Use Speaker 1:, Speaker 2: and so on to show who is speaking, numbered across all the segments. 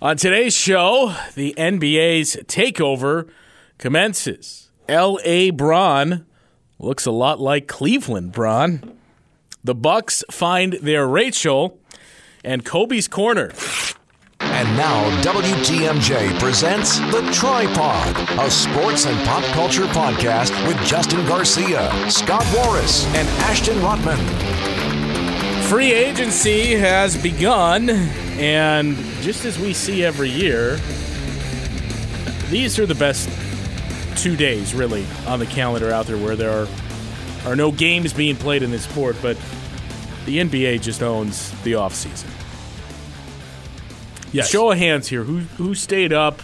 Speaker 1: On today's show, the NBA's takeover commences. L.A. Braun looks a lot like Cleveland Braun. The Bucks find their Rachel, and Kobe's corner.
Speaker 2: And now WTMJ presents The Tripod, a sports and pop culture podcast with Justin Garcia, Scott Warris, and Ashton Rotman.
Speaker 1: Free agency has begun, and just as we see every year, these are the best two days really on the calendar out there where there are, are no games being played in this sport, but the NBA just owns the offseason.
Speaker 3: Yes.
Speaker 1: Show of hands here. Who who stayed up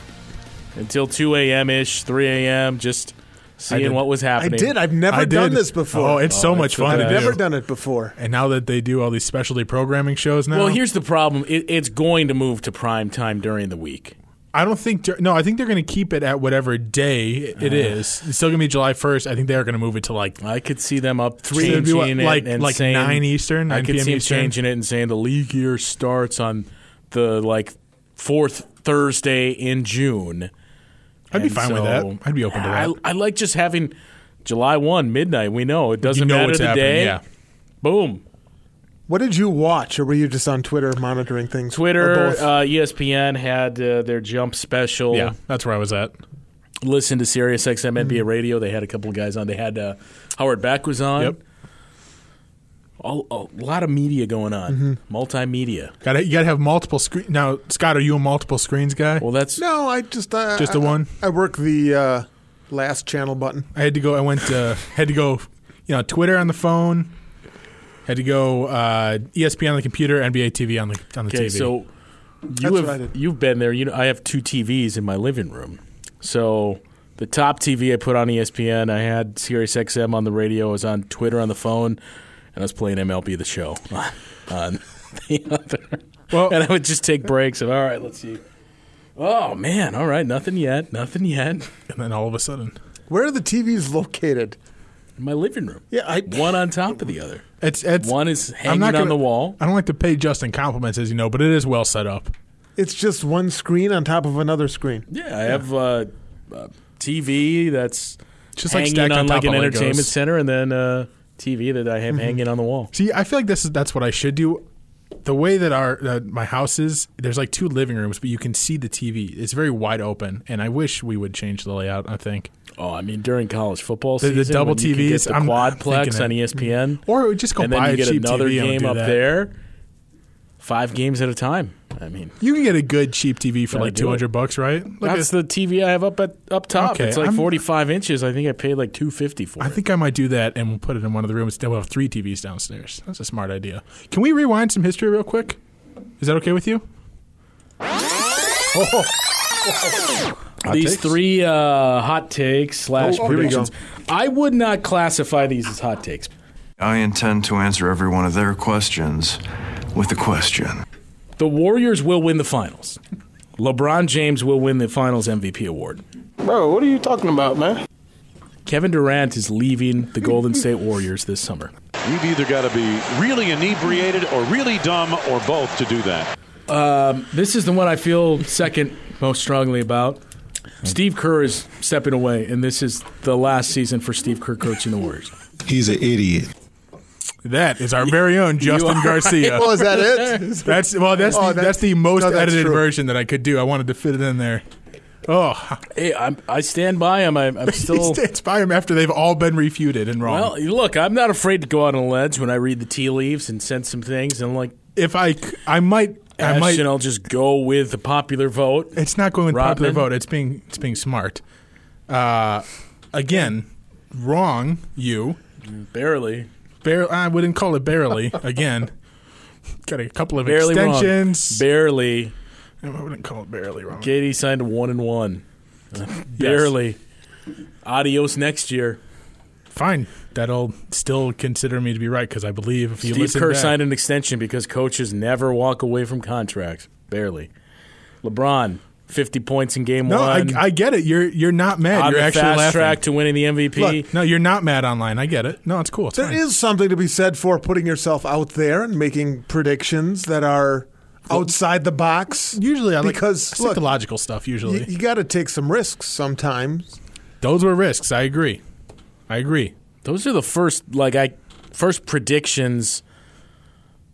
Speaker 1: until two a.m. ish, three a.m. just
Speaker 3: did.
Speaker 1: seeing what was
Speaker 4: I
Speaker 1: happening?
Speaker 4: did. I've never
Speaker 3: I
Speaker 4: done
Speaker 3: did.
Speaker 4: this before.
Speaker 3: Oh, it's so much fun.
Speaker 4: I've
Speaker 3: to
Speaker 4: never
Speaker 3: do.
Speaker 4: done it before.
Speaker 3: And now that they do all these specialty programming shows now,
Speaker 1: Well, here's the problem. It, it's going to move to prime time during the week.
Speaker 3: I don't think dur- no. I think they're going to keep it at whatever day it
Speaker 1: Uh.
Speaker 3: is. It's still going to be July first. I think they're going to move it to like
Speaker 1: I could see them up
Speaker 3: Three-
Speaker 1: changing
Speaker 3: it'd be what,
Speaker 1: it
Speaker 3: like-
Speaker 1: and
Speaker 3: like
Speaker 1: saying,
Speaker 3: 9 Eastern,
Speaker 1: I
Speaker 3: 9
Speaker 1: could
Speaker 3: PM
Speaker 1: see them
Speaker 3: Eastern?
Speaker 1: changing it and saying the league year starts on the like fourth Thursday in June.
Speaker 3: I'd be
Speaker 1: And
Speaker 3: fine with
Speaker 1: so-
Speaker 3: that. I'd be open to that.
Speaker 1: I, I like just having July one midnight. We know it doesn't
Speaker 3: you know
Speaker 1: matter
Speaker 3: what's
Speaker 1: the
Speaker 3: happening.
Speaker 1: day.
Speaker 3: Yeah.
Speaker 1: Boom.
Speaker 4: What did you watch, or were you just on Twitter monitoring things? Or
Speaker 1: Twitter,
Speaker 4: both?
Speaker 1: uh, ESPN had uh, their jump special.
Speaker 3: Yeah, that's where I was at.
Speaker 1: Listen to Sirius XM NBA radio. They had a couple of guys on. They had uh, Howard Beck was on.
Speaker 3: Yep.
Speaker 1: All, a lot of media going on.
Speaker 3: Mm-hmm.
Speaker 1: Multimedia.
Speaker 3: Got You got to have multiple screen. Now, Scott, are you a multiple screens guy?
Speaker 1: Well, that's
Speaker 4: no, I just uh,
Speaker 3: Just the
Speaker 4: I-
Speaker 3: one?
Speaker 4: I work the uh, last channel button.
Speaker 3: I had to go. I went. Uh, had to go. You know, Twitter on the phone. Had to go. Uh, ESPN on the computer. NBA TV on the on the
Speaker 1: okay.
Speaker 3: TV.
Speaker 1: So you
Speaker 4: That's what I
Speaker 1: have
Speaker 4: did.
Speaker 1: you've been there. You know, I have two TVs in my living room. So the top TV I put on E ESPN. I had Sirius XM on the radio. I was on Twitter on the phone, and I was playing MLB the Show on, on the other.
Speaker 3: Well-
Speaker 1: and I would just take breaks of all right, let's see. Oh man, all right, nothing yet, nothing yet.
Speaker 3: and then all of a sudden,
Speaker 4: Where are the TVs located?
Speaker 1: In my living room.
Speaker 4: Yeah, I-
Speaker 1: one on top of the other.
Speaker 3: it's it's
Speaker 1: One is hanging
Speaker 3: not
Speaker 1: on
Speaker 3: gonna-
Speaker 1: the wall.
Speaker 3: I don't like to pay Justin compliments, as you know, but it is well set up.
Speaker 4: It's just one screen on top of another screen.
Speaker 1: Yeah, I have uh, a TV that's
Speaker 3: Just, like,
Speaker 1: hanging
Speaker 3: Mm-hmm. stacked
Speaker 1: on,
Speaker 3: on
Speaker 1: like
Speaker 3: top
Speaker 1: an
Speaker 3: of Legos.
Speaker 1: entertainment center, and then a TV that I have hanging on the wall.
Speaker 3: See, I feel like this is that's what I should do. The way that our that my house is, there's like two living rooms, but you can see the TV. It's very wide open, and I wish we would change the layout. I think,
Speaker 1: Oh, I mean, during college football
Speaker 3: The-
Speaker 1: season,
Speaker 3: the double
Speaker 1: when you can get
Speaker 3: TVs,
Speaker 1: the
Speaker 3: I'm- I'm
Speaker 1: quadplex
Speaker 3: thinking
Speaker 1: on E
Speaker 3: it.
Speaker 1: ESPN,
Speaker 3: or we just go
Speaker 1: and
Speaker 3: buy
Speaker 1: then you
Speaker 3: a
Speaker 1: get
Speaker 3: cheap
Speaker 1: another
Speaker 3: TV and
Speaker 1: game
Speaker 3: do
Speaker 1: up
Speaker 3: that.
Speaker 1: there. Five games at a time. I mean,
Speaker 3: You can get a good cheap TV for
Speaker 1: Gotta
Speaker 3: like
Speaker 1: do it.
Speaker 3: two hundred bucks, right? Look
Speaker 1: that's the TV I have up at up top.
Speaker 3: Okay,
Speaker 1: it's like
Speaker 3: I'm-
Speaker 1: 45 inches. I think I paid like 250 for
Speaker 3: I
Speaker 1: it.
Speaker 3: think I might do that, and we'll put it in one of the rooms. Then we'll have three TVs downstairs. That's a smart idea. Can we rewind some history real quick? Is that okay with you?
Speaker 1: These
Speaker 3: takes?
Speaker 1: three uh, hot takes slash
Speaker 4: Oh, here we
Speaker 1: predictions. I would not classify these as hot takes.
Speaker 5: I intend to answer every one of their questions with a question.
Speaker 1: The Warriors will win the finals. LeBron James will win the finals MVP award.
Speaker 6: Bro, what are you talking about, man?
Speaker 1: Kevin Durant is leaving the Golden State Warriors this summer.
Speaker 7: You've either got to be really inebriated or really dumb or both to do that.
Speaker 1: This is the one I feel second most strongly about. Steve Kerr is stepping away, and this is the last season for Steve Kerr coaching the Warriors.
Speaker 8: He's an idiot.
Speaker 3: That is our very own Justin
Speaker 1: are
Speaker 3: Garcia.
Speaker 4: Oh, is that it?
Speaker 3: That's well. That's
Speaker 4: Oh,
Speaker 3: the,
Speaker 4: that's-
Speaker 3: that's the most
Speaker 4: no, that's
Speaker 3: edited
Speaker 4: true.
Speaker 3: version that I could do. I wanted to fit it in there. Oh,
Speaker 1: Hey, I'm, I stand by him. I, I'm still.
Speaker 3: it's by him after they've all been refuted and wrong.
Speaker 1: Well, look, I'm not afraid to go out on a ledge when I read the tea leaves and sense some things, and like
Speaker 3: if I, c- I might, I
Speaker 1: Ashton,
Speaker 3: might.
Speaker 1: I'll just go with the popular vote.
Speaker 3: It's not going with popular
Speaker 1: Rodman.
Speaker 3: vote. It's being, it's being smart. Uh, again, wrong. You,
Speaker 1: Barely.
Speaker 3: Bar- I wouldn't call it barely. Again, got a couple of
Speaker 1: Barely
Speaker 3: extensions.
Speaker 1: wrong. Barely.
Speaker 3: I wouldn't call it barely wrong.
Speaker 1: Katie signed a one and one. Barely. Adios next year.
Speaker 3: Fine. That'll still consider me to be right because I believe if you
Speaker 1: Steve
Speaker 3: listen
Speaker 1: Kerr
Speaker 3: back-
Speaker 1: signed an extension because coaches never walk away from contracts. Barely. LeBron, 50 points in game
Speaker 3: No, I,
Speaker 1: one.
Speaker 3: I get it. You're you're not mad.
Speaker 1: on
Speaker 3: You're
Speaker 1: the
Speaker 3: actually
Speaker 1: fast
Speaker 3: laughing.
Speaker 1: track to winning the MVP.
Speaker 3: Look, no, you're not mad online. I get it. No, it's cool. It's
Speaker 4: There
Speaker 3: fine.
Speaker 4: is something to be said for putting yourself out there and making predictions that are outside the box.
Speaker 3: Usually, I like
Speaker 4: because
Speaker 3: I stick
Speaker 4: look,
Speaker 3: to logical stuff. Usually,
Speaker 4: you, you got to take some risks sometimes.
Speaker 3: those were risks. I agree. I agree.
Speaker 1: Those are the first like I first predictions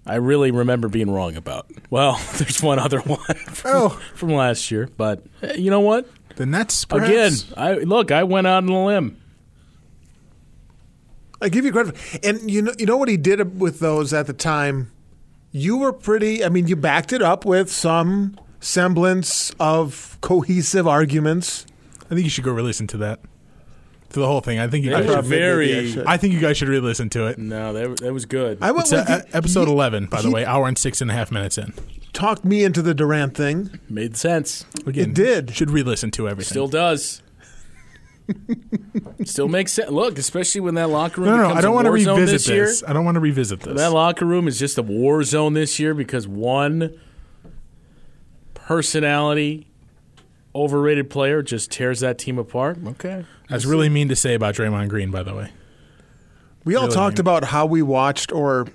Speaker 1: I really remember being wrong about. Well, there's one other one from,
Speaker 4: Oh.
Speaker 1: from last year, but eh, you know what?
Speaker 3: Then that's
Speaker 1: Again, I look, I went out on a limb.
Speaker 4: I give you credit, for- and you know you know what he did with those at the time. You were pretty. I mean, you backed it up with some semblance of cohesive arguments.
Speaker 3: I think you should go re-listen to that, to the whole thing. I think you
Speaker 1: They
Speaker 3: guys
Speaker 1: were
Speaker 3: should.
Speaker 4: probably did,
Speaker 1: very
Speaker 4: actually.
Speaker 3: I think you guys should re-listen to it.
Speaker 1: No, that, that was good.
Speaker 4: I went
Speaker 3: It's
Speaker 4: with
Speaker 3: uh,
Speaker 4: you-
Speaker 3: episode
Speaker 4: you
Speaker 3: eleven, by the
Speaker 4: he-
Speaker 3: way, hour and six and a half minutes in.
Speaker 4: Talked me into the Durant thing.
Speaker 1: Made sense.
Speaker 3: Again,
Speaker 4: It did.
Speaker 3: Should re-listen to everything.
Speaker 1: Still does. Still makes sense. Look, especially when that locker room
Speaker 3: no, no, no,
Speaker 1: becomes
Speaker 3: I don't
Speaker 1: a
Speaker 3: want to
Speaker 1: war zone
Speaker 3: revisit
Speaker 1: this,
Speaker 3: this.
Speaker 1: year.
Speaker 3: I don't want to revisit this.
Speaker 1: That locker room is just a war zone this year because one personality, overrated player, just tears that team apart. Okay.
Speaker 3: That's really mean to say about Draymond Green, by the way.
Speaker 4: We all
Speaker 3: Really
Speaker 4: talked
Speaker 3: mean.
Speaker 4: about how we watched or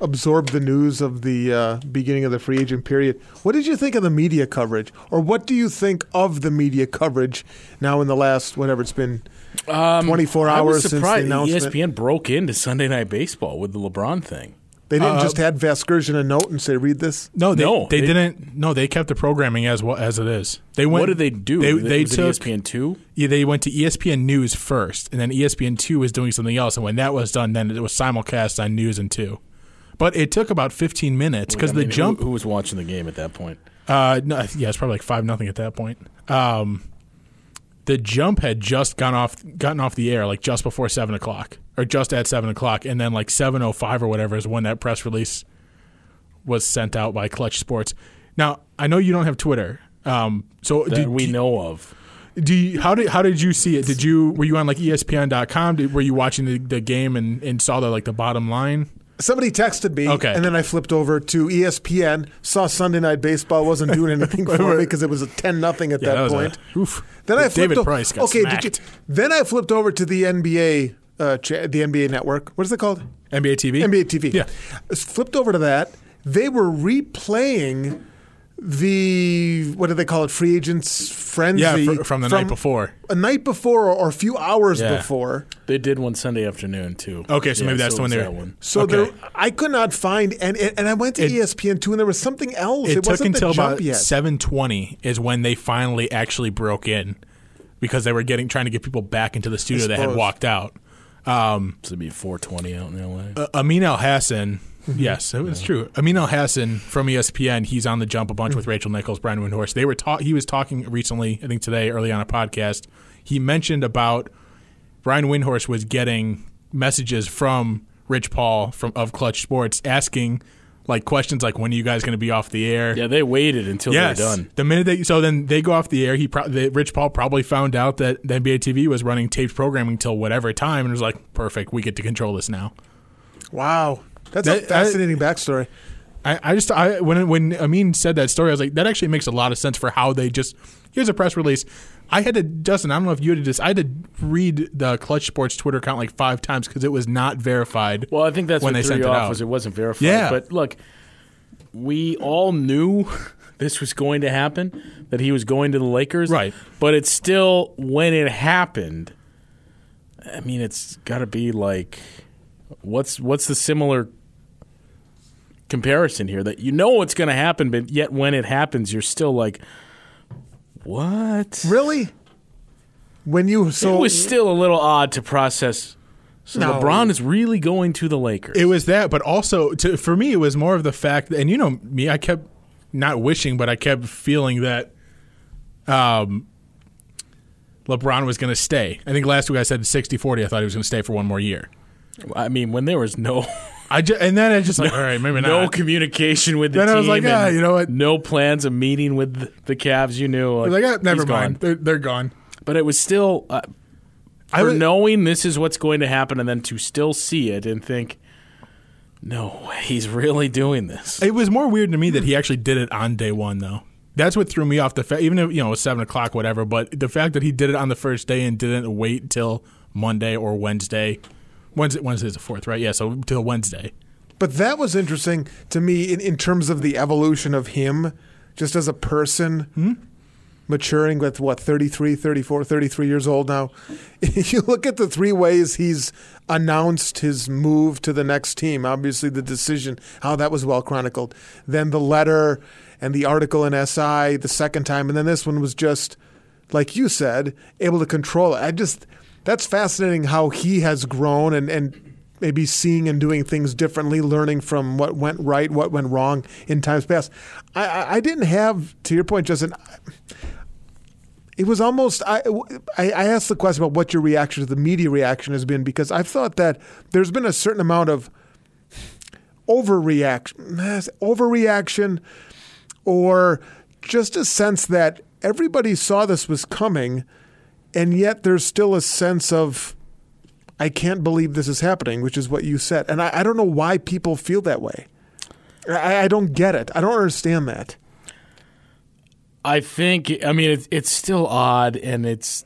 Speaker 4: absorbed the news of the uh, beginning of the free agent period. What did you think of the media coverage, or what do you think of the media coverage now in the last whatever it's been,
Speaker 3: Um,
Speaker 4: twenty four
Speaker 1: I
Speaker 4: hours
Speaker 1: was
Speaker 4: since the
Speaker 1: surprised E
Speaker 4: announcement?
Speaker 1: ESPN broke into Sunday Night Baseball with the LeBron thing.
Speaker 4: They
Speaker 3: Uh,
Speaker 4: didn't just had Vaskersian a note and say, "Read this."
Speaker 3: No, they,
Speaker 1: No,
Speaker 3: they,
Speaker 1: they-
Speaker 3: didn't. No, they kept the programming as well as it is. They went.
Speaker 1: what did they do?
Speaker 3: They,
Speaker 1: Was it-
Speaker 3: they
Speaker 1: was it E
Speaker 3: took.
Speaker 1: ESPN two.
Speaker 3: Yeah, they went to E ESPN News first, and then E ESPN two was doing something else. And when that was done, then it was simulcast on News and two. But it took about fifteen minutes because
Speaker 1: I
Speaker 3: the
Speaker 1: mean, who-
Speaker 3: jump.
Speaker 1: Who, was watching the game at that point?
Speaker 3: Uh, no, I th- yeah, it's probably like five nothing at that point. Um, the jump had just gone off, gotten off the air like just before seven o'clock, or just at seven o'clock, and then like seven o five or whatever is when that press release was sent out by Clutch Sports. Now I know you don't have Twitter, um, so
Speaker 1: That
Speaker 3: did
Speaker 1: we
Speaker 3: do,
Speaker 1: know of.
Speaker 3: do you, how did how did you see it? Did you were you on like E ESPN.com? Did, were you watching the, the game and, and saw the like the bottom line?
Speaker 4: Somebody texted me,
Speaker 3: Okay.
Speaker 4: and then I flipped over to E ESPN. Saw Sunday Night Baseball wasn't doing anything for me because it was a ten nothing at
Speaker 3: Yeah,
Speaker 4: that,
Speaker 3: that was
Speaker 4: point.
Speaker 3: a- oof.
Speaker 4: Then I flipped
Speaker 3: David
Speaker 4: o-
Speaker 3: Price got
Speaker 4: okay, did
Speaker 3: smacked.
Speaker 4: you, then I flipped over to the NBA, uh, cha- the NBA Network. What is it called?
Speaker 3: NBA TV,
Speaker 4: NBA TV.
Speaker 3: Yeah,
Speaker 4: I flipped over to that. They were replaying the what do they call it? Free agents frenzy.
Speaker 3: yeah, fr- from the night before.
Speaker 4: A night before, or a few hours
Speaker 3: Yeah.
Speaker 4: before.
Speaker 1: They did one Sunday afternoon too.
Speaker 3: Okay, so
Speaker 1: Yeah,
Speaker 3: maybe that's
Speaker 1: it
Speaker 3: the one
Speaker 1: was
Speaker 3: they
Speaker 1: that
Speaker 3: were-
Speaker 1: one.
Speaker 4: So
Speaker 3: Okay.
Speaker 4: there, I could not find, and and I went to E
Speaker 3: It-
Speaker 4: ESPN too, and there was something else.
Speaker 3: it,
Speaker 4: It,
Speaker 3: took
Speaker 4: wasn't
Speaker 3: until
Speaker 4: the jump
Speaker 3: about
Speaker 4: yet.
Speaker 3: 7:20 is when they finally actually broke in because they were getting trying to get people back into the studio that had
Speaker 4: suppose.
Speaker 3: walked out.
Speaker 1: So it'd be 420 out in LA.
Speaker 3: Uh, Amin El Hassan,
Speaker 4: Mm-hmm.
Speaker 3: yes, it- it's true. Amin El Hassan from E ESPN, he's on the jump a
Speaker 4: Mm.
Speaker 3: bunch with Rachel Nichols, Brian Windhorst. They were ta- he was talking recently, I think today, early on a podcast. He mentioned about Brian Windhorst was getting messages from Rich Paul from of Clutch Sports asking like questions like when are you guys going to be off the air?
Speaker 1: yeah, they waited until
Speaker 3: yes.
Speaker 1: they were done.
Speaker 3: The minute they so then they go off the air, he pro- the, Rich Paul probably found out that the NBA TV was running taped programming till whatever time, and was like, "Perfect, we get to control this now."
Speaker 4: Wow, that's a
Speaker 3: That- I-
Speaker 4: fascinating backstory.
Speaker 3: I, I just I when when Amin said that story, I was like, that actually makes a lot of sense for how they just here's a press release. I had to Dustin. I don't know if you had to just. I had to read the Clutch Sports Twitter account like five times because it was not verified.
Speaker 1: Well, I think that's
Speaker 3: when
Speaker 1: what
Speaker 3: they
Speaker 1: threw
Speaker 3: sent
Speaker 1: you
Speaker 3: it
Speaker 1: off
Speaker 3: out.
Speaker 1: was it wasn't verified.
Speaker 3: Yeah.
Speaker 1: But look, we all knew this was going to happen, that he was going to the Lakers.
Speaker 3: Right.
Speaker 1: But it's still when it happened. I mean, it's got to be like, what's what's the similar comparison here that you know what's going to happen, but yet when it happens, you're still like, what?
Speaker 4: Really, when you so
Speaker 1: it was still a little odd to process. So
Speaker 4: No.
Speaker 1: LeBron is really going to the Lakers.
Speaker 3: It was that, but also to, for me, it was more of the fact, and you know me, I kept not wishing, but I kept feeling that um, LeBron was going to stay. I think last week I said 60-40, I thought he was going to stay for one more year.
Speaker 1: I mean, when there was no
Speaker 3: I ju- and then I just like, all right, maybe
Speaker 1: no
Speaker 3: not.
Speaker 1: communication with the
Speaker 3: Then
Speaker 1: team,
Speaker 3: I was like,
Speaker 1: and
Speaker 3: ah, you know what?
Speaker 1: No plans of meeting with the Cavs. You knew,
Speaker 3: like, ah, never
Speaker 1: he's gone.
Speaker 3: mind. They're, they're gone.
Speaker 1: But it was still uh, for
Speaker 3: I was-
Speaker 1: knowing this is what's going to happen, and then to still see it and think, no, way, he's really doing this.
Speaker 3: It was more weird to me that he actually did it on day one, though. That's what threw me off. The fa- even if you know it was seven o'clock, whatever, but the fact that he did it on the first day and didn't wait till Monday or Wednesday. Wednesday, Wednesday is the fourth, right? Yeah, so till Wednesday
Speaker 4: But that was interesting to me in, in terms of the evolution of him just as a person.
Speaker 3: Hmm.
Speaker 4: Maturing with what 33, 34, 33 years old now. you look at the three ways he's announced his move to the next team. Obviously, the decision, how that was well chronicled. Then the letter and the article in SI the second time. And then this one was just, like you said, able to control it. I just, that's fascinating how he has grown and, and maybe seeing and doing things differently, learning from what went right, what went wrong in times past. I, I, I didn't have, to your point, Justin, it was almost I, I I asked the question about what your reaction to the media reaction has been because I've thought that there's been a certain amount of overreaction eh, overreaction or just a sense that everybody saw this was coming and yet there's still a sense of I can't believe this is happening, which is what you said. And I, I don't know why people feel that way. I, I don't get it. I don't understand that.
Speaker 1: I think. I mean, it's, it's still odd, and it's.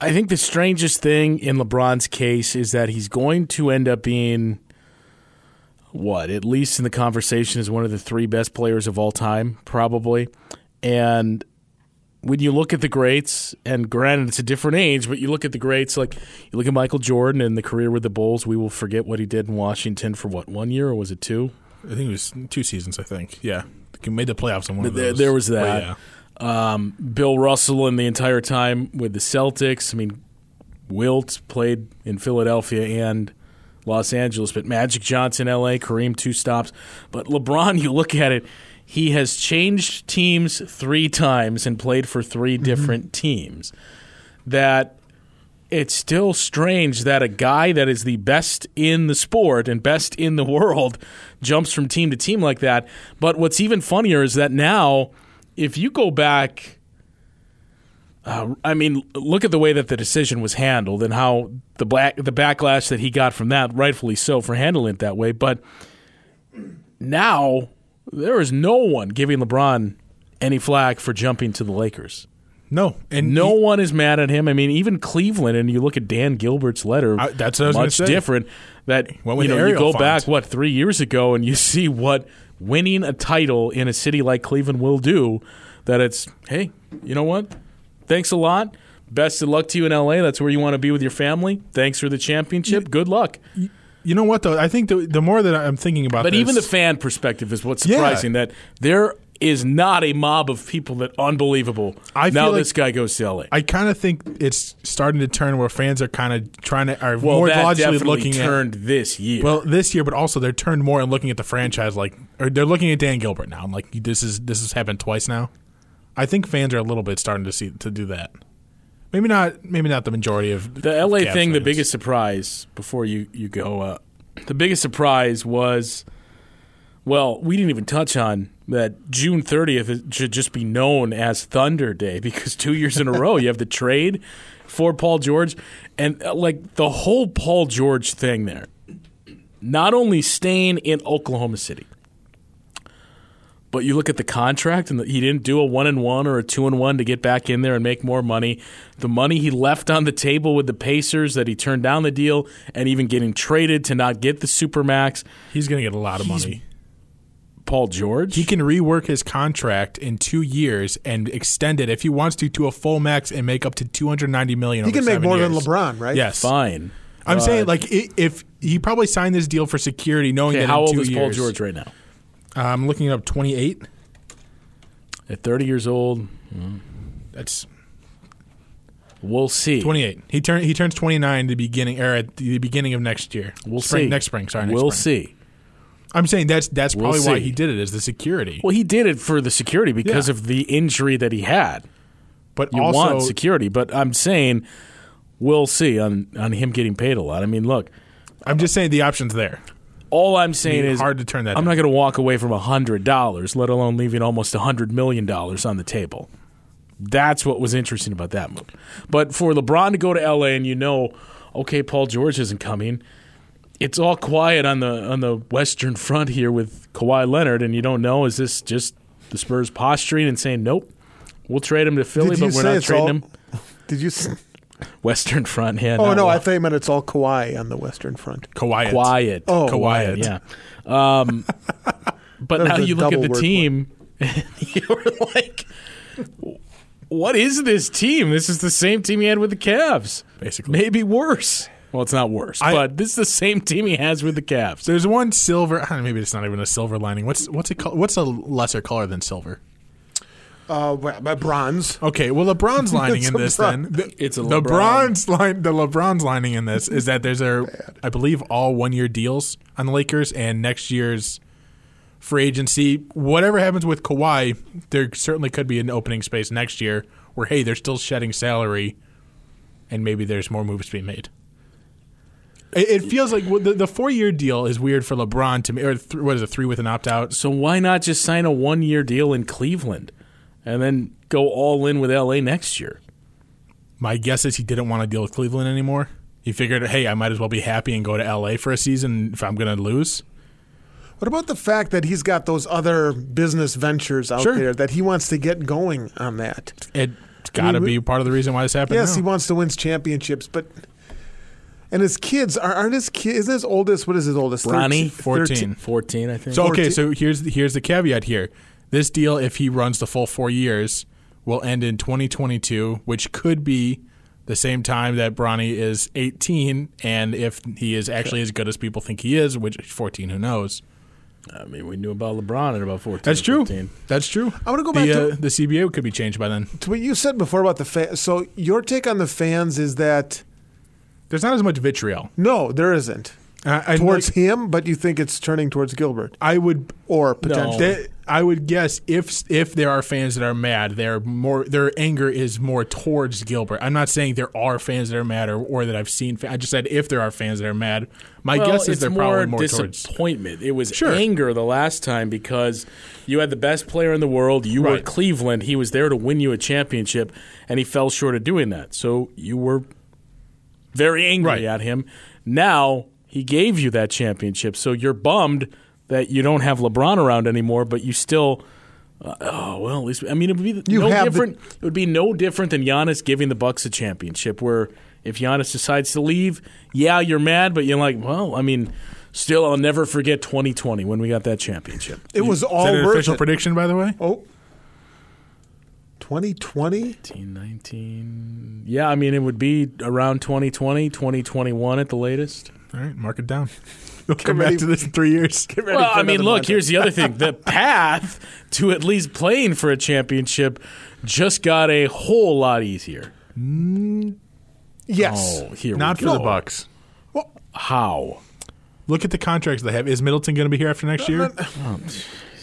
Speaker 1: I think the strangest thing in LeBron's case is that he's going to end up being what, at least in the conversation, is one of the three best players of all time, probably. And when you look at the greats, and granted, it's a different age, but you look at the greats, like you look at Michael Jordan and the career with the Bulls. We will forget what he did in Washington for what one year or was it two?
Speaker 3: I think it was two seasons. I think. Yeah, he made the playoffs in one of
Speaker 1: There-
Speaker 3: those.
Speaker 1: there was
Speaker 3: But
Speaker 1: that.
Speaker 3: yeah.
Speaker 1: Um, Bill Russell and the entire time with the Celtics. I mean, Wilt played in Philadelphia and Los Angeles, but Magic Johnson, LA, Kareem, two stops. But LeBron, you look at it, he has changed teams three times and played for 3 different teams. That it's still strange that a guy that is the best in the sport and best in the world jumps from team to team like that. But what's even funnier is that now, if you go back, uh, I mean, look at the way that the decision was handled and how the black the backlash that he got from that, rightfully so, for handling it that way. But now there is no one giving LeBron any flack for jumping to the Lakers.
Speaker 3: No, and
Speaker 1: No
Speaker 3: he-
Speaker 1: one is mad at him. I mean, even Cleveland, and you look at Dan Gilbert's letter.
Speaker 3: I- that's what I was gonna
Speaker 1: much
Speaker 3: say.
Speaker 1: different. That
Speaker 3: Went with
Speaker 1: you know, you
Speaker 3: Arial
Speaker 1: go
Speaker 3: font.
Speaker 1: back what three years ago, and you see what winning a title in a city like Cleveland will do. That it's hey, you know what? Thanks a lot. Best of luck to you in LA. That's where you want to be with your family. Thanks for the championship. Good luck.
Speaker 3: you know what though? I think the, the more that I'm thinking about,
Speaker 1: But
Speaker 3: this,
Speaker 1: even the fan perspective is what's
Speaker 3: Yeah.
Speaker 1: surprising. That there is not a mob of people that unbelievable.
Speaker 3: I
Speaker 1: now
Speaker 3: feel like-
Speaker 1: this guy goes to LA.
Speaker 3: I kind of think it's starting to turn where fans are kind of trying to are
Speaker 1: well,
Speaker 3: more
Speaker 1: that
Speaker 3: largely
Speaker 1: definitely
Speaker 3: looking at
Speaker 1: turned this year.
Speaker 3: Well, this year, but also they're turned more and looking at the franchise like, or they're looking at Dan Gilbert now. I'm like, this is this has happened twice now. I think fans are a little bit starting to see to do that. Maybe not. Maybe not the majority of
Speaker 1: The
Speaker 3: of
Speaker 1: LA
Speaker 3: Cavs
Speaker 1: thing, the
Speaker 3: fans.
Speaker 1: biggest surprise before you you go up. The biggest surprise was well, we didn't even touch on that June 30th is- should just be known as Thunder Day because two years in a row you have the trade for Paul George and uh, like the whole Paul George thing there. Not only staying in Oklahoma City, but you look at the contract, and the, he didn't do a one and one or a two and one to get back in there and make more money. The money he left on the table with the Pacers that he turned down the deal, and even getting traded to not get the supermax.
Speaker 3: He's going to get a lot of money.
Speaker 1: Paul George,
Speaker 3: He can rework his contract in two years and extend it if he wants to to a full max and make up to 290 million.
Speaker 4: He
Speaker 3: over
Speaker 4: can make
Speaker 3: seven
Speaker 4: more than
Speaker 3: years.
Speaker 4: LeBron, right?
Speaker 3: Yes,
Speaker 1: fine.
Speaker 3: I'm saying like i- if he probably signed this deal for security, knowing
Speaker 1: Okay,
Speaker 3: that
Speaker 1: how
Speaker 3: in
Speaker 1: old
Speaker 3: two
Speaker 1: is Paul
Speaker 3: years- Uh,
Speaker 1: George right now?
Speaker 3: I'm looking up 28.
Speaker 1: At 30 years old,
Speaker 3: That's
Speaker 1: we'll see.
Speaker 3: 28. He turn he turns 29 the beginning or at the beginning of next year.
Speaker 1: We'll
Speaker 3: spring,
Speaker 1: see
Speaker 3: next spring. Sorry, next
Speaker 1: we'll
Speaker 3: spring.
Speaker 1: see.
Speaker 3: I'm saying that's that's
Speaker 1: We'll
Speaker 3: probably why
Speaker 1: see.
Speaker 3: he did it is the security.
Speaker 1: Well, he did it for the security because
Speaker 3: Yeah.
Speaker 1: of the injury that he had.
Speaker 3: but
Speaker 1: you
Speaker 3: also
Speaker 1: want security. But I'm saying we'll see on on him getting paid a lot. I mean, look,
Speaker 3: I'm just saying the options there.
Speaker 1: all I'm saying
Speaker 3: Be
Speaker 1: is
Speaker 3: hard to turn that
Speaker 1: I'm not
Speaker 3: down.
Speaker 1: going to walk away from hundred dollars, let alone leaving almost hundred million dollars on the table. That's what was interesting about that move. But for LeBron to go to LA and you know, okay, Paul George isn't coming. It's all quiet on the on the Western Front here with Kawhi Leonard, and you don't know is this just the Spurs posturing and saying nope, we'll trade him to Philly,
Speaker 4: Did you
Speaker 1: but we're
Speaker 4: say
Speaker 1: not
Speaker 4: it's
Speaker 1: trading
Speaker 4: all-
Speaker 1: him.
Speaker 4: Did you? s-
Speaker 1: Western Front. Yeah. uh,
Speaker 4: Oh,
Speaker 1: not
Speaker 4: no,
Speaker 1: wa-
Speaker 4: I thought you meant it's all Kawhi on the Western Front.
Speaker 3: Kawhi.
Speaker 1: quiet.
Speaker 4: Oh,
Speaker 3: Kawhi.
Speaker 1: Yeah. Um, but
Speaker 4: That
Speaker 1: now
Speaker 4: was a
Speaker 1: you look at
Speaker 4: double
Speaker 1: the
Speaker 4: word
Speaker 1: team, and you're like, what is this team? This is the same team he had with the Cavs.
Speaker 3: Basically.
Speaker 1: Maybe worse. Well, it's not worse,
Speaker 3: I-
Speaker 1: but this is the same team he has with the Cavs.
Speaker 3: There's one silver. I don't know, maybe it's not even a silver lining. What's what's it called? What's a lesser color than silver?
Speaker 4: Uh, wh- by bronze.
Speaker 3: Okay, well, LeBron's lining
Speaker 4: It's
Speaker 3: in
Speaker 4: a
Speaker 3: this
Speaker 4: bron-
Speaker 3: then. The,
Speaker 1: It's a
Speaker 3: the
Speaker 1: LeBron.
Speaker 3: bronze line. The LeBron's lining in this is that there's a, I believe, all one year deals on the Lakers and next year's free agency. Whatever happens with Kawhi, there certainly could be an opening space next year where hey, they're still shedding salary, and maybe there's more moves to be made. It, it feels like well, the, the four year deal is weird for LeBron to me. Or th- what is it, three with an opt out?
Speaker 1: So why not just sign a one year deal in Cleveland and then go all in with LA next year?
Speaker 3: My guess is he didn't want to deal with Cleveland anymore. He figured, hey, I might as well be happy and go to LA for a season if I'm going to lose.
Speaker 4: What about the fact that he's got those other business ventures out
Speaker 3: Sure.
Speaker 4: there that he wants to get going on that?
Speaker 3: It's got to
Speaker 4: we-
Speaker 3: be part of the reason why this happened.
Speaker 4: Yes, he
Speaker 3: now.
Speaker 4: wants to win championships, but and his kids are, aren't his kids. Isn't his oldest? What is his oldest?
Speaker 1: Bronny,
Speaker 3: 14.
Speaker 1: 14, I think.
Speaker 3: So okay, so here's here's the caveat here. This deal, if he runs the full four years, will end in 2022, which could be the same time that Bronny is 18, and if he is actually as good as people think he is, which 14, who knows?
Speaker 1: I mean, we knew about LeBron at about 14.
Speaker 3: That's
Speaker 1: or
Speaker 3: true.
Speaker 1: 15.
Speaker 3: That's true.
Speaker 4: I wanna go back
Speaker 3: the,
Speaker 4: to-
Speaker 3: uh, the CBA could be changed by then.
Speaker 4: To what you said before about the fans. So your take on the fans is that
Speaker 3: There's not as much vitriol
Speaker 4: no, there isn't
Speaker 3: I- I-
Speaker 4: towards
Speaker 3: like-
Speaker 4: him, but you think it's turning towards Gilbert
Speaker 3: I would
Speaker 4: or potentially.
Speaker 3: That- I would guess if if there are fans that are mad, their more their anger is more towards Gilbert. I'm not saying there are fans that are mad or, or that I've seen. fa- I just said if there are fans that are mad, my
Speaker 1: Well,
Speaker 3: guess is
Speaker 1: it's
Speaker 3: they're
Speaker 1: more
Speaker 3: probably more towards.
Speaker 1: disappointment. It was
Speaker 3: Sure.
Speaker 1: anger the last time because you had the best player in the world. You were
Speaker 3: Right.
Speaker 1: Cleveland. He was there to win you a championship, and he fell short of doing that. So you were very angry
Speaker 3: Right.
Speaker 1: at him. Now he gave you that championship, so you're bummed that you don't have LeBron around anymore. But you still. uh, oh well, at least I mean it would be
Speaker 4: You
Speaker 1: no
Speaker 4: have the-
Speaker 1: different. it would be no different than Giannis giving the Bucks a championship. Where if Giannis decides to leave, yeah, you're mad, but you're like, well, I mean, still, I'll never forget 2020 when we got that championship.
Speaker 4: It was
Speaker 3: Is
Speaker 4: all
Speaker 3: that an
Speaker 4: worth
Speaker 3: official
Speaker 4: it.
Speaker 3: prediction, by the way?
Speaker 4: oh. 2020?
Speaker 1: 1919. Yeah, I mean, it would be around 2020, 2021 at the latest.
Speaker 3: All right, mark it down. We'll come
Speaker 4: ready.
Speaker 3: back to this in three years.
Speaker 1: Well,
Speaker 4: for
Speaker 1: I mean,
Speaker 4: another
Speaker 1: look,
Speaker 4: lineup.
Speaker 1: here's the other thing. The path to at least playing for a championship just got a whole lot easier.
Speaker 4: Yes.
Speaker 1: Oh, here
Speaker 3: Not
Speaker 1: we
Speaker 3: for
Speaker 1: go.
Speaker 3: the Bucks.
Speaker 1: How?
Speaker 3: Look at the contracts they have. Is Middleton going to be here after next year?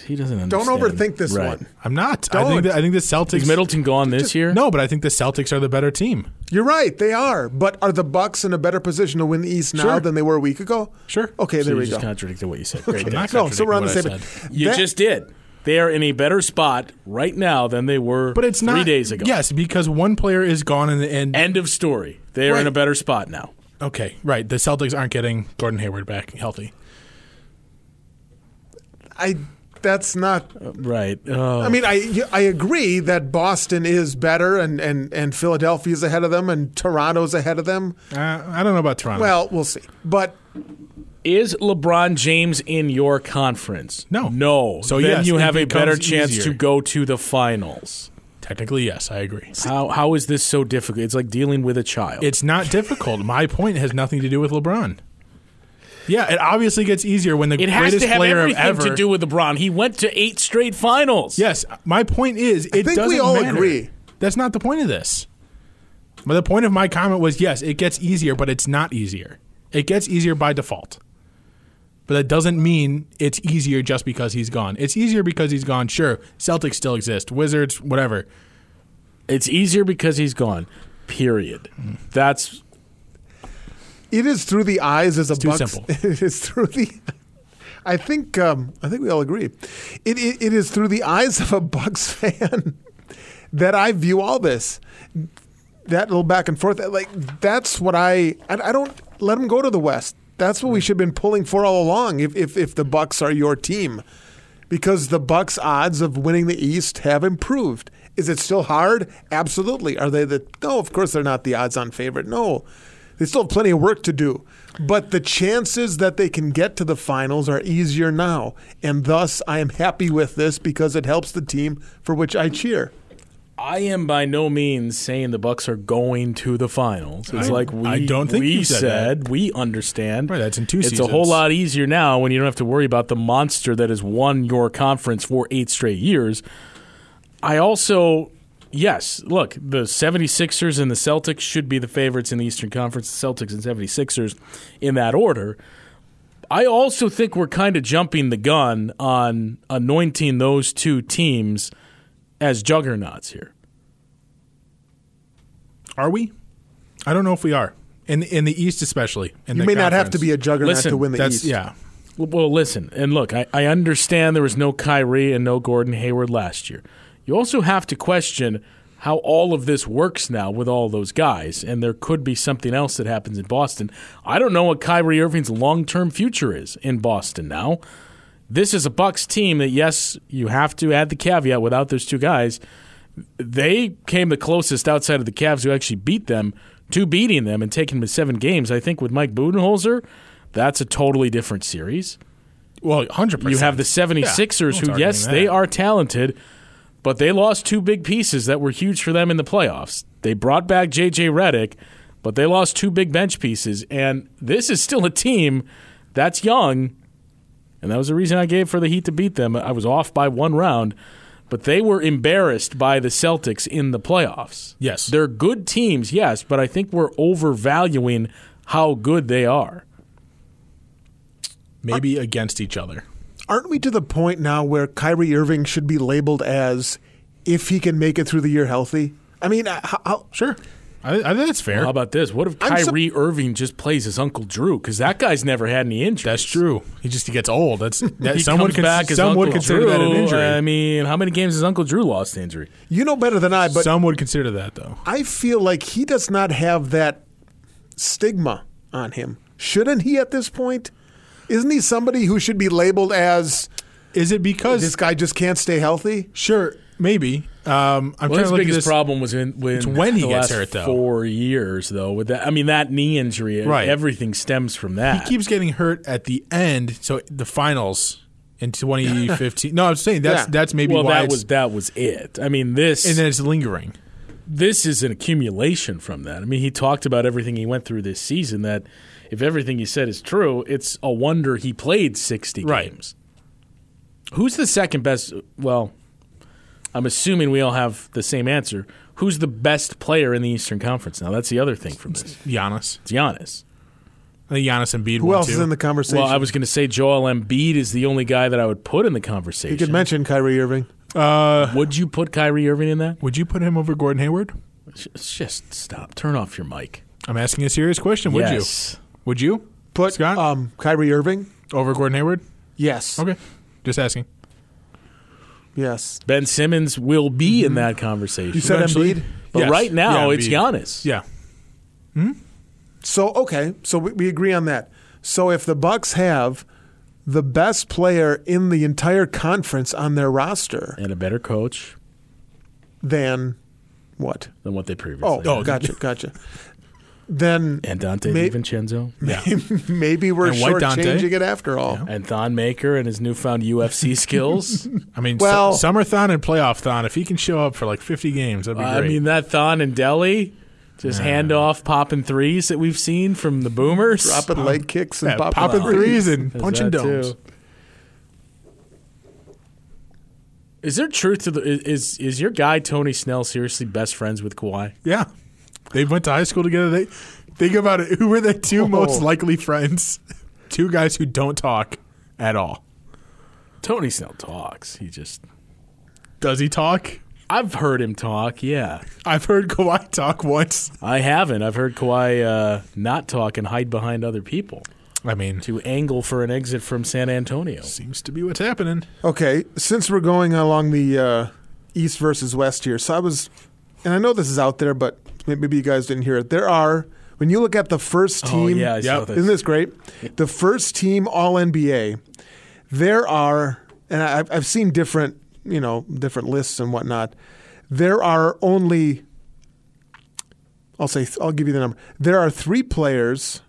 Speaker 1: He doesn't
Speaker 4: Don't
Speaker 1: understand.
Speaker 4: overthink this
Speaker 1: Right.
Speaker 4: one.
Speaker 3: I'm not. I
Speaker 4: Don't.
Speaker 3: think that, I think the Celtics.
Speaker 1: Is Middleton gone this year?
Speaker 3: No, but I think the Celtics are the better team.
Speaker 4: You're right, they are. But are the Bucks in a better position to win the East now
Speaker 3: Sure.
Speaker 4: than they were a week ago?
Speaker 3: Sure.
Speaker 4: Okay,
Speaker 1: So
Speaker 4: there
Speaker 1: you
Speaker 4: we
Speaker 1: just
Speaker 4: go.
Speaker 1: contradicted what you said. Great.
Speaker 3: I'm not
Speaker 4: no, so we're on the
Speaker 3: contradicting
Speaker 4: same.
Speaker 3: what I said.
Speaker 1: You
Speaker 4: That-
Speaker 1: just did. They are in a better spot right now than they were
Speaker 3: But it's
Speaker 1: three
Speaker 3: not
Speaker 1: days ago.
Speaker 3: Yes, because one player is gone and and,
Speaker 1: End of story. They are in
Speaker 3: Right.
Speaker 1: a better spot now.
Speaker 3: okay, right. The Celtics aren't getting Gordon Hayward back healthy.
Speaker 4: I. That's not.
Speaker 1: Right.
Speaker 3: Oh.
Speaker 4: I mean, I I agree that Boston is better, and and and Philadelphia's ahead of them, and Toronto's ahead of them.
Speaker 3: Uh, I don't know about Toronto.
Speaker 4: Well, we'll see. But
Speaker 1: is LeBron James in your conference?
Speaker 3: No.
Speaker 1: No.
Speaker 3: So
Speaker 1: then
Speaker 3: yes,
Speaker 1: you
Speaker 3: it
Speaker 1: have a
Speaker 3: becomes
Speaker 1: better chance
Speaker 3: easier.
Speaker 1: to go to the finals.
Speaker 3: technically, yes, I agree.
Speaker 1: How how is this so difficult? It's like dealing with a child.
Speaker 3: It's not difficult. My point has nothing to do with LeBron. Yeah, it obviously gets easier when the
Speaker 1: it has
Speaker 3: greatest
Speaker 1: to have
Speaker 3: player
Speaker 1: everything
Speaker 3: of ever.
Speaker 1: to do with LeBron. He went to eight straight finals.
Speaker 3: yes, my point is it
Speaker 4: think we
Speaker 3: doesn't
Speaker 4: all
Speaker 3: matter.
Speaker 4: agree.
Speaker 3: That's not the point of this. But the point of my comment was yes, it gets easier, but it's not easier. It gets easier by default. But that doesn't mean it's easier just because he's gone. It's easier because he's gone. Sure, Celtics still exist, Wizards, whatever.
Speaker 1: It's easier because he's gone. Period. That's
Speaker 4: it is through the eyes as a
Speaker 3: too
Speaker 4: Bucks.
Speaker 3: simple.
Speaker 4: It is through the. I think um, I think we all agree. It, it it is through the eyes of a Bucks fan that I view all this. That little back and forth, like that's what I. I, I don't let
Speaker 3: Mm.
Speaker 4: them go to the West. That's what we should have been pulling for all along. If if, if the Bucks are your team, because the Bucks' odds of winning the East have improved. Is it still hard? Absolutely. Are they the No, of course they're not the odds-on favorite. No. They still have plenty of work to do. But the chances that they can get to the finals are easier now, and thus I am happy with this because it helps the team for which I cheer.
Speaker 1: I am by no means saying the Bucks are going to the finals. It's
Speaker 3: I-
Speaker 1: like we
Speaker 3: I don't think
Speaker 1: we
Speaker 3: you said that.
Speaker 1: we understand.
Speaker 3: Right, that's in two
Speaker 1: It's
Speaker 3: seasons.
Speaker 1: a whole lot easier now when you don't have to worry about the monster that has won your conference for eight straight years. I also yes, look, the 76ers and the Celtics should be the favorites in the Eastern Conference, the Celtics and 76ers in that order. I also think we're kind of jumping the gun on anointing those two teams as juggernauts here.
Speaker 3: Are we? I don't know if we are. In in the East, especially. In
Speaker 4: You
Speaker 3: the
Speaker 4: may not have to
Speaker 3: conference.
Speaker 4: be a juggernaut
Speaker 1: Listen,
Speaker 4: to win the
Speaker 3: That's
Speaker 4: East.
Speaker 3: yeah.
Speaker 1: Well, listen, and look, I, I understand there was no Kyrie and no Gordon Hayward last year. You also have to question how all of this works now with all those guys, and there could be something else that happens in Boston. I don't know what Kyrie Irving's long term future is in Boston now. This is a Bucks team that, yes, you have to add the caveat without those two guys. They came the closest outside of the Cavs, who actually beat them, to beating them and taking them to seven games. I think with Mike Budenholzer, that's a totally different series.
Speaker 3: Well, hundred percent.
Speaker 1: You have the 76ers, who, yes, they are talented, but they lost two big pieces that were huge for them in the playoffs. They brought back J.J. Redick, but they lost two big bench pieces. And this is still a team that's young. And that was the reason I gave for the Heat to beat them. I was off by one round, but they were embarrassed by the Celtics in the playoffs.
Speaker 3: Yes.
Speaker 1: They're good teams, yes, but I think we're overvaluing how good they are.
Speaker 3: maybe against each other.
Speaker 4: Aren't we to the point now where Kyrie Irving should be labeled as if he can make it through the year healthy? I mean, I- how, how,
Speaker 3: Sure. I, I think that's fair.
Speaker 1: How about this? What if
Speaker 4: I'm sup-
Speaker 1: Kyrie Irving just plays his Uncle Drew? Because that guy's never had any injuries.
Speaker 3: that's true. He just he gets old. That's that,
Speaker 1: He
Speaker 3: someone
Speaker 1: comes back as
Speaker 3: some would
Speaker 1: Uncle
Speaker 3: consider
Speaker 1: Drew.
Speaker 3: that an injury.
Speaker 1: I mean, how many games has Uncle Drew lost to injury?
Speaker 4: you know better than I, but
Speaker 3: some would consider that though.
Speaker 4: I feel like he does not have that stigma on him. Shouldn't he at this point? Isn't he somebody who should be labeled as
Speaker 3: Is it because
Speaker 4: this guy just can't stay healthy?
Speaker 3: Sure, maybe. Um,
Speaker 1: Well,
Speaker 3: I'm trying to
Speaker 1: his
Speaker 3: look at
Speaker 1: biggest
Speaker 3: this.
Speaker 1: problem was in when,
Speaker 3: It's when he
Speaker 1: the
Speaker 3: gets
Speaker 1: last
Speaker 3: hurt, though.
Speaker 1: Four years though, with that. I mean, that knee injury.
Speaker 3: Right.
Speaker 1: Everything stems from that.
Speaker 3: He keeps getting hurt at the end, so the finals in 2015. no, I'm saying that's
Speaker 4: Yeah.
Speaker 3: that's maybe
Speaker 1: well,
Speaker 3: why.
Speaker 1: that
Speaker 3: it's,
Speaker 1: was that was it. I mean, this
Speaker 3: and then it's lingering.
Speaker 1: this is an accumulation from that. I mean, he talked about everything he went through this season. That if everything he said is true, it's a wonder he played sixty
Speaker 3: Right.
Speaker 1: games. Who's the second best? Well, I'm assuming we all have the same answer. Who's the best player in the Eastern Conference now? That's the other thing from this.
Speaker 3: Giannis,
Speaker 1: It's Giannis.
Speaker 3: I think Giannis and Bede.
Speaker 4: Who else is in the conversation?
Speaker 1: Well, I was going to say Joel Embiid is the only guy that I would put in the conversation.
Speaker 4: you could mention Kyrie Irving.
Speaker 3: Uh,
Speaker 1: Would you put Kyrie Irving in that?
Speaker 3: would you put him over Gordon Hayward?
Speaker 1: Just, just stop. Turn off your mic.
Speaker 3: I'm asking a serious question. Would
Speaker 1: Yes.
Speaker 3: you? Would you
Speaker 4: Put
Speaker 3: Scott?
Speaker 4: um, Kyrie Irving.
Speaker 3: over Gordon Hayward?
Speaker 4: Yes.
Speaker 3: Okay, just asking.
Speaker 4: Yes.
Speaker 1: Ben Simmons will be
Speaker 3: Mm-hmm.
Speaker 1: in that conversation.
Speaker 4: You said
Speaker 3: Eventually.
Speaker 4: Embiid.
Speaker 1: But
Speaker 3: Yes.
Speaker 1: right now,
Speaker 3: Yeah,
Speaker 1: it's
Speaker 3: Embiid.
Speaker 1: Giannis.
Speaker 3: Yeah,
Speaker 4: So okay, so we, we agree on that. So if the Bucks have the best player in the entire conference on their roster,
Speaker 1: And a better coach
Speaker 4: then what?
Speaker 1: than what they previously
Speaker 4: Oh,
Speaker 1: had.
Speaker 4: oh, gotcha, gotcha. Then
Speaker 1: And Dante
Speaker 4: May-
Speaker 1: DiVincenzo.
Speaker 3: yeah.
Speaker 4: maybe we're
Speaker 3: uh, And White Dante.
Speaker 4: shortchanging it after all.
Speaker 1: And Thon Maker and his newfound UFC skills.
Speaker 3: I mean,
Speaker 4: Well-
Speaker 3: well, summer thon and playoff thon. If he can show up for like 50 games, that'd be
Speaker 1: I
Speaker 3: great.
Speaker 1: mean, that Thon and Delhi, just handoff popping threes that we've seen from the Boomers.
Speaker 4: Dropping leg kicks and
Speaker 3: Yeah,
Speaker 4: popping,
Speaker 3: popping threes and
Speaker 1: There's
Speaker 3: punching
Speaker 1: that,
Speaker 3: domes.
Speaker 1: too. Is there truth to the is is your guy Tony Snell seriously best friends with Kawhi?
Speaker 3: Yeah, they went to high school together. They think about it. Who were the two most
Speaker 4: Oh.
Speaker 3: likely friends? Two guys who don't talk at all.
Speaker 1: Tony Snell talks. He just
Speaker 3: Does he talk?
Speaker 1: I've heard him talk. Yeah,
Speaker 3: I've heard Kawhi talk once.
Speaker 1: I haven't. I've heard Kawhi uh, not talk and hide behind other people
Speaker 3: I mean,
Speaker 1: to angle for an exit from San Antonio.
Speaker 3: seems to be what's happening.
Speaker 4: Okay, since we're going along the uh, east versus west here, so I was, and I know this is out there, but may- maybe you guys didn't hear it. There are when you look at the first team.
Speaker 1: Oh, yeah, I saw Yep. this.
Speaker 4: isn't this great? The first team All NBA. There are and I, I've- I've seen different, you know, different lists and whatnot. There are only, I'll say, I'll give you the number. There are three players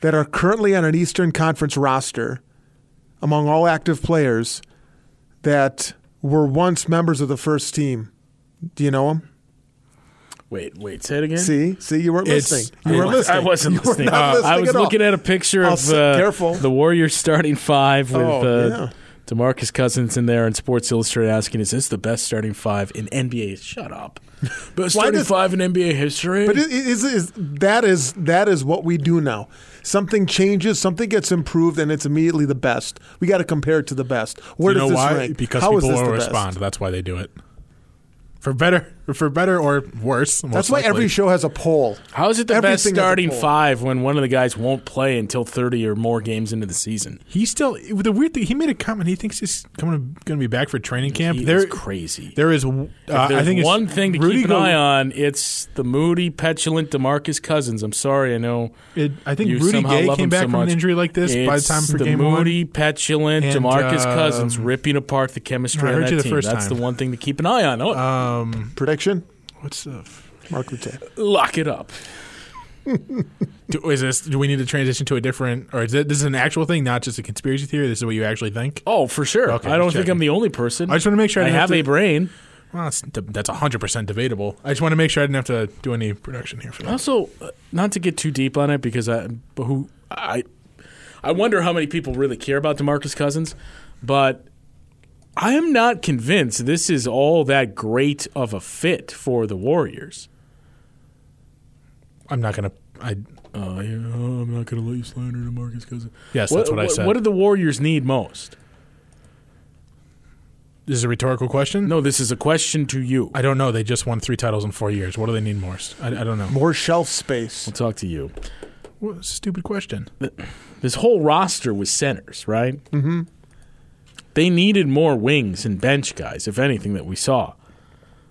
Speaker 4: that are currently on an Eastern Conference roster among all active players that were once members of the first team. Do you know them?
Speaker 1: Wait, wait, say it again.
Speaker 4: See, see, you weren't
Speaker 3: It's-
Speaker 4: listening.
Speaker 3: I
Speaker 4: You were
Speaker 3: wasn't-
Speaker 4: listening.
Speaker 1: I wasn't
Speaker 4: You were
Speaker 1: listening.
Speaker 4: not
Speaker 1: Uh,
Speaker 4: listening
Speaker 1: I was
Speaker 4: at all.
Speaker 1: looking at a picture
Speaker 4: I'll
Speaker 1: of
Speaker 4: say-
Speaker 1: uh,
Speaker 4: careful.
Speaker 1: the Warriors starting five with
Speaker 4: Oh,
Speaker 1: uh,
Speaker 4: yeah.
Speaker 1: Demarcus Cousins in there, and Sports Illustrated asking, "Is this the best starting five in NBA?" Shut up. Best starting
Speaker 4: does-
Speaker 1: five in NBA history.
Speaker 4: But it, it is, is that is that is what we do now. Something changes, something gets improved, and it's immediately the best. We got to compare it to the best. Where
Speaker 3: you
Speaker 4: does this
Speaker 3: know why?
Speaker 4: rank?
Speaker 3: Because
Speaker 4: How is
Speaker 3: people
Speaker 4: this
Speaker 3: will
Speaker 4: the best?
Speaker 3: respond. That's why they do it. For better, for better or worse. most
Speaker 4: That's why
Speaker 3: likely.
Speaker 4: every show has a poll.
Speaker 1: How is it the best
Speaker 4: Everything has a
Speaker 1: starting
Speaker 4: poll.
Speaker 1: five when one of the guys won't play until thirty or more games into the season?
Speaker 3: He still the weird thing. He made a comment. He thinks he's coming going to be back for training camp.
Speaker 1: He
Speaker 3: there,
Speaker 1: is crazy.
Speaker 3: There is. Uh,
Speaker 1: If there's
Speaker 3: I think it's
Speaker 1: one thing to
Speaker 3: Rudy
Speaker 1: keep an
Speaker 3: Go-
Speaker 1: eye on. It's the moody, petulant Demarcus Cousins. I'm sorry, I know.
Speaker 3: It, I think
Speaker 1: you
Speaker 3: Rudy
Speaker 1: somehow
Speaker 3: Gay
Speaker 1: love
Speaker 3: came
Speaker 1: him
Speaker 3: back
Speaker 1: so
Speaker 3: from an
Speaker 1: much.
Speaker 3: injury like this by the
Speaker 1: It's
Speaker 3: time for
Speaker 1: the
Speaker 3: game
Speaker 1: moody, petulant
Speaker 3: And,
Speaker 1: Demarcus Cousins
Speaker 3: um,
Speaker 1: ripping apart the chemistry
Speaker 3: I
Speaker 1: on
Speaker 3: heard
Speaker 1: that
Speaker 3: you the
Speaker 1: team.
Speaker 3: first
Speaker 1: That's
Speaker 3: time. Uh,
Speaker 1: the one thing to keep an eye on. Oh,
Speaker 4: Prediction:
Speaker 3: one. What's the? f-
Speaker 4: Mark the tape.
Speaker 1: lock it up.
Speaker 3: Do, is this? Do we need to transition to a different? Or is it, this is an actual thing, not just a conspiracy theory? This is what you actually think?
Speaker 1: Oh, for sure.
Speaker 3: Okay,
Speaker 1: I don't
Speaker 3: just
Speaker 1: think
Speaker 3: checking.
Speaker 1: I'm the only person.
Speaker 3: I just want to make sure I,
Speaker 1: I
Speaker 3: didn't
Speaker 1: have a
Speaker 3: have to,
Speaker 1: brain.
Speaker 3: Well, that's, that's hundred percent debatable. I just want to make sure I didn't have to do any production here for that.
Speaker 1: Also, uh, not to get too deep on it because I but who I I wonder how many people really care about DeMarcus Cousins, but I am not convinced this is all that great of a fit for the Warriors.
Speaker 3: I'm not gonna. I
Speaker 1: Uh, yeah, oh, I'm not going to let you slander DeMarcus Cousins.
Speaker 3: yes,
Speaker 1: What,
Speaker 3: that's what, I said.
Speaker 1: What do the Warriors need most?
Speaker 3: this is a rhetorical question.
Speaker 1: No, this is a question to you.
Speaker 3: I don't know. They just won three titles in four years. What do they need more? I, I don't know.
Speaker 4: More shelf space.
Speaker 1: I'll talk to you.
Speaker 3: What a stupid question.
Speaker 1: This whole roster was centers, right? Mm-hmm. They needed more wings and bench guys, if anything, that we saw.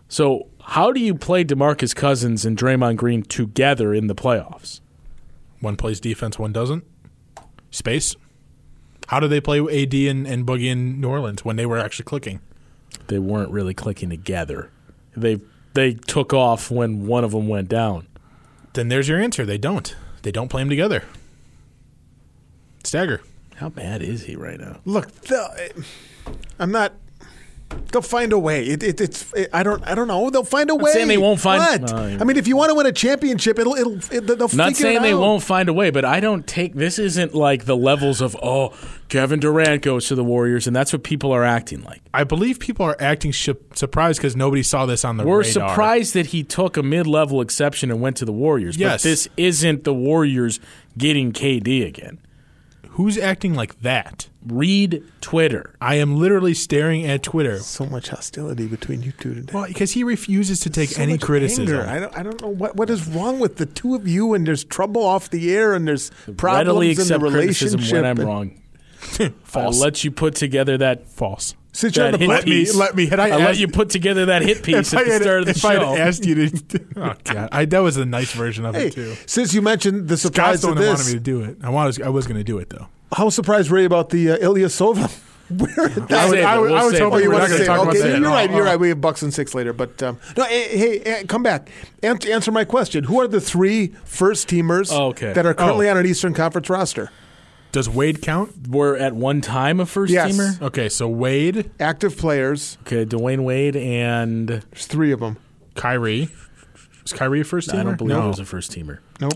Speaker 1: So, how do you play DeMarcus Cousins and Draymond Green together in the playoffs?
Speaker 3: One plays defense, one doesn't. Space. How do they play AD and, and Boogie in New Orleans when they were actually clicking?
Speaker 1: They weren't really clicking together. They they took off when one of them went down.
Speaker 3: Then there's your answer. They don't. They don't play them together. Stagger.
Speaker 1: How bad is he right now?
Speaker 4: Look, the, I'm not. They'll find a way. It, it, it's it, I don't I don't know. They'll find a way.
Speaker 1: saying they won't find-
Speaker 4: What?
Speaker 1: No,
Speaker 4: I mean, if you want to win a championship, it'll it'll it, they'll figure
Speaker 1: Not saying
Speaker 4: it
Speaker 1: they
Speaker 4: out.
Speaker 1: won't find a way, but I don't take this isn't like the levels of oh Kevin Durant goes to the Warriors and that's what people are acting like.
Speaker 3: I believe people are acting sh- surprised because nobody saw this on the
Speaker 1: We're
Speaker 3: radar.
Speaker 1: surprised that he took a mid-level exception and went to the Warriors,
Speaker 3: Yes.
Speaker 1: but this isn't the Warriors getting KD again.
Speaker 3: Who's acting like that?
Speaker 1: Read Twitter.
Speaker 3: I am literally staring at Twitter.
Speaker 4: So much hostility between you two today.
Speaker 3: Well, because he refuses to take
Speaker 4: so
Speaker 3: any
Speaker 4: much
Speaker 3: criticism.
Speaker 4: anger. I don't, I don't know what, what is wrong with the two of you, and there's trouble off the air, and there's
Speaker 1: Readily
Speaker 4: problems in the
Speaker 1: accept criticism
Speaker 4: relationship.
Speaker 1: when I'm
Speaker 4: and-
Speaker 1: wrong.
Speaker 3: False.
Speaker 1: I'll let you put together that
Speaker 3: False.
Speaker 4: Since you're on
Speaker 1: that
Speaker 4: the
Speaker 1: hit
Speaker 4: podcast-
Speaker 3: me-
Speaker 1: piece.
Speaker 3: let me- had I
Speaker 1: I'll let
Speaker 3: asked-
Speaker 1: you put together that hit piece at the
Speaker 3: had-
Speaker 1: start of the
Speaker 3: if
Speaker 1: show.
Speaker 3: I had asked you to, oh god, I, that was a nice version of
Speaker 4: Hey,
Speaker 3: it too.
Speaker 4: since you mentioned the
Speaker 3: Guys
Speaker 4: surprise
Speaker 3: don't
Speaker 4: of
Speaker 3: want
Speaker 4: this,
Speaker 3: me to do it. I was I was going to do it though.
Speaker 4: how surprised were you about the uh, Ilya Sova? Where did that?
Speaker 1: I would- I would- I was
Speaker 4: Oh,
Speaker 1: hoping
Speaker 4: you
Speaker 1: we're
Speaker 4: want
Speaker 1: not gonna
Speaker 4: to say
Speaker 1: talk about
Speaker 4: okay?
Speaker 1: that Uh-huh. at
Speaker 4: You're
Speaker 1: all.
Speaker 4: right. You're right. We have Bucks and six later, but um, no. eh, Hey, eh, come back. An- Answer my question. Who are the three first teamers
Speaker 1: Oh, okay.
Speaker 4: that are currently
Speaker 3: Oh.
Speaker 4: on an Eastern Conference roster?
Speaker 3: Does Wade count?
Speaker 1: were at one time a first
Speaker 4: Yes.
Speaker 1: teamer.
Speaker 3: Okay, so Wade,
Speaker 4: Active players.
Speaker 1: Okay, Dwayne Wade and
Speaker 4: There's three of them.
Speaker 3: Kyrie. Is Kyrie a first teamer?
Speaker 1: I don't believe
Speaker 3: no.
Speaker 1: it was a first teamer.
Speaker 4: Nope.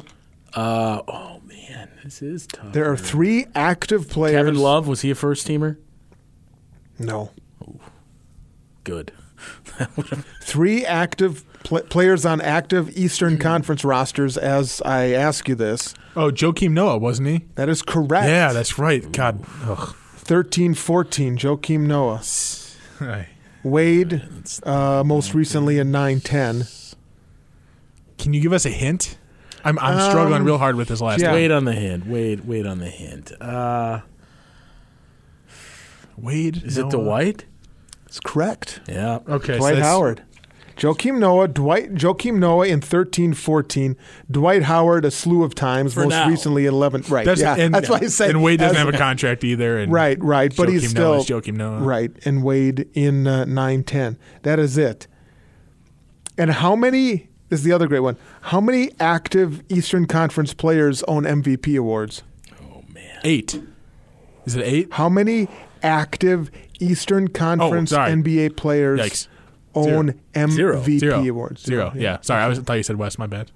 Speaker 1: Oh man, this is tough.
Speaker 4: There are three active players.
Speaker 1: Kevin Love was he a first teamer?
Speaker 4: No.
Speaker 1: Good.
Speaker 4: Three active pl- players on active
Speaker 1: Hmm.
Speaker 4: Eastern Conference rosters. As I ask you this,
Speaker 3: oh, Joakim Noah wasn't he?
Speaker 4: that is correct.
Speaker 3: Yeah, that's right. God, ugh.
Speaker 4: 13 14, Joakim Noah. Wade, uh, most recently in 9 10.
Speaker 3: can you give us a hint? I'm I'm struggling real hard with this last.
Speaker 4: Um, yeah.
Speaker 3: one.
Speaker 1: Wait on the hint. Wait, wait on the hint. Uh,
Speaker 3: Wade
Speaker 1: is
Speaker 3: Noah.
Speaker 1: it the White?
Speaker 4: It's correct.
Speaker 1: Yeah.
Speaker 3: Okay, so
Speaker 4: Dwight
Speaker 3: that's-
Speaker 4: Howard. Joakim Noah, Dwight Joakim Noah in thirteen fourteen, Dwight Howard a slew of times, most
Speaker 1: now.
Speaker 4: recently in eleven. Right,
Speaker 3: That's,
Speaker 4: yeah,
Speaker 3: and,
Speaker 4: that's why I said.
Speaker 3: And Wade doesn't
Speaker 4: as-
Speaker 3: have a contract either. And
Speaker 4: Right, right, but he's
Speaker 3: Joakim
Speaker 4: still
Speaker 3: Noah is Joakim Noah.
Speaker 4: Right, and Wade in uh, nine ten. That is it. And how many? This is the other great one. How many active Eastern Conference players own MVP awards?
Speaker 3: Eight. Is it eight?
Speaker 4: How many active Eastern Conference
Speaker 3: Oh, sorry.
Speaker 4: NBA players
Speaker 3: Yikes.
Speaker 4: own
Speaker 1: Zero.
Speaker 4: MVP
Speaker 3: Zero.
Speaker 4: awards?
Speaker 3: Zero. Yeah. Sorry, I was, thought you said West. My bad.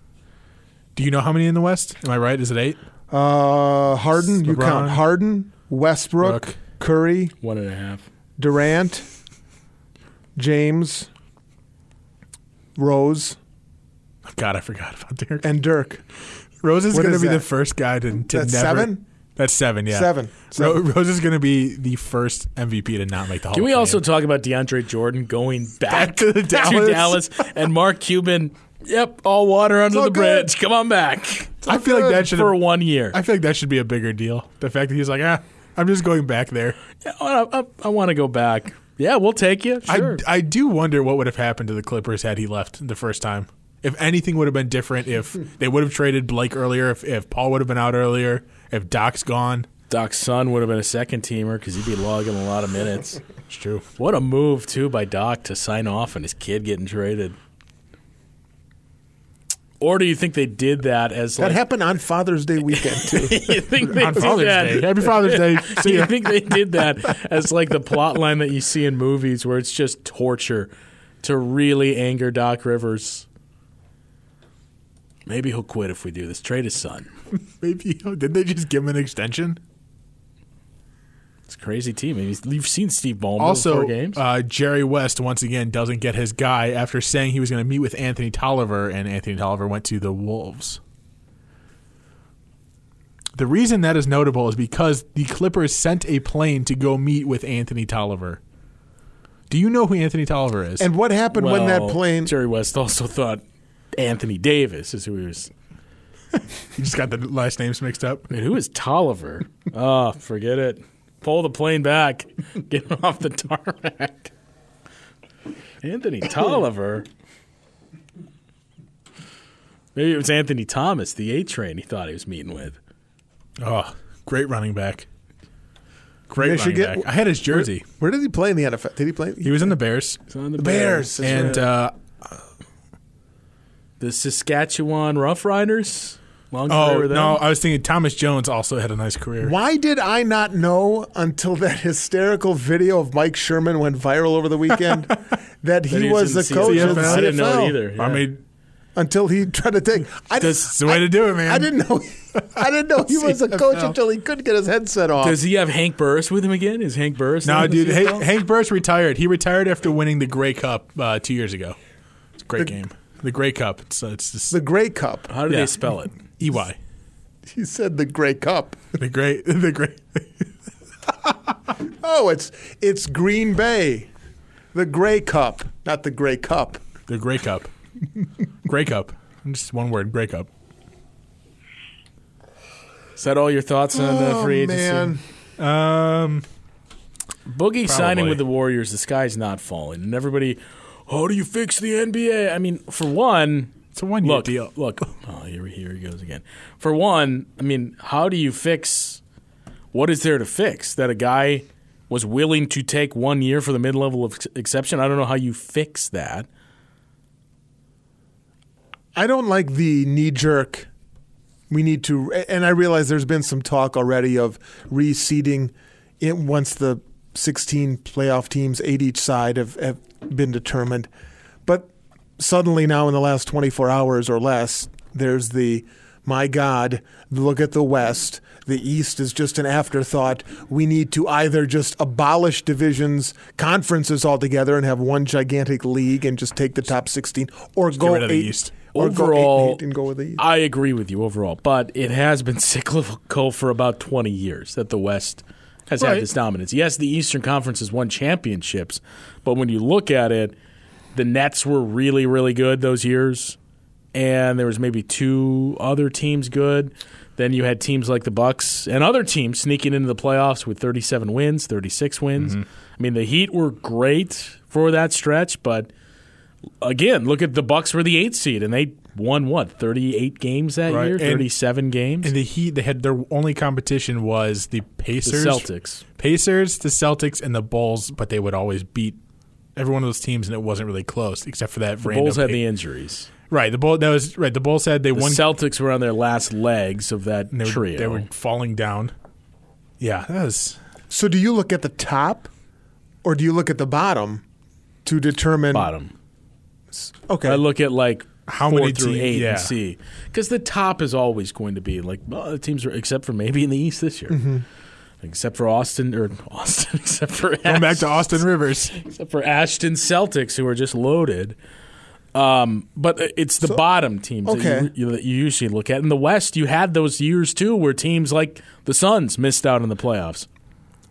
Speaker 3: Do you know how many in the West? Am I right? Is it eight?
Speaker 4: Uh, Harden, you
Speaker 3: LeBron.
Speaker 4: count Harden, Westbrook,
Speaker 3: Brook.
Speaker 4: Curry,
Speaker 1: One and a half.
Speaker 4: Durant, James, Rose,
Speaker 3: Oh, God, I forgot about Derek.
Speaker 4: and Dirk.
Speaker 3: Rose is
Speaker 4: What
Speaker 3: going to
Speaker 4: is
Speaker 3: be the
Speaker 4: that?
Speaker 3: first guy to, to
Speaker 4: That's
Speaker 3: never.
Speaker 4: seven?
Speaker 3: That's seven. Yeah.
Speaker 4: Seven.
Speaker 3: Ro-
Speaker 4: Seven.
Speaker 3: Rose is going to be the first MVP to not make the Hall.
Speaker 1: Can
Speaker 3: of
Speaker 1: we
Speaker 3: Fame.
Speaker 1: also talk about DeAndre Jordan going back,
Speaker 3: Back to the Dallas.
Speaker 1: Dallas and Mark Cuban? Yep, all water under
Speaker 4: all
Speaker 1: the
Speaker 4: good.
Speaker 1: bridge. Come on back
Speaker 3: I feel like that should.
Speaker 1: for one year.
Speaker 3: I feel like that should be a bigger deal. The fact that he's like, ah, I'm just going back there.
Speaker 1: I, I, want to go back. Yeah, we'll take you. Sure.
Speaker 3: I, I do wonder what would have happened to the Clippers had he left the first time. If anything would have been different, if they would have traded Blake earlier, if, if Paul would have been out earlier, if Doc's gone.
Speaker 1: Doc's son would have been a second teamer because he'd be logging a lot of minutes.
Speaker 3: It's true.
Speaker 1: What a move, too, by Doc to sign off on his kid getting traded. Or do you think they did that as
Speaker 4: That
Speaker 1: like
Speaker 4: happened on Father's Day weekend too.
Speaker 1: you think they
Speaker 3: On
Speaker 1: did
Speaker 3: Father's
Speaker 1: that?
Speaker 3: Day. Happy Father's Day. See
Speaker 1: you
Speaker 3: ya.
Speaker 1: think they did that as like the plot line that you see in movies where it's just torture to really anger Doc Rivers? Maybe he'll quit if we do this. Trade his son.
Speaker 3: Maybe did they just give him an extension?
Speaker 1: It's a crazy team. I mean, you've seen Steve Ballmer
Speaker 3: Also,
Speaker 1: before games.
Speaker 3: uh, Jerry West once again doesn't get his guy after saying he was going to meet with Anthony Tolliver, and Anthony Tolliver went to the Wolves. The reason that is notable is because the Clippers sent a plane to go meet with Anthony Tolliver. Do you know who Anthony Tolliver is?
Speaker 4: And what happened when that
Speaker 1: Well,
Speaker 4: plane?
Speaker 1: Jerry West also thought Anthony Davis is who he was.
Speaker 3: you just got the last names mixed up.
Speaker 1: I mean, who is Tolliver? oh, forget it. Pull the plane back. Get him off the tar rack. Anthony Tolliver. Maybe it was Anthony Thomas, the A train he thought he was meeting with.
Speaker 3: Oh, great running back. Great running
Speaker 4: Michigan-
Speaker 3: back. I had his jersey.
Speaker 4: Where did he play in the NFL? Did he play?
Speaker 3: He was in the Bears.
Speaker 1: It's on the
Speaker 4: Bears. That's
Speaker 3: And uh,
Speaker 1: The Saskatchewan Rough Riders. Long career
Speaker 3: oh
Speaker 1: with them.
Speaker 3: no, I was thinking Thomas Jones also had a nice career.
Speaker 4: Why did I not know until that hysterical video of Mike Sherman went viral over the weekend that he,
Speaker 1: That
Speaker 4: was,
Speaker 1: in
Speaker 4: the coach of the CFL?
Speaker 3: CFL.
Speaker 1: I didn't know it either.
Speaker 3: I
Speaker 1: yeah.
Speaker 3: mean,
Speaker 4: Until he tried to take. I didn't-
Speaker 3: that's the way to do it, man.
Speaker 4: I didn't know. I didn't know he was a coach
Speaker 3: CFL.
Speaker 4: until he couldn't get his headset off.
Speaker 1: Does he have Hank Burris with him again? Is Hank Burris?
Speaker 3: No,
Speaker 1: in the
Speaker 3: dude.
Speaker 1: CFL?
Speaker 3: Hank, Hank Burris retired. He retired after winning the Grey Cup uh, two years ago. It's a great game. The Grey Cup. It's, uh, it's just E
Speaker 4: the Grey Cup.
Speaker 1: How do
Speaker 3: yeah.
Speaker 1: they spell it?
Speaker 3: EY.
Speaker 4: He said the Grey Cup.
Speaker 3: The Grey. The Grey.
Speaker 4: Oh, it's it's Green Bay, the Grey Cup, not the Grey Cup.
Speaker 3: The Grey Cup. Grey Cup. Just one word. Grey Cup.
Speaker 1: Is that all your thoughts on
Speaker 3: Oh,
Speaker 1: uh, free agency?
Speaker 3: Um,
Speaker 1: Boogie signing
Speaker 3: Probably.
Speaker 1: with the Warriors, the sky's not falling, and everybody, how do you fix the NBA? I mean, for one,
Speaker 3: it's a one-year
Speaker 1: look,
Speaker 3: deal.
Speaker 1: look, oh, here, here he goes again. For one, I mean, how do you fix? What is there to fix that a guy was willing to take one year for the mid-level of ex- exception? I don't know how you fix that.
Speaker 4: I don't like the knee jerk. We need to, and I realize there's been some talk already of reseeding it once the 16 playoff teams, eight each side, have, have been determined. But suddenly now, in the last 24 hours or less, there's the my God, look at the West. The East is just an afterthought. We need to either just abolish divisions, conferences altogether, and have one gigantic league and just take the top 16, or go
Speaker 3: rid of the
Speaker 4: eight-
Speaker 3: East.
Speaker 4: or go eight and
Speaker 1: overall,
Speaker 4: eight and go with the East.
Speaker 1: I agree with you overall, but it has been cyclical for about 20 years that the West has
Speaker 3: Right.
Speaker 1: had this dominance. Yes, the Eastern Conference has won championships, but when you look at it, the Nets were really, really good those years, and there was maybe two other teams good. Then you had teams like the Bucks and other teams sneaking into the playoffs with 37
Speaker 3: Mm-hmm.
Speaker 1: wins, 36 wins. I mean, the Heat were great for that stretch, but again, look at the Bucks were the eighth seed, and they won what thirty eight games that
Speaker 3: Right.
Speaker 1: year,
Speaker 3: And-
Speaker 1: thirty seven games.
Speaker 3: And the Heat, they had their only competition was the
Speaker 1: the
Speaker 3: Pacers,
Speaker 1: Celtics.
Speaker 3: Pacers, the Celtics, and the Bulls. But they would always beat every one of those teams, and it wasn't really close, except for that.
Speaker 1: The
Speaker 3: random
Speaker 1: Bulls had
Speaker 3: Pa-
Speaker 1: the injuries.
Speaker 3: right. The Bull that was right. The Bulls had they
Speaker 1: The
Speaker 3: won.
Speaker 1: Celtics were on their last legs of that
Speaker 3: and they, were,
Speaker 1: trio.
Speaker 3: they were falling down. Yeah, that was
Speaker 4: So do you look at the top or do you look at the bottom to determine
Speaker 1: bottom.
Speaker 4: Okay.
Speaker 1: I look at like
Speaker 3: How
Speaker 1: four
Speaker 3: many
Speaker 1: through
Speaker 3: team-
Speaker 1: eight
Speaker 3: yeah.
Speaker 1: and see because the top is always going to be like well, the teams are except for maybe in the East this year,
Speaker 3: Mm-hmm.
Speaker 1: except for Austin or Austin, except for
Speaker 3: going back to Austin Rivers.
Speaker 1: except for Ashton Celtics who are just loaded. Um, but it's the bottom teams
Speaker 4: okay.
Speaker 1: that, you, you, that you usually look at. In the West, you had those years too where teams like the Suns missed out in the playoffs.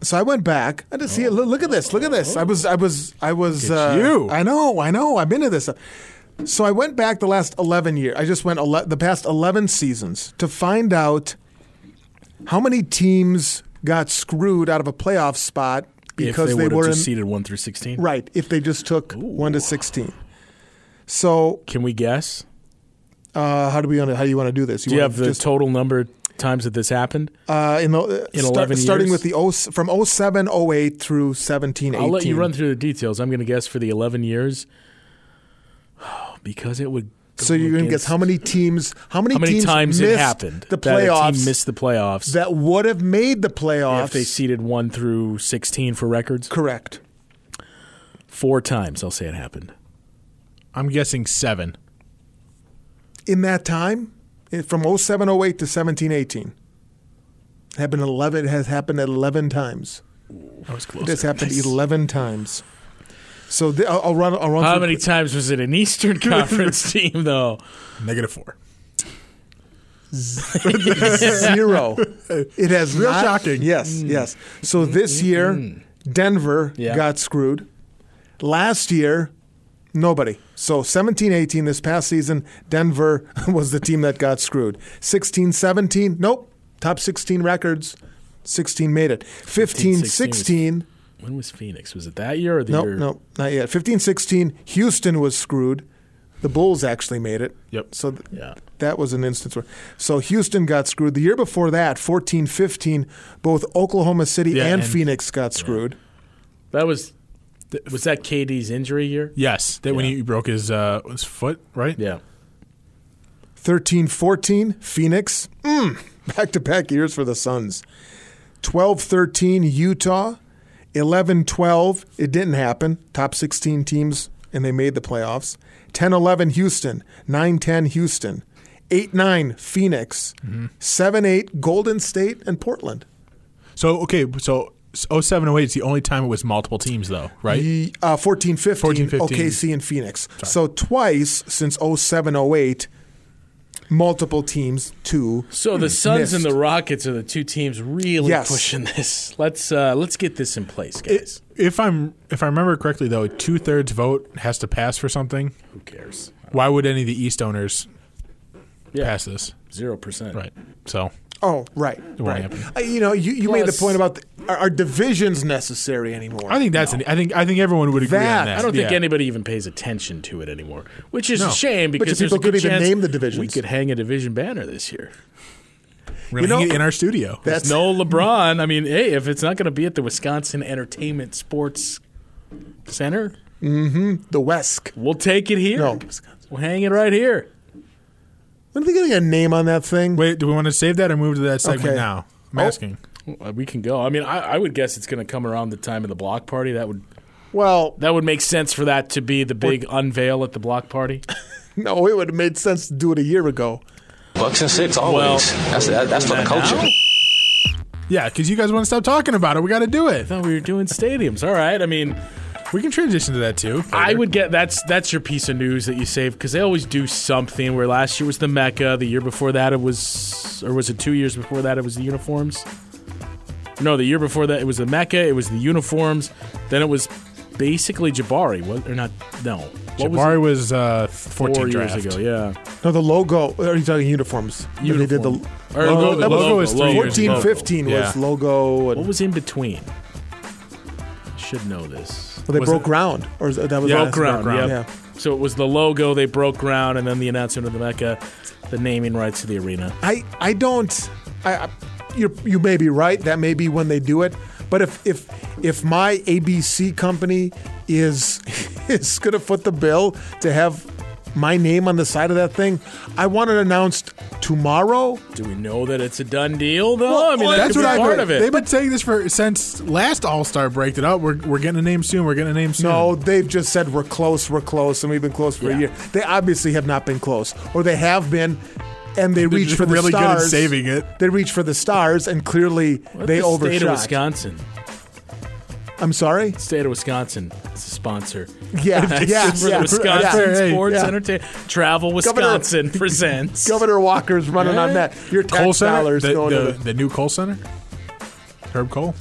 Speaker 4: So I went back. I didn't see it. Look, look at this. Look at this. I was. I was. I was. Uh,
Speaker 3: you.
Speaker 4: I know. I know. I've been to this. So I went back the last eleven years. I just went ele- the past eleven seasons to find out how many teams got screwed out of a playoff spot because
Speaker 1: if they, would
Speaker 4: they,
Speaker 1: have
Speaker 4: were in,
Speaker 1: just seeded one through sixteen.
Speaker 4: right. If they just took one to sixteen. So
Speaker 1: Can we guess?
Speaker 4: uh, how do we? wanna- How do you want to do this?
Speaker 1: Do you
Speaker 4: wanna
Speaker 1: have the
Speaker 4: just,
Speaker 1: total number of times that this happened?
Speaker 4: uh, in the uh,
Speaker 1: in
Speaker 4: start-
Speaker 1: 11
Speaker 4: starting
Speaker 1: years?
Speaker 4: with the 0, from 07, 08 through 17, 18.
Speaker 1: I'll let you run through the details. I'm going to guess for the 11 years because it would. go
Speaker 4: So you're going to guess
Speaker 1: against-
Speaker 4: how many teams, how many,
Speaker 1: how many
Speaker 4: teams
Speaker 1: times it
Speaker 4: missed
Speaker 1: happened
Speaker 4: the
Speaker 1: that a
Speaker 4: playoffs
Speaker 1: team
Speaker 4: that,
Speaker 1: missed the playoffs
Speaker 4: would have made the playoffs.
Speaker 1: if they seeded one through 16 for records.
Speaker 4: correct.
Speaker 1: Four times, I'll say it happened.
Speaker 3: I'm guessing seven.
Speaker 4: In that time, eh, from 07, 08 to 17, 18. Happened 11, it has happened 11 times.
Speaker 3: That was close.
Speaker 4: It has happened 11 times. So the, I'll, I'll run. I'll run.
Speaker 1: How
Speaker 4: through-
Speaker 1: many times was it an Eastern Conference team, though?
Speaker 3: Negative four.
Speaker 4: Zero. It has
Speaker 3: Real
Speaker 4: not-
Speaker 3: shocking.
Speaker 4: Yes, yes. So this year, Denver
Speaker 1: Yeah.
Speaker 4: got screwed. Last year, nobody. So 17 18, this past season, Denver was the team that got screwed. 16 17, nope. Top 16 records, 16 made it. 15
Speaker 1: 16 was-
Speaker 4: 16,
Speaker 1: When was Phoenix? Was it that year or the
Speaker 4: nope,
Speaker 1: year?
Speaker 4: nope, not yet. 15 16, Houston was screwed. The Bulls actually made it.
Speaker 3: Yep.
Speaker 4: So th-
Speaker 1: Yeah.
Speaker 4: that was an instance where. So Houston got screwed. The year before that, fourteen fifteen, both Oklahoma City
Speaker 3: Yeah,
Speaker 4: and,
Speaker 3: and-
Speaker 4: Phoenix got screwed.
Speaker 1: That was. Was that KD's injury year?
Speaker 3: Yes, that when
Speaker 1: Yeah.
Speaker 3: he broke his uh, his foot, right?
Speaker 1: Yeah.
Speaker 4: Thirteen fourteen, Phoenix. Mm, back to back years for the Suns. Twelve thirteen, Utah. Eleven twelve, it didn't happen. Top 16 teams, and they made the playoffs. Ten eleven, Houston. Nine ten, Houston. 8 9, Phoenix. 7 8, Golden State and Portland.
Speaker 3: So okay, so 07, 08 is the only time it was multiple teams, though, right?
Speaker 4: Ye- Uh, 14, 15,
Speaker 3: 14, 15.
Speaker 4: OKC and Phoenix. So twice since 07, 08, multiple teams, two.
Speaker 1: So the Suns and
Speaker 4: Hmm. missed.
Speaker 1: the Rockets are the two teams really
Speaker 4: Yes.
Speaker 1: pushing this. Let's uh, let's get this in place, guys.
Speaker 3: It- if I'm if I remember correctly, though, two thirds vote has to pass for something.
Speaker 1: Who cares?
Speaker 3: Why would any of the East owners
Speaker 1: Yeah.
Speaker 3: pass this?
Speaker 1: Zero percent.
Speaker 3: Right. So
Speaker 4: Oh, right.
Speaker 3: won't
Speaker 4: right.
Speaker 3: happen.
Speaker 4: Uh, you know, you, you made the
Speaker 1: Plus-
Speaker 4: point about the, are, are divisions necessary anymore?
Speaker 3: I think that's an, I think I think everyone would agree
Speaker 4: That-
Speaker 3: on that.
Speaker 1: I don't think
Speaker 3: Yeah.
Speaker 1: anybody even pays attention to it anymore, which is
Speaker 3: No.
Speaker 1: a shame
Speaker 4: But
Speaker 1: because
Speaker 4: people
Speaker 1: there's a good
Speaker 4: could even
Speaker 1: chance
Speaker 4: name the
Speaker 1: We
Speaker 4: divisions.
Speaker 1: could hang a division banner this year.
Speaker 3: We're gonna
Speaker 4: you
Speaker 3: hang
Speaker 4: know-
Speaker 3: it in our studio.
Speaker 4: That's-
Speaker 1: It's no LeBron. I mean, hey, if it's not going to be at the Wisconsin Entertainment Sports Center,
Speaker 4: the West.
Speaker 1: we'll take it here.
Speaker 4: No.
Speaker 1: We'll hang it right here.
Speaker 4: When are they going to get a name on that thing?
Speaker 3: Wait, do we want to save that or move to that segment
Speaker 4: Okay.
Speaker 3: now? I'm
Speaker 4: Oh.
Speaker 3: asking.
Speaker 1: Well, Uh, We can go. I mean, I, I would guess it's going to come around the time of the block party. That would
Speaker 4: Well,
Speaker 1: that would make sense for that to be the big unveil at the block party.
Speaker 4: no, it would have made sense to do it a year ago.
Speaker 8: Bucks and six always. that's that's for the culture.
Speaker 3: Yeah, because you guys want to stop talking about it. We got to do it.
Speaker 1: No, we were doing stadiums. All right. I mean,
Speaker 3: We can transition to that too.
Speaker 1: I
Speaker 3: later.
Speaker 1: would get that's that's your piece of news that you save because they always do something. Where last year was the Mecca, the year before that it was, or was it two years before that it was the uniforms? No, the year before that it was the Mecca, it was the uniforms, then it was basically Jabari. What or not? No, what was
Speaker 3: Jabari was, uh,
Speaker 1: it?
Speaker 3: 14
Speaker 1: four
Speaker 3: draft.
Speaker 1: years ago. Yeah,
Speaker 4: No, the logo. Are you talking uniforms? When They did the
Speaker 1: Uniform. Or
Speaker 4: Logo-
Speaker 1: logo-
Speaker 4: that was-
Speaker 1: logo is three years
Speaker 4: 14,
Speaker 1: ago.
Speaker 4: 15 was
Speaker 3: Yeah.
Speaker 4: logo. And,
Speaker 1: what was in between? Should know this.
Speaker 4: well, they
Speaker 3: was
Speaker 4: broke
Speaker 3: it-
Speaker 4: ground, or is- that was
Speaker 3: Yeah,
Speaker 1: Broke
Speaker 4: last-
Speaker 1: ground,
Speaker 3: ground.
Speaker 1: yeah.
Speaker 4: Yeah.
Speaker 1: So it was the logo they broke ground, and then the announcement of the Mecca, the naming rights to the arena.
Speaker 4: I I don't. I, I you you may be right. That may be when they do it. But if if if my ABC company is is going to foot the bill to have my name on the side of that thing, I want it announced tomorrow.
Speaker 1: Do we know that it's a done deal, though?
Speaker 4: Well,
Speaker 1: I mean,
Speaker 4: well,
Speaker 1: that
Speaker 3: That's
Speaker 1: could
Speaker 3: what
Speaker 1: be
Speaker 3: I
Speaker 1: part
Speaker 3: heard.
Speaker 1: of it.
Speaker 3: They've been saying this for since last All Star break. That oh, we're, we're getting a name soon. We're getting a name soon.
Speaker 4: No, they've just said we're close, we're close, and we've been close for
Speaker 1: Yeah.
Speaker 4: a year. They obviously have not been close, or they have been, and they reach
Speaker 3: just
Speaker 4: for the
Speaker 3: really good at
Speaker 4: stars.
Speaker 3: saving it.
Speaker 4: They reach for the stars, and clearly
Speaker 1: What
Speaker 4: they
Speaker 1: the
Speaker 4: overshot.
Speaker 1: State of Wisconsin.
Speaker 4: I'm sorry.
Speaker 1: State of Wisconsin is a sponsor.
Speaker 4: Yeah, yeah,
Speaker 1: for
Speaker 4: yeah.
Speaker 1: the Wisconsin
Speaker 4: Yeah.
Speaker 1: Sports
Speaker 4: Yeah.
Speaker 1: Entertainment. Travel Wisconsin presents.
Speaker 4: Governor Walker's running on that. Your tax
Speaker 3: Cole Center,
Speaker 4: dollars
Speaker 3: the,
Speaker 4: going
Speaker 3: the,
Speaker 4: to
Speaker 3: the new Cole Center. Herb Cole.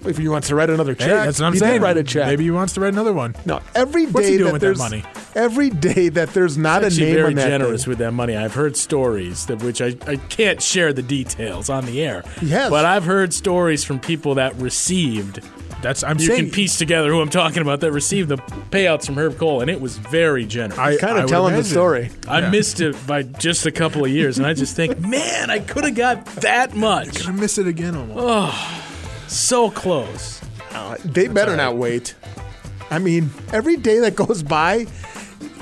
Speaker 4: the, if you want to write another check.
Speaker 3: Hey, that's what I'm
Speaker 4: he
Speaker 3: saying.
Speaker 4: Did write a check.
Speaker 3: Maybe he wants to write another one.
Speaker 4: No, every day
Speaker 3: What's he doing
Speaker 4: that
Speaker 3: with that
Speaker 4: there's
Speaker 3: money?
Speaker 4: every day that there's not a
Speaker 1: Actually,
Speaker 4: name
Speaker 1: very
Speaker 4: on that
Speaker 1: generous
Speaker 4: thing.
Speaker 1: with that money. I've heard stories that which I, I can't share the details on the air.
Speaker 4: Yes.
Speaker 1: but I've heard stories from people that received.
Speaker 3: That's I'm
Speaker 1: You
Speaker 3: saying.
Speaker 1: can piece together who I'm talking about that received the payouts from Herb Cole, and it was very generous. I,
Speaker 3: I
Speaker 4: Kind
Speaker 3: I
Speaker 4: of
Speaker 3: would
Speaker 4: telling the
Speaker 3: imagine.
Speaker 4: story.
Speaker 3: Yeah.
Speaker 1: missed it by just a couple of years, and I just think, man, I could have got that much.
Speaker 3: I miss it again almost.
Speaker 1: So close.
Speaker 3: Oh,
Speaker 4: Uh, They better not wait. I mean, every day that goes by,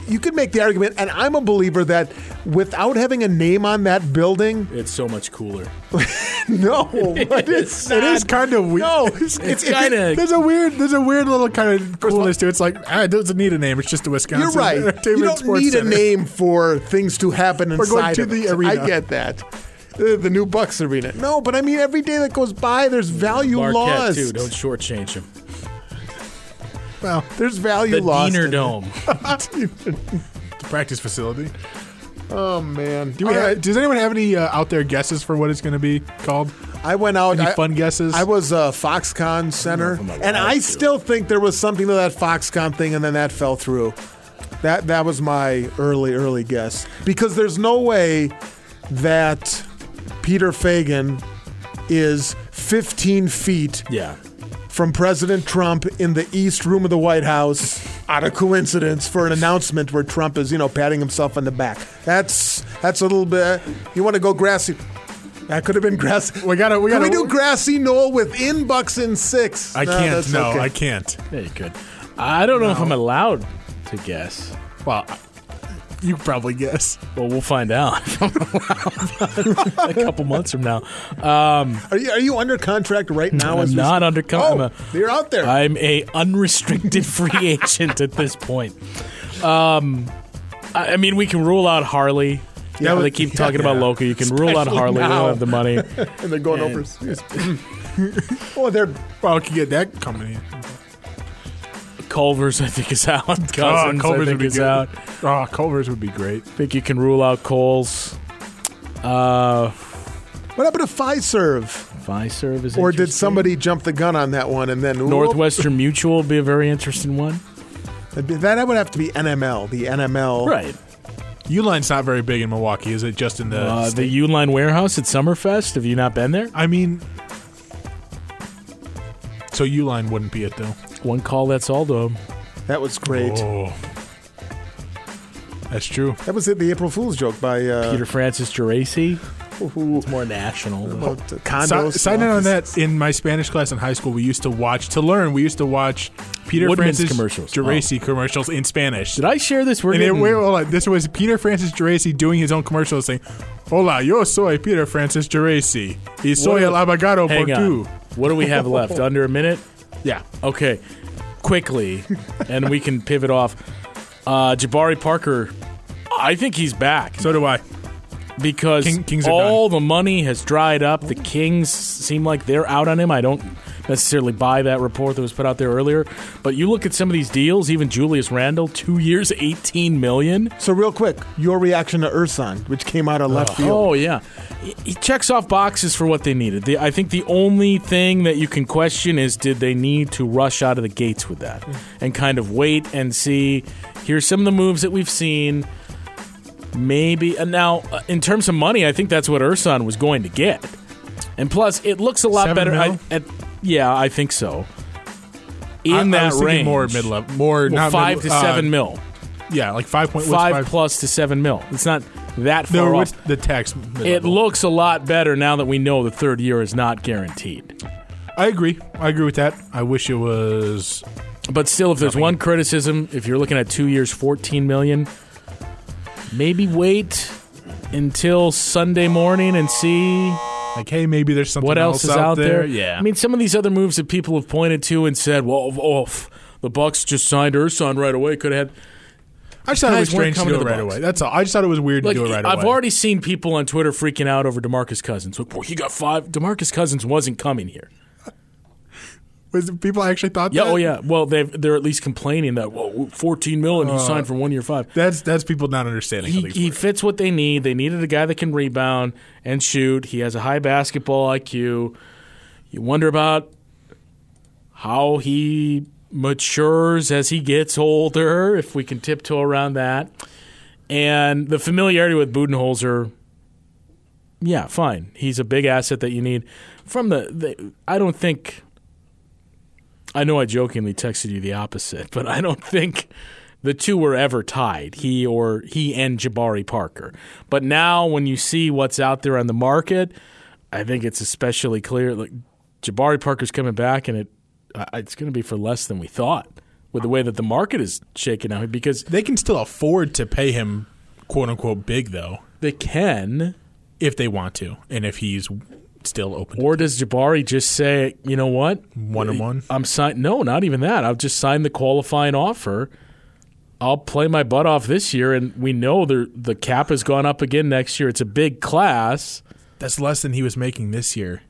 Speaker 4: you could make the argument, and I'm a believer that without having a name on that building,
Speaker 1: It's so much cooler.
Speaker 4: no, it is.
Speaker 3: It is kind of weird.
Speaker 4: No, it's, it's,
Speaker 1: kinda-
Speaker 3: there's a weird, there's a weird little kind of coolness to it. It's like ah, it doesn't need a name. It's just a Wisconsin.
Speaker 4: You're right. You
Speaker 3: Entertainment
Speaker 4: don't
Speaker 3: Sports
Speaker 4: need
Speaker 3: Center.
Speaker 4: a name for things to happen inside
Speaker 3: We're going to
Speaker 4: of
Speaker 3: the
Speaker 4: it.
Speaker 3: arena.
Speaker 4: I get that. The, the new Bucks arena. No, but I mean, every day that goes by, there's value
Speaker 1: Marquette
Speaker 4: lost.
Speaker 1: too. Don't shortchange him.
Speaker 3: Well,
Speaker 4: There's value
Speaker 1: The
Speaker 4: lost.
Speaker 1: Diener
Speaker 4: in
Speaker 1: Dome.
Speaker 3: the practice facility.
Speaker 4: Oh man.
Speaker 3: Do we?
Speaker 4: All
Speaker 3: Have,
Speaker 4: right.
Speaker 3: Does anyone have any uh, out there guesses for what it's going to be called?
Speaker 4: I went out.
Speaker 3: Any
Speaker 4: I-
Speaker 3: fun guesses?
Speaker 4: I was uh, Foxconn Center, and I still think there was something to that Foxconn thing, and then that fell through. That that was my early early guess because there's no way that Peter Fagan is 15 feet
Speaker 1: Yeah.
Speaker 4: from President Trump in the East Room of the White House out of coincidence for an announcement where Trump is, you know, patting himself on the back. That's that's a little bit. You want to go grassy? That could have been grassy.
Speaker 3: We gotta- we
Speaker 4: Can
Speaker 3: gotta-
Speaker 4: we do grassy knoll within Bucks in six?
Speaker 3: I
Speaker 4: No,
Speaker 3: can't.
Speaker 4: that's
Speaker 3: No,
Speaker 4: okay.
Speaker 3: I can't.
Speaker 1: Yeah, you could. I don't know if I'm allowed to guess.
Speaker 3: Well, I- you probably guess.
Speaker 1: Well, we'll find out if I'm allowed a couple months from now. Um,
Speaker 4: Are you are you under contract right now? as
Speaker 1: I'm
Speaker 4: we-
Speaker 1: not under
Speaker 4: Oh,
Speaker 1: contract.
Speaker 4: you're out there.
Speaker 1: I'm a unrestricted free agent at this point. Um, I, I mean, we can rule out Harley. Yeah,
Speaker 4: but-
Speaker 1: they keep talking about
Speaker 4: yeah.
Speaker 1: Loki. You can rule out
Speaker 4: Especially
Speaker 1: Harley. They
Speaker 4: now.
Speaker 1: don't have the money.
Speaker 4: and they're going over. oh, they're
Speaker 3: Well, I could get that company.
Speaker 1: Culver's, I think, is out. Cousins,
Speaker 3: Ah,
Speaker 1: I think, is out.
Speaker 3: Oh, Culver's would be great.
Speaker 1: I think you can rule out Coles. Uh,
Speaker 4: what happened to Fiserv?
Speaker 1: Fiserv is
Speaker 4: Or did
Speaker 1: interesting.
Speaker 4: somebody jump the gun on that one and then Ooh,
Speaker 1: Northwestern Mutual would be a very interesting one.
Speaker 4: That would have to be NML, the NML.
Speaker 1: Right.
Speaker 3: Uline's not very big in Milwaukee, is it? Just in the.
Speaker 1: Uh, the U Line Warehouse at Summerfest. Have you not been there?
Speaker 3: I mean, so Uline wouldn't be it though.
Speaker 1: One call, that's all, though.
Speaker 4: That was great.
Speaker 3: Oh, that's true.
Speaker 4: That was it, the April Fool's joke by uh,
Speaker 1: Peter Francis Geraci.
Speaker 4: who-
Speaker 1: It's more national. though.
Speaker 4: about condos.
Speaker 3: So,
Speaker 4: and
Speaker 3: side note on
Speaker 4: offices.
Speaker 3: that, in my Spanish class in high school, we used to watch to learn. We used to watch Peter
Speaker 1: Woodman's
Speaker 3: Francis
Speaker 1: commercials. Oh.
Speaker 3: Geraci commercials in Spanish.
Speaker 1: Did I share this? We're
Speaker 3: and it,
Speaker 1: getting,
Speaker 3: wait, hold on. This was Peter Francis Geraci doing his own commercial saying, "Hola, yo soy Peter Francis Geraci. Y soy el abogado por
Speaker 1: hang on.
Speaker 3: tu."
Speaker 1: What do we have left? Under a minute?
Speaker 3: Yeah.
Speaker 1: Okay. Quickly, and we can pivot off. Uh, Jabari Parker, I think he's back
Speaker 3: So do I.
Speaker 1: because
Speaker 3: King- Kings are
Speaker 1: all the money has dried up. The Kings seem like they're out on him. I don't necessarily buy that report that was put out there earlier, but you look at some of these deals, even Julius Randle, two years, 18 million.
Speaker 4: So real quick, your reaction to Urson, which came out of left field.
Speaker 1: Oh yeah, He- he checks off boxes for what they needed. The, I think the only thing that you can question is did they need to rush out of the gates with that
Speaker 3: Hmm.
Speaker 1: and kind of wait and see. Here's some of the moves that we've seen. Maybe and now uh, in terms of money, I think that's what Urson was going to get. And plus, it looks a lot
Speaker 3: Seven
Speaker 1: better. I,
Speaker 3: mil?
Speaker 1: at, yeah, I think so.
Speaker 3: I-
Speaker 1: In
Speaker 3: I
Speaker 1: that
Speaker 3: was thinking
Speaker 1: range,
Speaker 3: more mid level, more
Speaker 1: Well,
Speaker 3: not
Speaker 1: five
Speaker 3: mid-
Speaker 1: to
Speaker 3: uh,
Speaker 1: seven mil.
Speaker 3: yeah, like five point what's
Speaker 1: five plus to seven mil. It's not that
Speaker 3: No,
Speaker 1: far off.
Speaker 3: what's the tax?
Speaker 1: It
Speaker 3: level?
Speaker 1: looks a lot better now that we know the third year is not guaranteed.
Speaker 3: I agree. I agree with that. I wish it was.
Speaker 1: But still, if there's one criticism, if you're looking at two years, 14 million, maybe wait until Sunday morning and see
Speaker 3: Like, hey, maybe there's something
Speaker 1: what else, is out, there?
Speaker 3: Yeah.
Speaker 1: I mean, some of these other moves that people have pointed to and said, "Well, oh, oh, pff, the Bucks just signed Urson right away. Could have."
Speaker 3: I just thought it
Speaker 1: guys
Speaker 3: was
Speaker 1: weren't
Speaker 3: strange to
Speaker 1: coming
Speaker 3: do
Speaker 1: to
Speaker 3: it
Speaker 1: the
Speaker 3: right
Speaker 1: Bucks.
Speaker 3: away. That's all. I just thought it was weird
Speaker 1: Like,
Speaker 3: to do it right
Speaker 1: I've
Speaker 3: away.
Speaker 1: already seen people on Twitter freaking out over DeMarcus Cousins. Like, well, he got five. DeMarcus Cousins wasn't coming here.
Speaker 3: Was it people actually thought
Speaker 1: Yeah,
Speaker 3: that?
Speaker 1: oh yeah. Well, they've, they're at least complaining that well, 14 million he signed for one year five.
Speaker 3: That's that's people not understanding. how
Speaker 1: He,
Speaker 3: these
Speaker 1: he
Speaker 3: work.
Speaker 1: fits what they need. They needed a guy that can rebound and shoot. He has a high basketball IQ. You wonder about how he matures as he gets older, if we can tiptoe around that. And the familiarity with Budenholzer, yeah, fine. He's a big asset that you need. From the, the I don't think. I know I jokingly texted you the opposite, but I don't think the two were ever tied. He or he and Jabari Parker. But now, when you see what's out there on the market, I think it's especially clear. Like Jabari Parker's coming back, and it I- it's going to be for less than we thought with the way that the market is shaking out. Because
Speaker 3: they can still afford to pay him, quote unquote, big though,
Speaker 1: they can,
Speaker 3: if they want to, and if he's still open.
Speaker 1: or does Jabari just say, you know what,
Speaker 3: one and one.
Speaker 1: I'm sign. No, not even that. I've just signed the qualifying offer. I'll play my butt off this year, and we know the the cap has gone up again next year. It's a big class.
Speaker 3: That's less than he was making this year.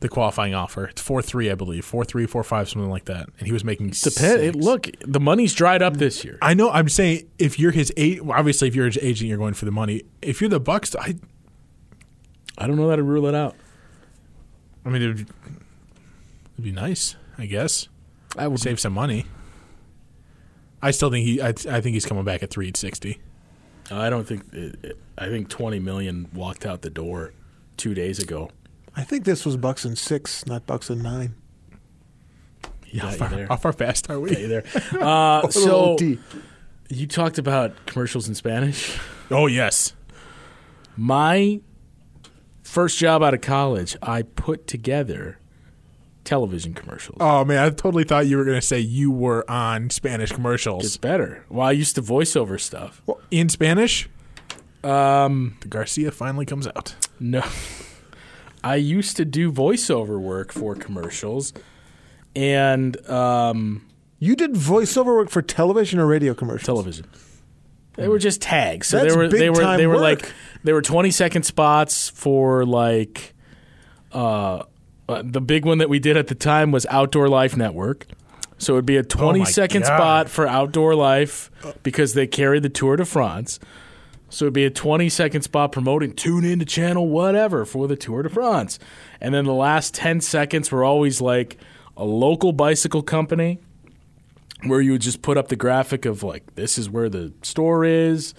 Speaker 3: The qualifying offer. It's four three, I believe. Four three, four five, something like that. And he was making
Speaker 1: Depend-
Speaker 3: six.
Speaker 1: it- look, the money's dried up this year.
Speaker 3: I know. I'm saying if you're his eight, well, obviously if you're his agent, you're going for the money. If you're the Bucks, I,
Speaker 1: I don't know that I rule it out.
Speaker 3: I mean, it'd, it'd be nice, I guess.
Speaker 1: I would
Speaker 3: Save some money. I still think he. I, I think he's coming back at three sixty.
Speaker 1: I don't think. uh, I think 20 million walked out the door two days ago.
Speaker 4: I think this was bucks and six, not bucks and nine.
Speaker 1: Yeah,
Speaker 3: How far, how far fast are we?
Speaker 1: there. Uh,
Speaker 4: A little
Speaker 1: so
Speaker 4: OT.
Speaker 1: you talked about commercials in Spanish.
Speaker 3: Oh yes.
Speaker 1: My first job out of college, I put together television commercials.
Speaker 3: Oh man, I totally thought you were going to say you were on Spanish
Speaker 1: It's
Speaker 3: commercials
Speaker 1: better. Well, I used to voiceover stuff.
Speaker 3: in Spanish. Um, the Garcia finally comes out.
Speaker 1: No. I used to do voiceover work for commercials. And um,
Speaker 4: You did voiceover work for television or radio commercials?
Speaker 1: television. They were just tags. So
Speaker 4: That's
Speaker 1: they were
Speaker 4: big
Speaker 1: they were
Speaker 4: time
Speaker 1: they were
Speaker 4: work.
Speaker 1: like they were 20 second spots for like uh, uh the big one that we did at the time was Outdoor Life Network. So it would be a twenty
Speaker 3: Oh my
Speaker 1: second
Speaker 3: God.
Speaker 1: spot for Outdoor Life because they carried the Tour de France. So it'd be a 20 second spot promoting tune in to channel whatever for the Tour de France. And then the last 10 seconds were always like a local bicycle company where you would just put up the graphic of like this is where the store is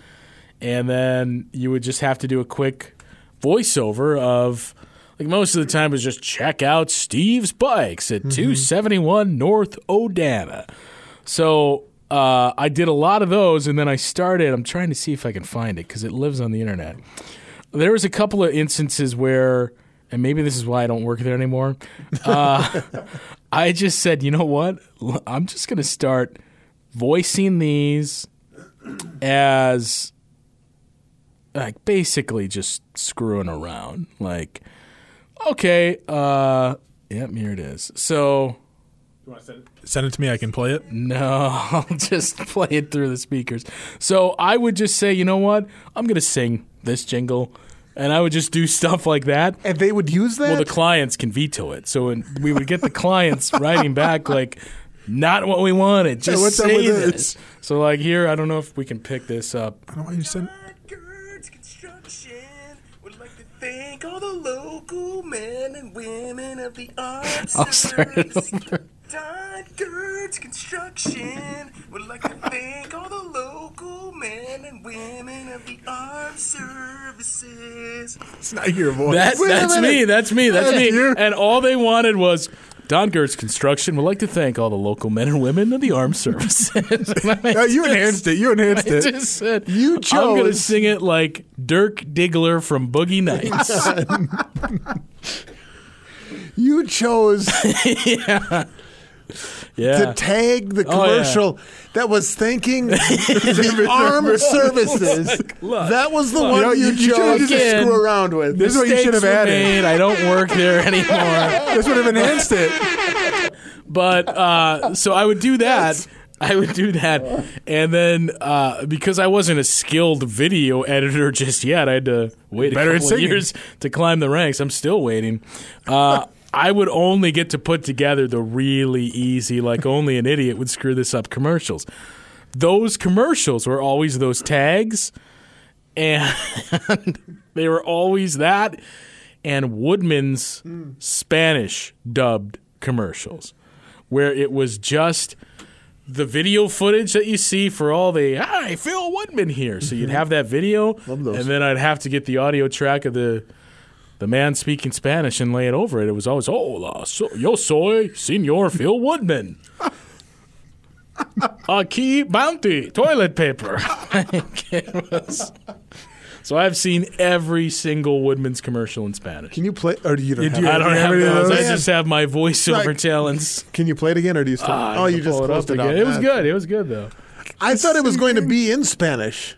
Speaker 1: and then you would just have to do a quick voiceover of like most of the time it was just check out Steve's bikes at 271 North Odana. So uh, I did a lot of those, and then I started. I'm trying to see if I can find it because it lives on the internet. There was a couple of instances where, and maybe this is why I don't work there anymore. Uh, I just said, you know what? L- I'm just going to start voicing these as like basically just screwing around. Like, okay, uh, yep, here it is. So.
Speaker 3: Send it to me. I can play it.
Speaker 1: No, I'll just play it through the speakers. So I would just say, you know what? I'm going to sing this jingle. And I would just do stuff like that.
Speaker 4: And they would use that?
Speaker 1: Well, the clients can veto it. So when we would get the clients writing back, like, not what we wanted. Just
Speaker 3: what's up
Speaker 1: say
Speaker 3: with
Speaker 1: this.
Speaker 3: this?
Speaker 1: So, like, here, I don't know if we can pick this up.
Speaker 3: I don't want you to send.
Speaker 9: Gertz Construction would like to thank all the local men and women of the arts.
Speaker 1: I'll start it over.
Speaker 9: Todd Gertz Construction would like to thank all the local men and women of the armed services.
Speaker 3: It's not your voice.
Speaker 1: That, that's me. That's me. That's me. And all they wanted was Don Gertz Construction would like to thank all the local men and women of the armed services.
Speaker 4: Uh, you enhanced it. You enhanced
Speaker 1: I
Speaker 4: it.
Speaker 1: just said,
Speaker 4: You
Speaker 1: I'm going to
Speaker 4: chose-
Speaker 1: sing it like Dirk Diggler from Boogie Nights.
Speaker 4: You chose
Speaker 1: yeah.
Speaker 4: to tag the
Speaker 1: Oh, yeah.
Speaker 4: commercial that was thanking the armed services.
Speaker 1: look,
Speaker 4: that was the
Speaker 1: look.
Speaker 4: one
Speaker 1: You know,
Speaker 4: you,
Speaker 1: you should've
Speaker 4: chose
Speaker 1: just
Speaker 4: to
Speaker 1: Again,
Speaker 4: screw around with.
Speaker 3: this is what you should have
Speaker 1: Mistakes were
Speaker 3: added.
Speaker 1: made. I don't work there anymore.
Speaker 3: This would have enhanced it.
Speaker 1: But uh, so I would do that. I would do that, and then uh, because I wasn't a skilled video editor just yet, I had to wait a
Speaker 3: Better at
Speaker 1: couple of
Speaker 3: singing.
Speaker 1: years to climb the ranks. I'm still waiting. Uh, I would only get to put together the really easy, like only an idiot would screw this up commercials. Those commercials were always those tags, and they were always that, and Woodman's Spanish dubbed commercials where it was just the video footage that you see for all the hi Phil Woodman here. So you'd have that video, and then I'd have to get the audio track of the the man speaking Spanish and lay it over it. It was always hola, so, yo soy Señor Phil Woodman. A key bounty toilet paper. Like, it was- So I've seen every single Woodman's commercial in Spanish.
Speaker 4: Can you play? Or do you don't have
Speaker 1: I
Speaker 4: it?
Speaker 1: don't have
Speaker 4: any of
Speaker 1: those. I
Speaker 4: those?
Speaker 1: just have my voiceover
Speaker 4: Like-
Speaker 1: talents.
Speaker 4: Can you play it again, or do you still?
Speaker 1: Ah,
Speaker 4: oh,
Speaker 1: I can
Speaker 4: you just
Speaker 1: pull it up
Speaker 4: closed it
Speaker 1: again.
Speaker 4: out.
Speaker 1: It was
Speaker 4: Nah.
Speaker 1: good. It was good though.
Speaker 4: I thought it was going to be in Spanish.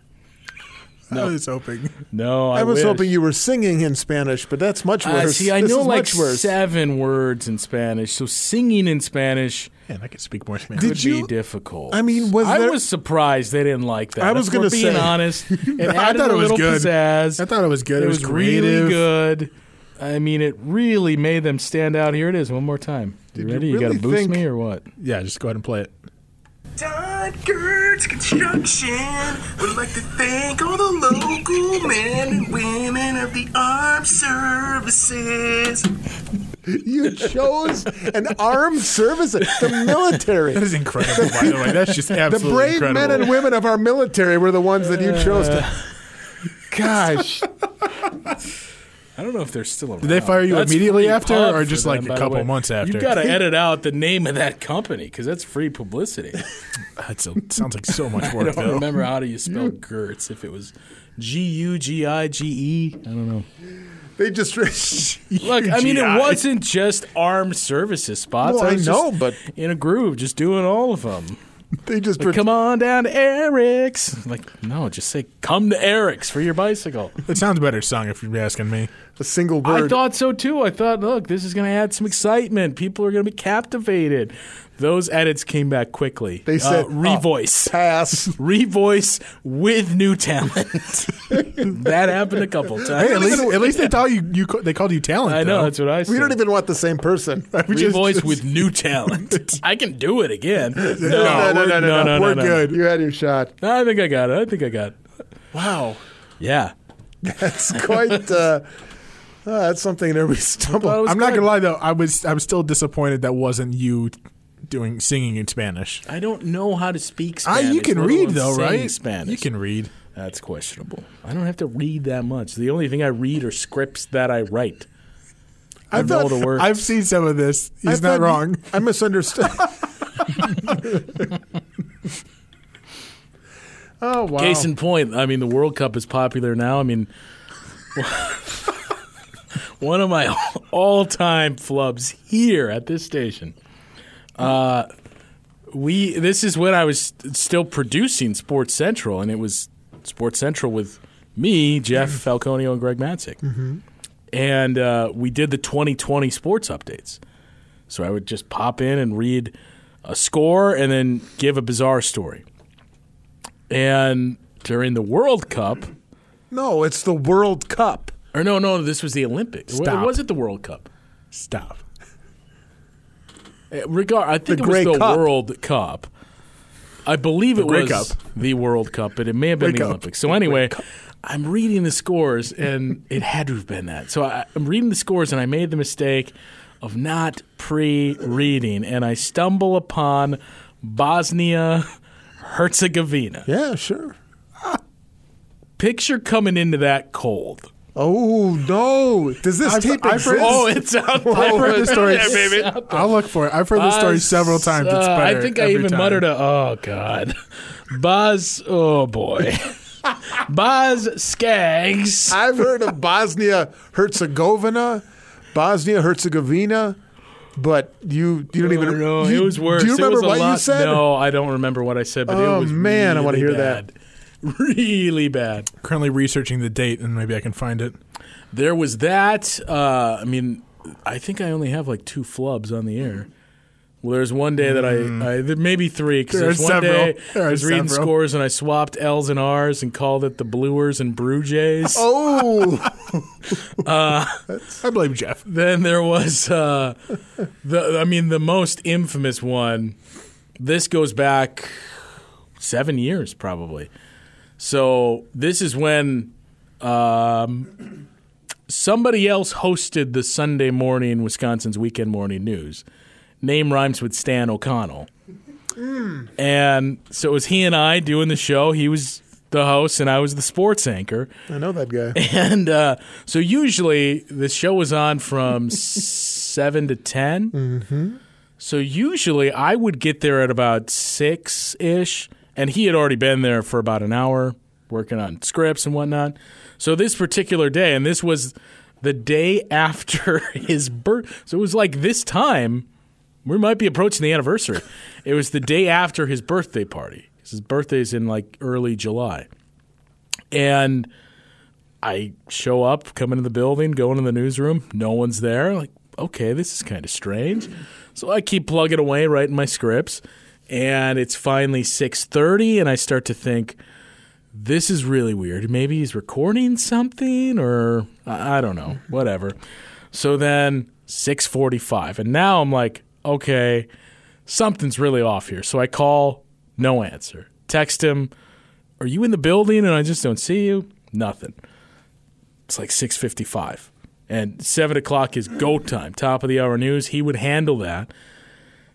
Speaker 3: I was hoping.
Speaker 1: No, I,
Speaker 4: I, was
Speaker 1: wish.
Speaker 4: hoping you were singing in Spanish, but that's much
Speaker 1: Uh,
Speaker 4: worse.
Speaker 1: see, I
Speaker 4: This
Speaker 1: know
Speaker 4: is
Speaker 1: like
Speaker 4: much worse.
Speaker 1: seven words in Spanish, so singing in Spanish
Speaker 3: Man, I could speak more Spanish.
Speaker 4: Did
Speaker 1: would
Speaker 4: you-
Speaker 1: be difficult.
Speaker 4: I mean, was
Speaker 1: I
Speaker 4: there-
Speaker 1: was surprised they didn't like that.
Speaker 4: I was
Speaker 1: If we're
Speaker 4: gonna
Speaker 1: being
Speaker 4: say-
Speaker 1: honest. It
Speaker 3: I
Speaker 1: added
Speaker 3: thought
Speaker 1: a
Speaker 3: it was
Speaker 1: little
Speaker 3: good.
Speaker 1: pizzazz.
Speaker 3: I thought it was good.
Speaker 1: it,
Speaker 3: It
Speaker 1: was,
Speaker 3: was
Speaker 1: really
Speaker 3: creative.
Speaker 1: good. I mean, it really made them stand out. Here it is, one more time. You ready?
Speaker 4: you
Speaker 1: You, got
Speaker 4: really
Speaker 1: to boost
Speaker 4: think-
Speaker 1: me or what?
Speaker 3: Yeah, just go ahead and play it.
Speaker 9: Todd Gertz Construction would like to thank all the local men and women of the armed services.
Speaker 4: You chose an armed service, the military.
Speaker 3: That is incredible, by the way. That's just
Speaker 4: The
Speaker 3: absolutely
Speaker 4: brave
Speaker 3: incredible.
Speaker 4: men and women of our military were the ones that you chose to. Gosh,
Speaker 1: I don't know if they're still around.
Speaker 3: Did they fire you
Speaker 1: That's
Speaker 3: immediately
Speaker 1: free
Speaker 3: after,
Speaker 1: pub
Speaker 3: or
Speaker 1: for
Speaker 3: just
Speaker 1: them,
Speaker 3: like a
Speaker 1: by the
Speaker 3: couple
Speaker 1: way.
Speaker 3: months after?
Speaker 1: You got to edit out the name of that company because that's free publicity.
Speaker 3: That's a, sounds like so much
Speaker 1: I
Speaker 3: work.
Speaker 1: don't
Speaker 3: though.
Speaker 1: remember how do you spell Gertz if it was G U G I G E. I don't know.
Speaker 4: they just.
Speaker 1: Look, I mean, it
Speaker 3: UGI.
Speaker 1: wasn't just armed services spots.
Speaker 4: Well, I
Speaker 1: was
Speaker 4: know,
Speaker 1: just
Speaker 4: but-
Speaker 1: in a groove, just doing all of them.
Speaker 4: They just. pret-
Speaker 1: Come on down to Eric's. Like, no, just say come to Eric's for your bicycle.
Speaker 3: It sounds better sung if you're asking me.
Speaker 4: a single
Speaker 1: I
Speaker 4: word.
Speaker 1: thought so too. I thought, look, this is going to add some excitement. People are going to be captivated. Those edits came back quickly.
Speaker 4: They said,
Speaker 1: uh, revoice.
Speaker 4: pass.
Speaker 1: revoice with new talent. that happened a couple times.
Speaker 3: Hey, at least, at least they thought you, you ca- they called you talent.
Speaker 1: I know
Speaker 3: though.
Speaker 1: that's what I said.
Speaker 4: We don't even want the same person.
Speaker 3: We just-
Speaker 1: revoice
Speaker 3: just-
Speaker 1: with new talent. I can do it again. No,
Speaker 4: no, no, no,
Speaker 1: we're-
Speaker 4: no, no,
Speaker 3: we're good.
Speaker 4: You had your shot.
Speaker 1: No, I think I got it. I think I got. It.
Speaker 4: Wow,
Speaker 1: Yeah.
Speaker 4: that's quite. Uh, uh, that's something that we stumble.
Speaker 1: Thought it was
Speaker 3: I'm not
Speaker 1: good.
Speaker 3: gonna lie though. I was I'm still disappointed that wasn't you doing singing in Spanish.
Speaker 1: I don't know how to speak
Speaker 3: I,
Speaker 4: Ah,
Speaker 1: Spanish.
Speaker 3: you can
Speaker 1: let
Speaker 3: read
Speaker 1: alone
Speaker 3: though,
Speaker 1: sing
Speaker 3: right?
Speaker 1: Spanish.
Speaker 3: You can read.
Speaker 1: That's questionable. I don't have to read that much. The only thing I read are scripts that I write. I know the words.
Speaker 3: I've seen some of this. He's
Speaker 4: I
Speaker 3: not
Speaker 4: thought-
Speaker 3: wrong.
Speaker 4: I misunderstood. oh wow!
Speaker 1: Case in point, I mean, the World Cup is popular now. I mean, one of my all time flubs here at this station. Uh, we this is when I was still producing Sports Central, and it was Sports Central with me, Jeff Falconio, and Greg Matzik, and uh, we did the 2020 sports updates. So I would just pop in and read a score, and then give a bizarre story. And during the World Cup,
Speaker 4: no, it's the World Cup.
Speaker 1: or no, no, this was the Olympics. It
Speaker 3: Stop.
Speaker 1: was it the World Cup?
Speaker 3: Stop.
Speaker 1: Uh, Regard, I think
Speaker 4: The
Speaker 1: it was
Speaker 4: Grey
Speaker 1: the
Speaker 4: Cup.
Speaker 1: World Cup. I believe it
Speaker 3: Grey
Speaker 1: was
Speaker 3: Cup.
Speaker 1: the World Cup, but it may have been
Speaker 3: Grey
Speaker 1: the
Speaker 3: Cup.
Speaker 1: Olympics. So anyway, I'm reading the scores, and it had to have been that. So I, I'm reading the scores, and I made the mistake of not pre-reading, and I stumble upon Bosnia Herzegovina.
Speaker 4: Yeah, sure.
Speaker 1: Picture coming into that cold.
Speaker 4: Oh no! Does this
Speaker 3: I've-
Speaker 4: tape
Speaker 3: I've heard-
Speaker 4: exist?
Speaker 1: Oh, it's out there.
Speaker 3: I've heard this story.
Speaker 1: Yeah, baby.
Speaker 3: I'll look for it. I've heard this story
Speaker 1: Buzz,
Speaker 3: several times. It's
Speaker 1: uh,
Speaker 3: better.
Speaker 1: I think I
Speaker 3: every
Speaker 1: even
Speaker 3: time.
Speaker 1: muttered a oh god, Buzz. Oh boy, Buzz Skaggs.
Speaker 4: I've heard of Bosnia Herzegovina, Bosnia Herzegovina, but you you don't even.
Speaker 1: Oh, no,
Speaker 4: you,
Speaker 1: it was worse.
Speaker 4: Do you
Speaker 1: It
Speaker 4: remember
Speaker 1: was a
Speaker 4: what
Speaker 1: lot-
Speaker 4: you said?
Speaker 1: No, I don't remember what I said. But it
Speaker 4: Oh,
Speaker 1: was
Speaker 4: man, I wanna
Speaker 1: really
Speaker 4: hear that.
Speaker 1: bad. Really bad.
Speaker 3: Currently researching the date, and maybe I can find it.
Speaker 1: There was that. Uh, I mean, I think I only have like two flubs on the air. Well, there's one day that
Speaker 4: Hmm.
Speaker 1: I, I there- maybe three because
Speaker 3: There
Speaker 1: there's
Speaker 3: are
Speaker 1: one
Speaker 3: several.
Speaker 1: day
Speaker 3: There are
Speaker 1: I was reading
Speaker 3: several.
Speaker 1: scores and I swapped L's and R's and called it the Bluers and Bruges.
Speaker 4: Oh,
Speaker 3: I blame Jeff.
Speaker 1: Then there was uh, the I mean the most infamous one. This goes back seven years probably. So this is when um, somebody else hosted the Sunday morning Wisconsin's Weekend Morning News. Name rhymes with Stan O'Connell. And so it was he and I doing the show. He was the host and I was the sports anchor.
Speaker 4: I know that guy.
Speaker 1: And uh, so usually the show was on from seven to 10 Mm-hmm. So usually I would get there at about six ish, and he had already been there for about an hour working on scripts and whatnot. So this particular day, and this was the day after his birth, so it was like this time. We might be approaching the anniversary. It was the day after his birthday party. His birthday's in like early July. And I show up, come into the building, go into the newsroom. No one's there. Like, okay, this is kind of strange. So I keep plugging away, writing my scripts, and it's finally six thirty, and I start to think, this is really weird. Maybe he's recording something, or I I don't know, whatever. So then six forty-five, and now I'm like, okay, something's really off here. So I call, no answer. Text him, are you in the building? And I just don't see you. Nothing it's like 6.55 and 7 o'clock is go time top of the hour news he would handle that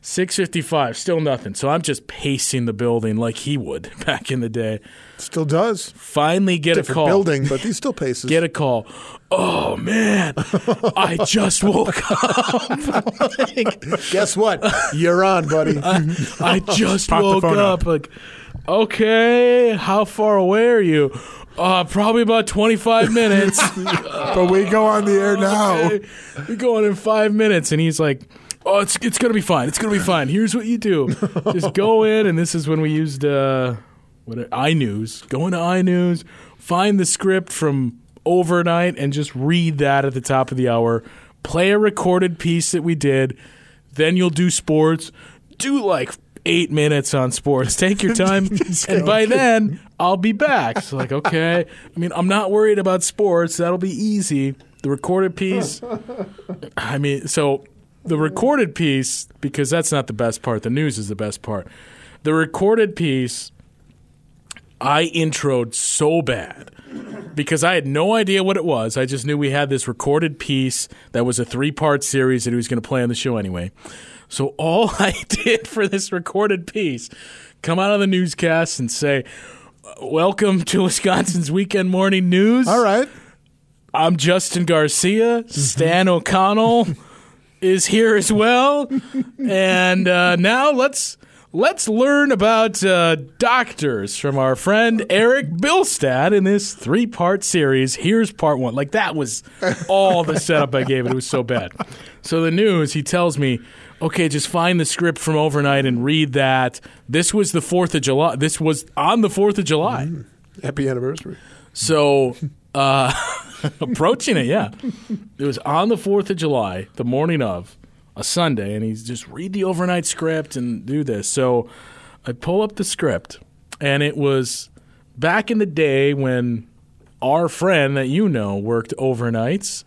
Speaker 1: 6.55 still nothing so i'm just pacing the building like he would back in the day
Speaker 4: Still does.
Speaker 1: finally get a
Speaker 4: Different
Speaker 1: call
Speaker 4: building, but he still paces.
Speaker 1: get a call oh man i just woke up Like,
Speaker 4: Guess what? You're on, buddy.
Speaker 1: I just
Speaker 3: Pop the
Speaker 1: woke
Speaker 3: phone
Speaker 1: up.
Speaker 3: up.
Speaker 1: Like, okay, how far away are you? Uh, probably about 25 minutes.
Speaker 3: But we go on the air now.
Speaker 1: okay, we're going in five minutes. And he's like, oh, it's, it's going to be fine. It's going to be fine. Here's what you do. Just go in. And this is when we used uh, what, iNews. Go into iNews, find the script from overnight, and just read that at the top of the hour. Play a recorded piece that we did. Then you'll do sports. Do like eight minutes on sports. Take your time. and by then, I'll be back. So, like, okay. I mean, I'm not worried about sports. That'll be easy. The recorded piece, I mean, so the recorded piece, because that's not the best part, the news is the best part. The recorded piece, I introed so bad because I had no idea what it was. I just knew we had this recorded piece that was a three part series that he was going to play on the show anyway. So all I did for this recorded piece, come out of the newscast and say, Welcome to Wisconsin's Weekend Morning News.
Speaker 4: All right.
Speaker 1: I'm Justin Garcia. Stan O'Connell is here as well. And uh, now let's let's learn about uh, doctors from our friend Eric Bilstad in this three part series. Here's part one. Like that was all the setup I gave it. It was so bad. So the news, he tells me. Okay, just find the script from overnight and read that. This was the 4th of July. This was on the 4th of July.
Speaker 4: Happy anniversary.
Speaker 1: So, uh, approaching it, yeah. It was on the 4th of July, the morning of a Sunday, and he's just read the overnight script and do this. So, I pull up the script, and it was back in the day when our friend that you know worked overnights.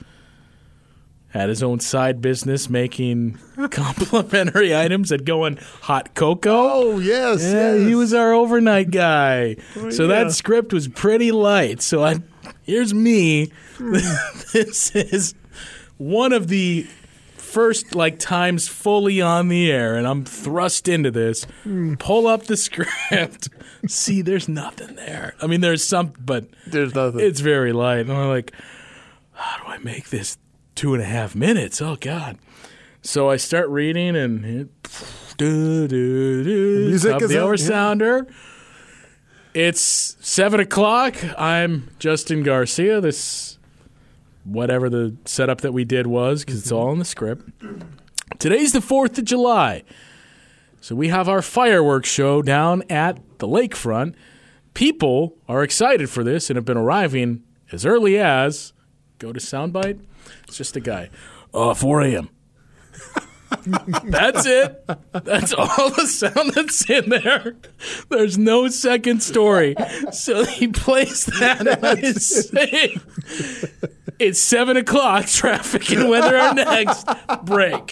Speaker 1: Had his own side business making complimentary items at going hot cocoa.
Speaker 4: Oh yes.
Speaker 1: Yeah,
Speaker 4: yes. Oh,
Speaker 1: he was our overnight guy. so that script was pretty light. So I here's me.
Speaker 4: Hmm.
Speaker 1: this is one of the first like times fully on the air and I'm thrust into this.
Speaker 4: Hmm.
Speaker 1: Pull up the script. See, there's nothing there. I mean there's some but
Speaker 4: There's nothing.
Speaker 1: it's very light. And I'm like, how do I make this two and a half minutes? Oh God! So I start reading and it, do, do, do,
Speaker 4: music
Speaker 1: top
Speaker 4: is
Speaker 1: of the
Speaker 4: up,
Speaker 1: hour
Speaker 4: yeah.
Speaker 1: sounder. It's seven o'clock. I'm Justin Garcia. This whatever the setup that we did was because
Speaker 4: Mm-hmm.
Speaker 1: it's all in the script. Today's the fourth of July. So we have our fireworks show down at the lakefront. People are excited for this and have been arriving as early as go to soundbite. It's just a guy. Uh, 4 a.m. That's it. That's all the sound that's in there. There's no second story. So he plays that and I sing. It's seven o'clock. Traffic and weather are next. Break.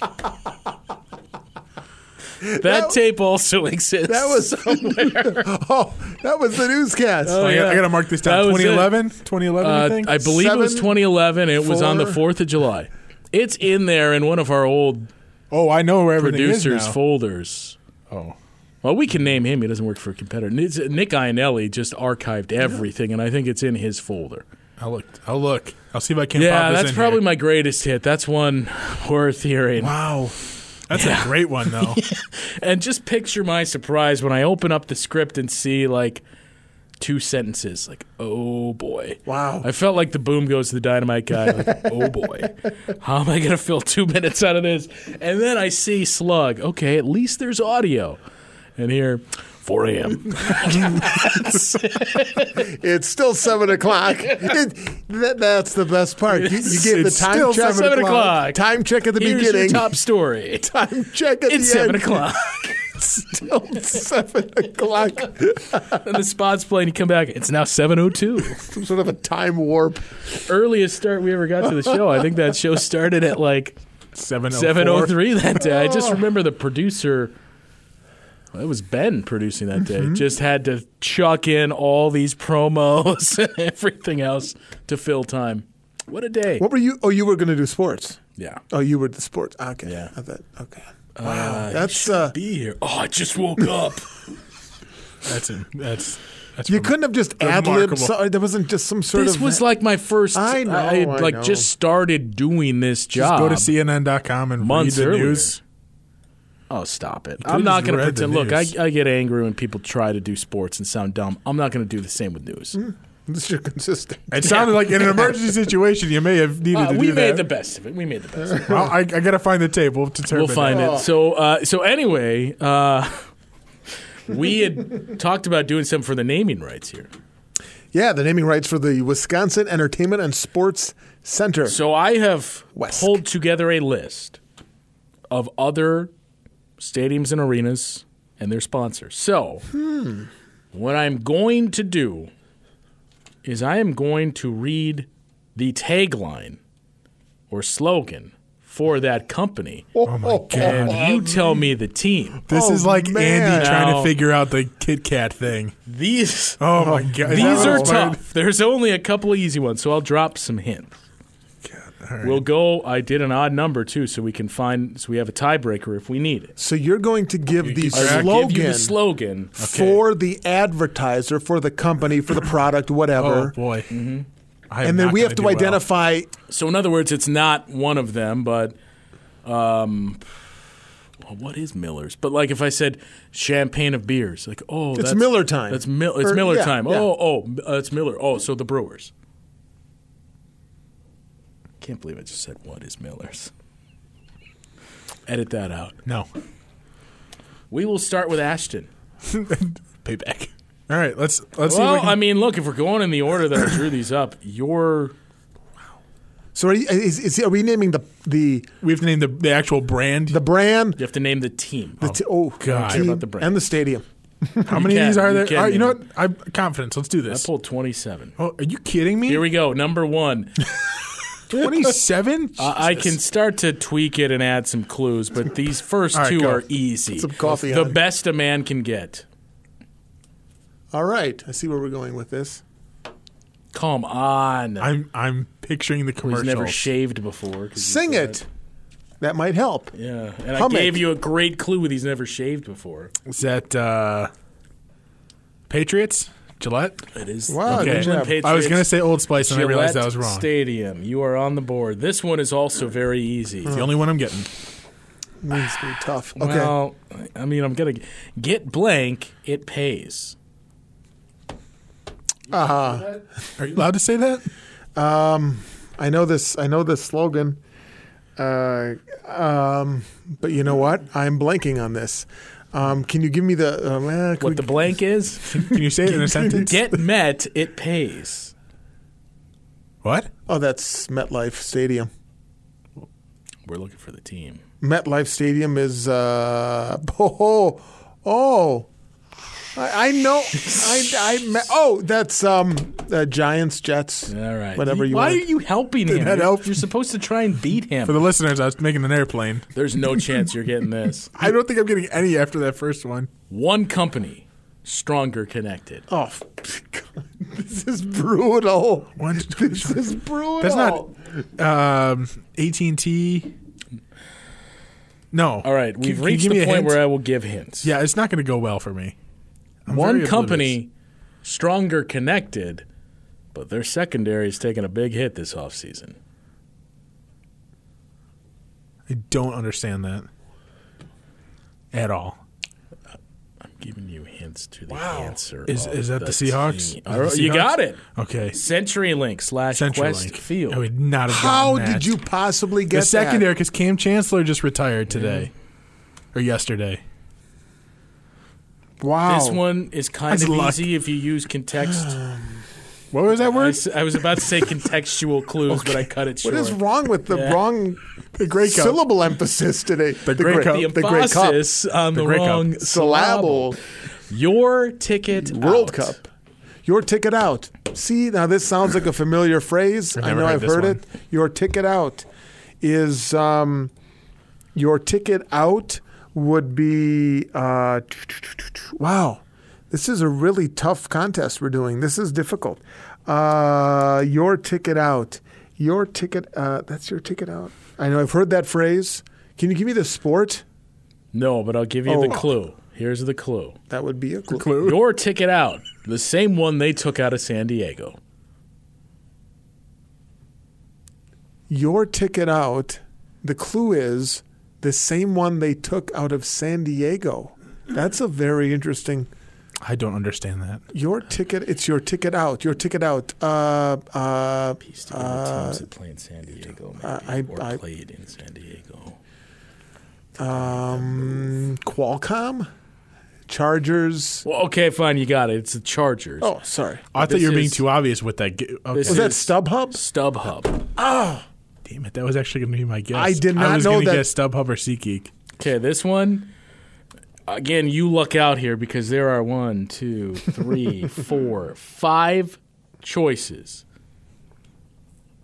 Speaker 1: That, tape also exists.
Speaker 4: That was
Speaker 1: somewhere.
Speaker 4: Oh, that was the newscast.
Speaker 1: Oh,
Speaker 3: I, gotta,
Speaker 1: yeah.
Speaker 3: I gotta mark this down.
Speaker 1: That was it.
Speaker 3: 2011? 2011, I
Speaker 1: Uh,
Speaker 3: think?
Speaker 1: I believe it was
Speaker 4: Seven,
Speaker 1: 2011. It was on the
Speaker 4: four.
Speaker 1: 4th of July. It's in there in one of our old
Speaker 3: oh, I know where everything is
Speaker 1: producers'
Speaker 3: now.
Speaker 1: folders.
Speaker 3: oh.
Speaker 1: Well, we can name him. He doesn't work for a competitor. Niz- Nick Ionelli just archived everything, and I think it's in his folder.
Speaker 3: I'll look. I'll look. I'll see if I can
Speaker 1: yeah,
Speaker 3: pop this
Speaker 1: that's
Speaker 3: in
Speaker 1: probably
Speaker 3: here.
Speaker 1: my greatest hit. That's one worth hearing.
Speaker 3: Wow. That's a great one, though.
Speaker 1: And just picture my surprise when I open up the script and see like two sentences. Like, oh boy.
Speaker 4: Wow.
Speaker 1: I felt like the boom goes to the dynamite guy. Like, oh boy. How am I going to fill two minutes out of this? And then I see Slug. Okay, at least there's audio. And here, 4 a.m.
Speaker 4: It's still seven o'clock. It, that, that's the best part. You, you get the
Speaker 1: It's
Speaker 4: time
Speaker 1: still
Speaker 4: check.
Speaker 1: seven o'clock.
Speaker 4: Time check at the
Speaker 1: Here's your
Speaker 4: beginning.
Speaker 1: top story.
Speaker 4: Time check at
Speaker 1: It's
Speaker 4: the
Speaker 1: 7
Speaker 4: end.
Speaker 1: o'clock.
Speaker 4: Still seven o'clock.
Speaker 1: and the spot's playing. You come back. It's now 7.02.
Speaker 4: Some sort of a time warp.
Speaker 1: earliest start we ever got to the show. I think that show started at like
Speaker 3: 704.
Speaker 1: 703 that day. I just remember the producer well, it was Ben producing that
Speaker 4: Mm-hmm.
Speaker 1: day. Just had to chuck in all these promos and everything else to fill time. What a day.
Speaker 4: What were you? Oh, you were going to do sports.
Speaker 1: Yeah.
Speaker 4: Oh, you were the sports. Okay.
Speaker 1: Yeah.
Speaker 4: I thought, okay. Wow. that's uh,
Speaker 1: Be here. Oh, I just woke up.
Speaker 3: That's a, that's that's
Speaker 4: you
Speaker 3: from-
Speaker 4: couldn't have just ad libbed.
Speaker 3: Remarkable.
Speaker 4: So, there wasn't just some sort
Speaker 1: this
Speaker 4: of.
Speaker 1: was like my first
Speaker 4: I know,
Speaker 1: had,
Speaker 4: I
Speaker 1: like
Speaker 4: know.
Speaker 1: just started doing this
Speaker 3: just
Speaker 1: job.
Speaker 3: go to CNN.com and read
Speaker 1: months
Speaker 3: the
Speaker 1: earlier.
Speaker 3: news.
Speaker 1: Oh, stop it.
Speaker 3: could've
Speaker 1: I'm not
Speaker 3: just
Speaker 1: going to
Speaker 3: read the
Speaker 1: pretend. Look, I,
Speaker 3: news.
Speaker 1: I get angry when people try to do sports and sound dumb. I'm not going to do the same with news.
Speaker 3: Mm-hmm.
Speaker 4: This is consistent.
Speaker 3: It sounded like in an emergency situation, you may have needed
Speaker 1: Uh,
Speaker 3: to
Speaker 1: we
Speaker 3: do
Speaker 1: made the
Speaker 3: that.
Speaker 1: best of it. We made the best. Of it.
Speaker 3: well, I, I gotta find the tape. We'll determine.
Speaker 1: We'll find
Speaker 3: that.
Speaker 1: it. So, uh, so anyway, uh, we had talked about doing something for the naming rights here.
Speaker 4: Yeah, the naming rights for the Wisconsin Entertainment and Sports Center.
Speaker 1: So I have
Speaker 4: Wesk.
Speaker 1: pulled together a list of other stadiums and arenas and their sponsors. So what I'm going to do is I am going to read the tagline or slogan for that company.
Speaker 4: oh my
Speaker 1: And you tell me the team.
Speaker 3: This
Speaker 4: Oh,
Speaker 3: is like
Speaker 4: man.
Speaker 3: Andy trying
Speaker 1: Now-
Speaker 3: to figure out the Kit Kat thing.
Speaker 1: These
Speaker 3: Oh my god, Is that
Speaker 1: These
Speaker 3: what
Speaker 1: are
Speaker 3: it's called?
Speaker 1: tough. There's only a couple of easy ones, so I'll drop some hints. We'll go. I did an odd number too, so we can find. So we have a tiebreaker if we need it.
Speaker 4: So you're going to give the
Speaker 1: I
Speaker 4: slogan,
Speaker 1: will give you the slogan.
Speaker 4: for the advertiser, for the company, for the product,
Speaker 3: Oh
Speaker 4: whatever.
Speaker 3: boy.
Speaker 1: Mm-hmm.
Speaker 3: I am
Speaker 4: and then
Speaker 3: not
Speaker 4: we have
Speaker 3: gonna
Speaker 4: to
Speaker 3: do well.
Speaker 4: identify.
Speaker 1: So in other words, it's not one of them, but um, well, what is Miller's? But like if I said champagne of beers, like oh, that's,
Speaker 4: Miller time.
Speaker 1: That's Mil- It's
Speaker 4: Or-
Speaker 1: Miller
Speaker 4: yeah,
Speaker 1: time.
Speaker 4: yeah.
Speaker 1: Oh, oh, uh, it's Miller. Oh, so the Brewers. Can't believe I just said what is Miller's. Edit that out.
Speaker 3: No.
Speaker 1: We will start with Ashton.
Speaker 3: Payback. All right, let's let's see. If we
Speaker 1: Well,
Speaker 3: can,
Speaker 1: I mean, look, if we're going in the order that I drew these up, your
Speaker 4: So are, you, is, is, are we naming the the
Speaker 3: we have to name the, the actual brand.
Speaker 4: the brand?
Speaker 1: you have to name the team.
Speaker 4: The t- oh
Speaker 3: God.
Speaker 4: team
Speaker 1: About the brand.
Speaker 4: and the stadium.
Speaker 3: How many
Speaker 1: can,
Speaker 3: of these are
Speaker 1: you
Speaker 3: there?
Speaker 1: can
Speaker 3: All right, you know
Speaker 1: name
Speaker 3: what? I'm confidence. Let's do
Speaker 1: I
Speaker 3: this.
Speaker 1: pulled twenty-seven.
Speaker 3: Oh, are you kidding me?
Speaker 1: Here we go. Number one.
Speaker 3: Twenty-seven.
Speaker 1: Uh, I can start to tweak it and add some clues, but these first
Speaker 3: All right,
Speaker 1: two
Speaker 3: go.
Speaker 1: are easy.
Speaker 4: some coffee
Speaker 1: the
Speaker 4: on it.
Speaker 1: best a man can get.
Speaker 4: All right, I see where we're going with this.
Speaker 1: Come on.
Speaker 3: I'm I'm picturing the
Speaker 1: He's
Speaker 3: commercials.
Speaker 1: never shaved before. 'cause he
Speaker 4: Sing
Speaker 1: said
Speaker 4: it. That might help.
Speaker 1: that. Yeah, and
Speaker 4: Hum
Speaker 1: I gave
Speaker 4: it.
Speaker 1: you a great clue with he's never shaved before.
Speaker 3: Is that uh, Patriots? Gillette.
Speaker 1: It is
Speaker 3: Oh,
Speaker 4: Wow,
Speaker 1: the
Speaker 4: good
Speaker 1: New England
Speaker 4: job.
Speaker 1: Patriots
Speaker 3: I was gonna say Old Spice, and I realized
Speaker 1: Gillette
Speaker 3: that was wrong.
Speaker 1: Stadium. You are on the board. This one is also very easy.
Speaker 3: The only one I'm getting.
Speaker 4: Needs to be tough. Okay.
Speaker 1: Well, I mean, I'm gonna get blank. It pays.
Speaker 3: Are you allowed to say that?
Speaker 4: I know this. I know this slogan. Uh, um, but you know what? I'm blanking on this. Um, can you give me the? Um, eh, can we-
Speaker 1: What the blank is?
Speaker 3: Can you say it in a sentence?
Speaker 1: Get met. It pays.
Speaker 3: What?
Speaker 4: oh, that's MetLife Stadium.
Speaker 1: We're looking for the team.
Speaker 4: MetLife Stadium is. Uh, oh, oh, I, I know. I, I me- oh, that's um, uh, Giants Jets.
Speaker 1: All right.
Speaker 4: Whatever you
Speaker 1: Why
Speaker 4: want.
Speaker 1: are you helping him?
Speaker 4: that
Speaker 1: You're-
Speaker 4: help?
Speaker 1: You're supposed to try and beat him.
Speaker 3: For the listeners, I was making an airplane.
Speaker 1: There's no chance you're getting this.
Speaker 3: I don't think I'm getting any after that first one.
Speaker 1: One company, stronger connected.
Speaker 4: Oh, God, this is brutal.
Speaker 3: One.
Speaker 4: This is brutal.
Speaker 3: That's not um, AT&T. No.
Speaker 1: All right,
Speaker 3: Can-
Speaker 1: we've
Speaker 3: can you
Speaker 1: reached
Speaker 3: give me
Speaker 1: the
Speaker 3: a
Speaker 1: point
Speaker 3: hint?
Speaker 1: where I will give hints.
Speaker 3: Yeah, it's not going to go well for me. I'm
Speaker 1: One
Speaker 3: very oblivious.
Speaker 1: company, stronger connected, but their secondary is taking a big hit this offseason.
Speaker 3: I don't understand that at all.
Speaker 1: Giving you hints to the
Speaker 3: Wow.
Speaker 1: answer.
Speaker 3: Is-
Speaker 1: of
Speaker 3: is that the Seahawks?
Speaker 1: team.
Speaker 3: Is it
Speaker 1: All right,
Speaker 3: the
Speaker 1: You
Speaker 3: Seahawks?
Speaker 1: got it.
Speaker 3: Okay.
Speaker 1: CenturyLink slash Quest
Speaker 3: CenturyLink. Oh,
Speaker 1: Field.
Speaker 3: I would not have
Speaker 4: How
Speaker 3: gotten that.
Speaker 4: did you possibly get
Speaker 3: The
Speaker 4: that?
Speaker 3: secondary, because Cam Chancellor just retired today or yesterday.
Speaker 4: Wow.
Speaker 1: This one is kind
Speaker 3: oh. That's
Speaker 1: of
Speaker 3: luck.
Speaker 1: easy if you use context.
Speaker 3: What was that
Speaker 1: I,
Speaker 3: word?
Speaker 1: s- I was about to say contextual clues, but I cut it short.
Speaker 4: What is wrong with the wrong
Speaker 3: Cup.
Speaker 4: syllable emphasis today? The,
Speaker 3: Grey
Speaker 4: Grey-
Speaker 3: Cup.
Speaker 1: The
Speaker 4: the Grey Cup.
Speaker 1: emphasis on the,
Speaker 3: The Grey Cup.
Speaker 1: wrong syllable.
Speaker 4: Syllable.
Speaker 1: Your ticket
Speaker 4: World
Speaker 1: out.
Speaker 4: Cup. Your ticket out. See, now this sounds like a familiar phrase. I
Speaker 3: never
Speaker 4: know
Speaker 3: heard
Speaker 4: I've
Speaker 3: this
Speaker 4: heard
Speaker 3: one.
Speaker 4: it. Your ticket out is um, your ticket out would be uh, wow. This is a really tough contest we're doing. This is difficult. Uh, your ticket out. Your ticket. Uh, that's your ticket out. I know I've heard that phrase. Can you give me the sport?
Speaker 1: No, but I'll give you
Speaker 4: Oh.
Speaker 1: the clue. Here's the clue.
Speaker 4: That would be a clue.
Speaker 1: Your ticket out. The same one they took out of San Diego.
Speaker 4: your ticket out, the clue is the same one they took out of San Diego. That's a very interesting.
Speaker 3: I don't understand that.
Speaker 4: Your ticket, it's your ticket out. Your ticket out. Uh, uh,
Speaker 1: These two other teams that play in San Diego, maybe,
Speaker 4: I-
Speaker 1: or
Speaker 4: I-
Speaker 1: played in San Diego.
Speaker 4: um, Qualcomm, Chargers.
Speaker 1: Well, okay, fine, you got it. It's the Chargers.
Speaker 4: Oh, sorry.
Speaker 3: I thought
Speaker 1: This
Speaker 3: you were being
Speaker 1: is-
Speaker 3: too obvious with that. Ge- okay.
Speaker 1: This
Speaker 4: Was that
Speaker 1: is-
Speaker 4: StubHub?
Speaker 1: StubHub.
Speaker 3: Damn it, that was actually going to be my guess.
Speaker 4: I did not
Speaker 3: was
Speaker 4: know
Speaker 3: gonna
Speaker 4: that-
Speaker 3: guess StubHub or SeatGeek.
Speaker 1: Okay, this one. Again, you luck out here because there are one, two, three, four, five choices.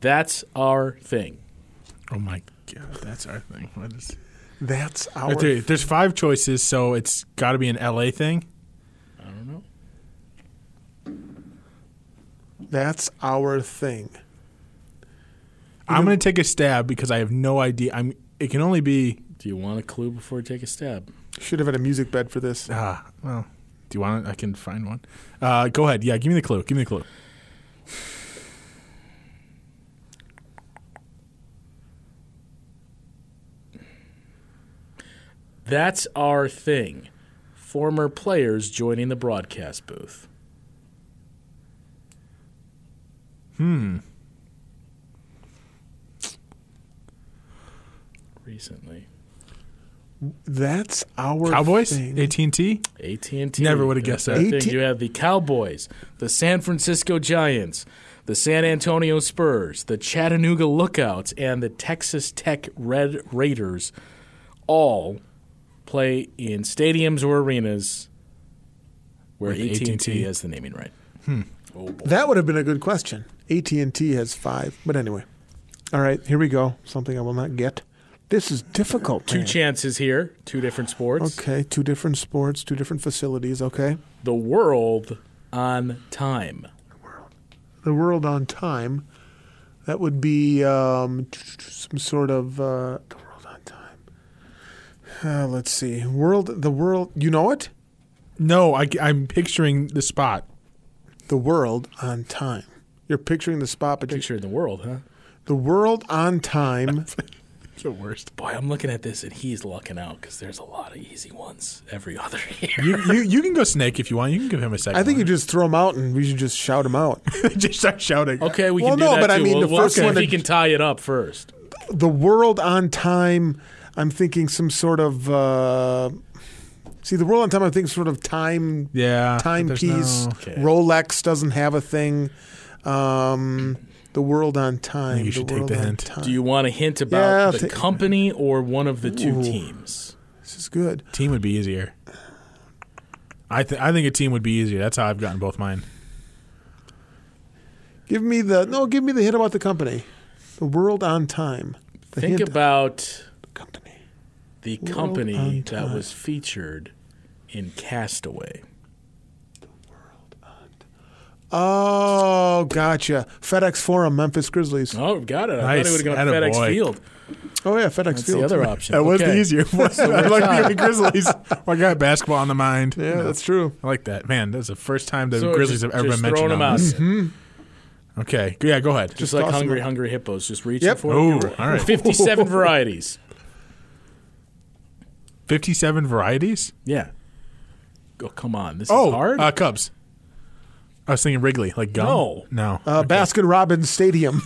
Speaker 1: That's our thing.
Speaker 3: Oh my god, that's our thing. What is?
Speaker 4: That's our.
Speaker 3: Right there, there's five choices, so it's got to be an LA thing.
Speaker 1: I don't know.
Speaker 4: That's our thing.
Speaker 3: I'm going to take a stab because I have no idea. I'm. It can only be.
Speaker 1: Do you want a clue before you take a stab?
Speaker 4: Should have had a music bed for this.
Speaker 3: Ah, well. Do you want? it? I can find one. Uh, go ahead. Yeah, give me the clue. Give me the clue.
Speaker 1: That's our thing. Former players joining the broadcast booth. Hmm. Recently,
Speaker 4: That's our
Speaker 3: Cowboys.
Speaker 4: thing.
Speaker 3: AT&T.
Speaker 1: AT and T.
Speaker 3: Never would've guessed that.
Speaker 1: You have the Cowboys, the San Francisco Giants, the San Antonio Spurs, the Chattanooga Lookouts, and the Texas Tech Red Raiders. All play in stadiums or arenas where
Speaker 3: With
Speaker 1: AT and T
Speaker 3: AT&T.
Speaker 1: has the naming right.
Speaker 4: That would have been a good question. AT&T has 5, but anyway. All right, here we go. Something I will not get. This is difficult.
Speaker 1: Two
Speaker 4: man.
Speaker 1: chances here, two different sports.
Speaker 4: Okay, two different sports, two different facilities, okay?
Speaker 1: The world on time.
Speaker 4: The world on time. That would be um, some sort of uh, the world on time. Uh, let's see. World the world, you know it?
Speaker 3: No, I, am picturing the spot.
Speaker 4: the world on time. You're picturing the spot, but you-
Speaker 1: Picture of the world, huh?
Speaker 4: the world on time.
Speaker 3: It's the worst.
Speaker 1: Boy, I'm looking at this and he's lucking out because there's a lot of easy ones every other year.
Speaker 3: You, you, you can go snake if you want. You can give him a second.
Speaker 4: I think you
Speaker 3: one.
Speaker 4: just throw them out, and we should just shout them out.
Speaker 3: just start shouting.
Speaker 1: Okay, we
Speaker 4: Well,
Speaker 1: can do
Speaker 4: no,
Speaker 1: that
Speaker 4: but I
Speaker 1: too.
Speaker 4: mean,
Speaker 1: We'll-
Speaker 4: the
Speaker 1: we'll
Speaker 4: first
Speaker 1: see
Speaker 4: one
Speaker 1: if
Speaker 4: to-
Speaker 1: he can tie it up first.
Speaker 4: the world on time. I'm thinking some sort of. Uh, see, the world on time. I'm thinking sort of time.
Speaker 3: Yeah, but there's
Speaker 4: Timepiece.
Speaker 3: no-
Speaker 1: Okay.
Speaker 4: Rolex doesn't have a thing. Um, the world on time.
Speaker 3: think you should
Speaker 4: the
Speaker 3: take
Speaker 4: world
Speaker 3: the
Speaker 4: on
Speaker 3: hint.
Speaker 4: Time.
Speaker 1: Do you want a hint about
Speaker 4: Yeah, I'll
Speaker 1: the
Speaker 4: take-
Speaker 1: company or one of the two teams?
Speaker 4: this is good.
Speaker 3: Team would be easier. I think I think a team would be easier. That's how I've gotten both mine.
Speaker 4: Give me the no. Give me the hint about the company. The world on time. The
Speaker 1: Think
Speaker 4: hint
Speaker 1: about
Speaker 4: company.
Speaker 1: the
Speaker 4: on
Speaker 1: company that
Speaker 4: time.
Speaker 1: was featured in Castaway.
Speaker 4: Oh, gotcha. FedEx Forum, Memphis Grizzlies.
Speaker 1: Oh, got it. I thought
Speaker 3: Nice.
Speaker 1: he would have gone
Speaker 3: Atta
Speaker 1: FedEx
Speaker 3: boy.
Speaker 1: Field.
Speaker 4: Oh yeah, FedEx
Speaker 1: That's
Speaker 4: Field.
Speaker 1: the other option.
Speaker 3: That was the
Speaker 1: Okay.
Speaker 3: easier one. I like the Grizzlies. I got basketball on the mind.
Speaker 4: Yeah,
Speaker 3: You know,
Speaker 4: that's true.
Speaker 3: I like that. Man, that's the first time the
Speaker 1: So
Speaker 3: Grizzlies
Speaker 1: just-
Speaker 3: have ever
Speaker 1: just
Speaker 3: been mentioned.
Speaker 1: throwing them
Speaker 3: on
Speaker 1: out.
Speaker 3: this.
Speaker 1: there.
Speaker 3: Okay. Yeah, go ahead.
Speaker 1: Just like
Speaker 4: toss 'em
Speaker 1: hungry,
Speaker 4: out.
Speaker 1: hungry hippos, just reaching
Speaker 4: Yep.
Speaker 1: for it.
Speaker 3: Ooh,
Speaker 1: You're right.
Speaker 3: all right.
Speaker 1: 57 varieties.
Speaker 3: 57 varieties?
Speaker 1: Yeah. Oh, come on. This
Speaker 3: Oh,
Speaker 1: is hard.
Speaker 3: Uh, Cubs. I was thinking Wrigley, like gum.
Speaker 1: No.
Speaker 3: No.
Speaker 4: Uh, Baskin Robbins Stadium,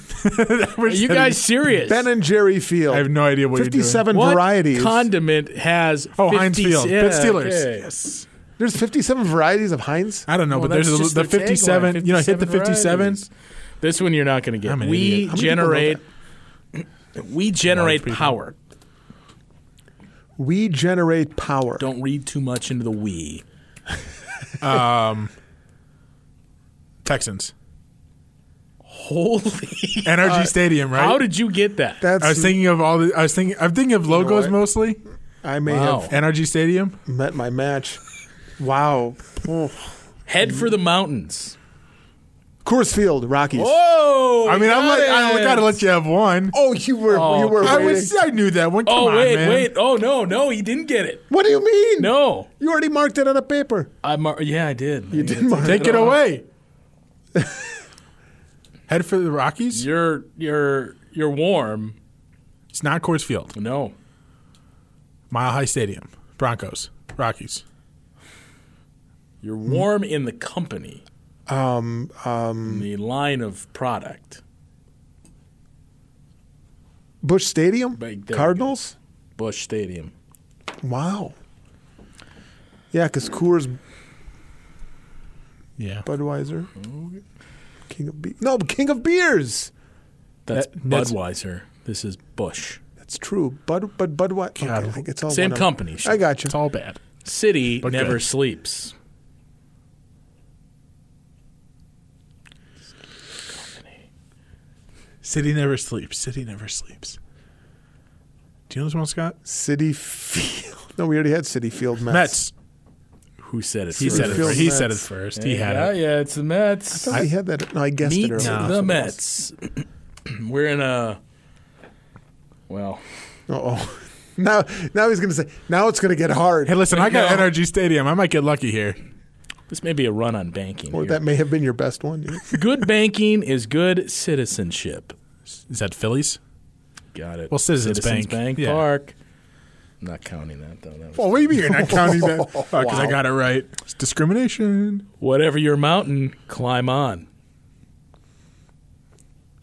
Speaker 1: Are you guys serious?
Speaker 4: Ben and Jerry Field.
Speaker 3: I have no idea what
Speaker 4: Fifty-seven
Speaker 1: what
Speaker 4: varieties.
Speaker 1: condiment has
Speaker 3: you're doing. Oh,
Speaker 1: 50
Speaker 3: Heinz Field.
Speaker 1: Yeah,
Speaker 3: Pitt Steelers.
Speaker 1: okay.
Speaker 3: Yes.
Speaker 4: There's fifty-seven varieties of Heinz.
Speaker 3: I don't know,
Speaker 1: Well,
Speaker 3: but there's
Speaker 1: that's
Speaker 3: a,
Speaker 1: just
Speaker 3: the
Speaker 1: their
Speaker 3: 57.
Speaker 1: tagline,
Speaker 3: you know, hit the
Speaker 1: 57
Speaker 3: 57.
Speaker 1: varieties. This one you're not going to get.
Speaker 3: I'm an
Speaker 1: we
Speaker 3: idiot.
Speaker 4: many
Speaker 3: How
Speaker 4: people know
Speaker 1: generate we generate
Speaker 3: people.
Speaker 1: power.
Speaker 4: We generate power.
Speaker 1: Don't read too much into the we.
Speaker 3: Texans.
Speaker 1: Holy.
Speaker 3: NRG Stadium, right?
Speaker 1: How did you get that?
Speaker 4: That's
Speaker 3: I was thinking of all the. I was thinking. I'm thinking of logos
Speaker 4: what?
Speaker 3: mostly.
Speaker 4: I may
Speaker 1: Wow.
Speaker 4: have
Speaker 3: NRG Stadium.
Speaker 4: met my match. Wow. Oh.
Speaker 1: Head for the mountains. Oh,
Speaker 4: Coors Field Rockies.
Speaker 1: Whoa.
Speaker 3: I mean, I'm like, I gotta let you have one.
Speaker 4: Oh, you were
Speaker 1: Oh,
Speaker 4: you were
Speaker 3: I
Speaker 4: waiting.
Speaker 3: was. I knew that one. Come
Speaker 1: Oh
Speaker 3: on,
Speaker 1: wait,
Speaker 3: man.
Speaker 1: wait. Oh no, no, he didn't get it.
Speaker 4: What do you mean?
Speaker 1: No.
Speaker 4: You already marked it on a paper.
Speaker 1: I mar- yeah, I did.
Speaker 4: You did mark
Speaker 3: Take it away. Head for the Rockies.
Speaker 1: You're you're you're warm.
Speaker 3: It's not Coors Field.
Speaker 1: No.
Speaker 3: Mile High Stadium. Broncos. Rockies.
Speaker 1: You're warm in the company,
Speaker 4: Um, um,
Speaker 1: in the line of product.
Speaker 4: Bush Stadium,
Speaker 1: Big there.
Speaker 4: Cardinals.
Speaker 1: Bush Stadium.
Speaker 4: Wow. Yeah, because Coors
Speaker 3: Yeah.
Speaker 4: Budweiser. King of be- no, King of Beers.
Speaker 1: That's
Speaker 3: That- that's-
Speaker 1: Budweiser. This is Bush.
Speaker 4: That's true. Bud, but Budweiser.
Speaker 3: God.
Speaker 4: Okay, I think it's all
Speaker 1: Same
Speaker 4: one of-
Speaker 1: company.
Speaker 4: I got you.
Speaker 3: It's all bad.
Speaker 1: City
Speaker 3: But
Speaker 1: never
Speaker 3: good.
Speaker 1: sleeps.
Speaker 3: City never sleeps. City never sleeps. Do you know this one, Scott?
Speaker 4: City Field. No, we already had City Field. Mets.
Speaker 3: Mets.
Speaker 1: Who said it?
Speaker 3: He said it.
Speaker 4: Field
Speaker 3: First. He
Speaker 4: Mets.
Speaker 3: said it first. He had
Speaker 1: yeah,
Speaker 3: it.
Speaker 1: yeah, it's the Mets.
Speaker 4: I, had that. No, I guessed
Speaker 1: Meet
Speaker 4: it earlier.
Speaker 1: the Mets. We're in a. Well,
Speaker 4: oh. Now, now he's going to say. Now it's going to get hard.
Speaker 3: Hey, listen, I got
Speaker 1: No.
Speaker 3: NRG Stadium. I might get lucky here.
Speaker 1: this may be a run on banking.
Speaker 4: Or
Speaker 1: here.
Speaker 4: that may have been your best one. yeah.
Speaker 1: good banking is good citizenship.
Speaker 3: Is that Phillies?
Speaker 1: Got it.
Speaker 3: Well, Citizens Bank. Yeah.
Speaker 1: Park. I'm not counting that though. That was-
Speaker 3: Well, what do you mean you're not counting that? Because I got it right. It's discrimination.
Speaker 1: Whatever your mountain, climb on.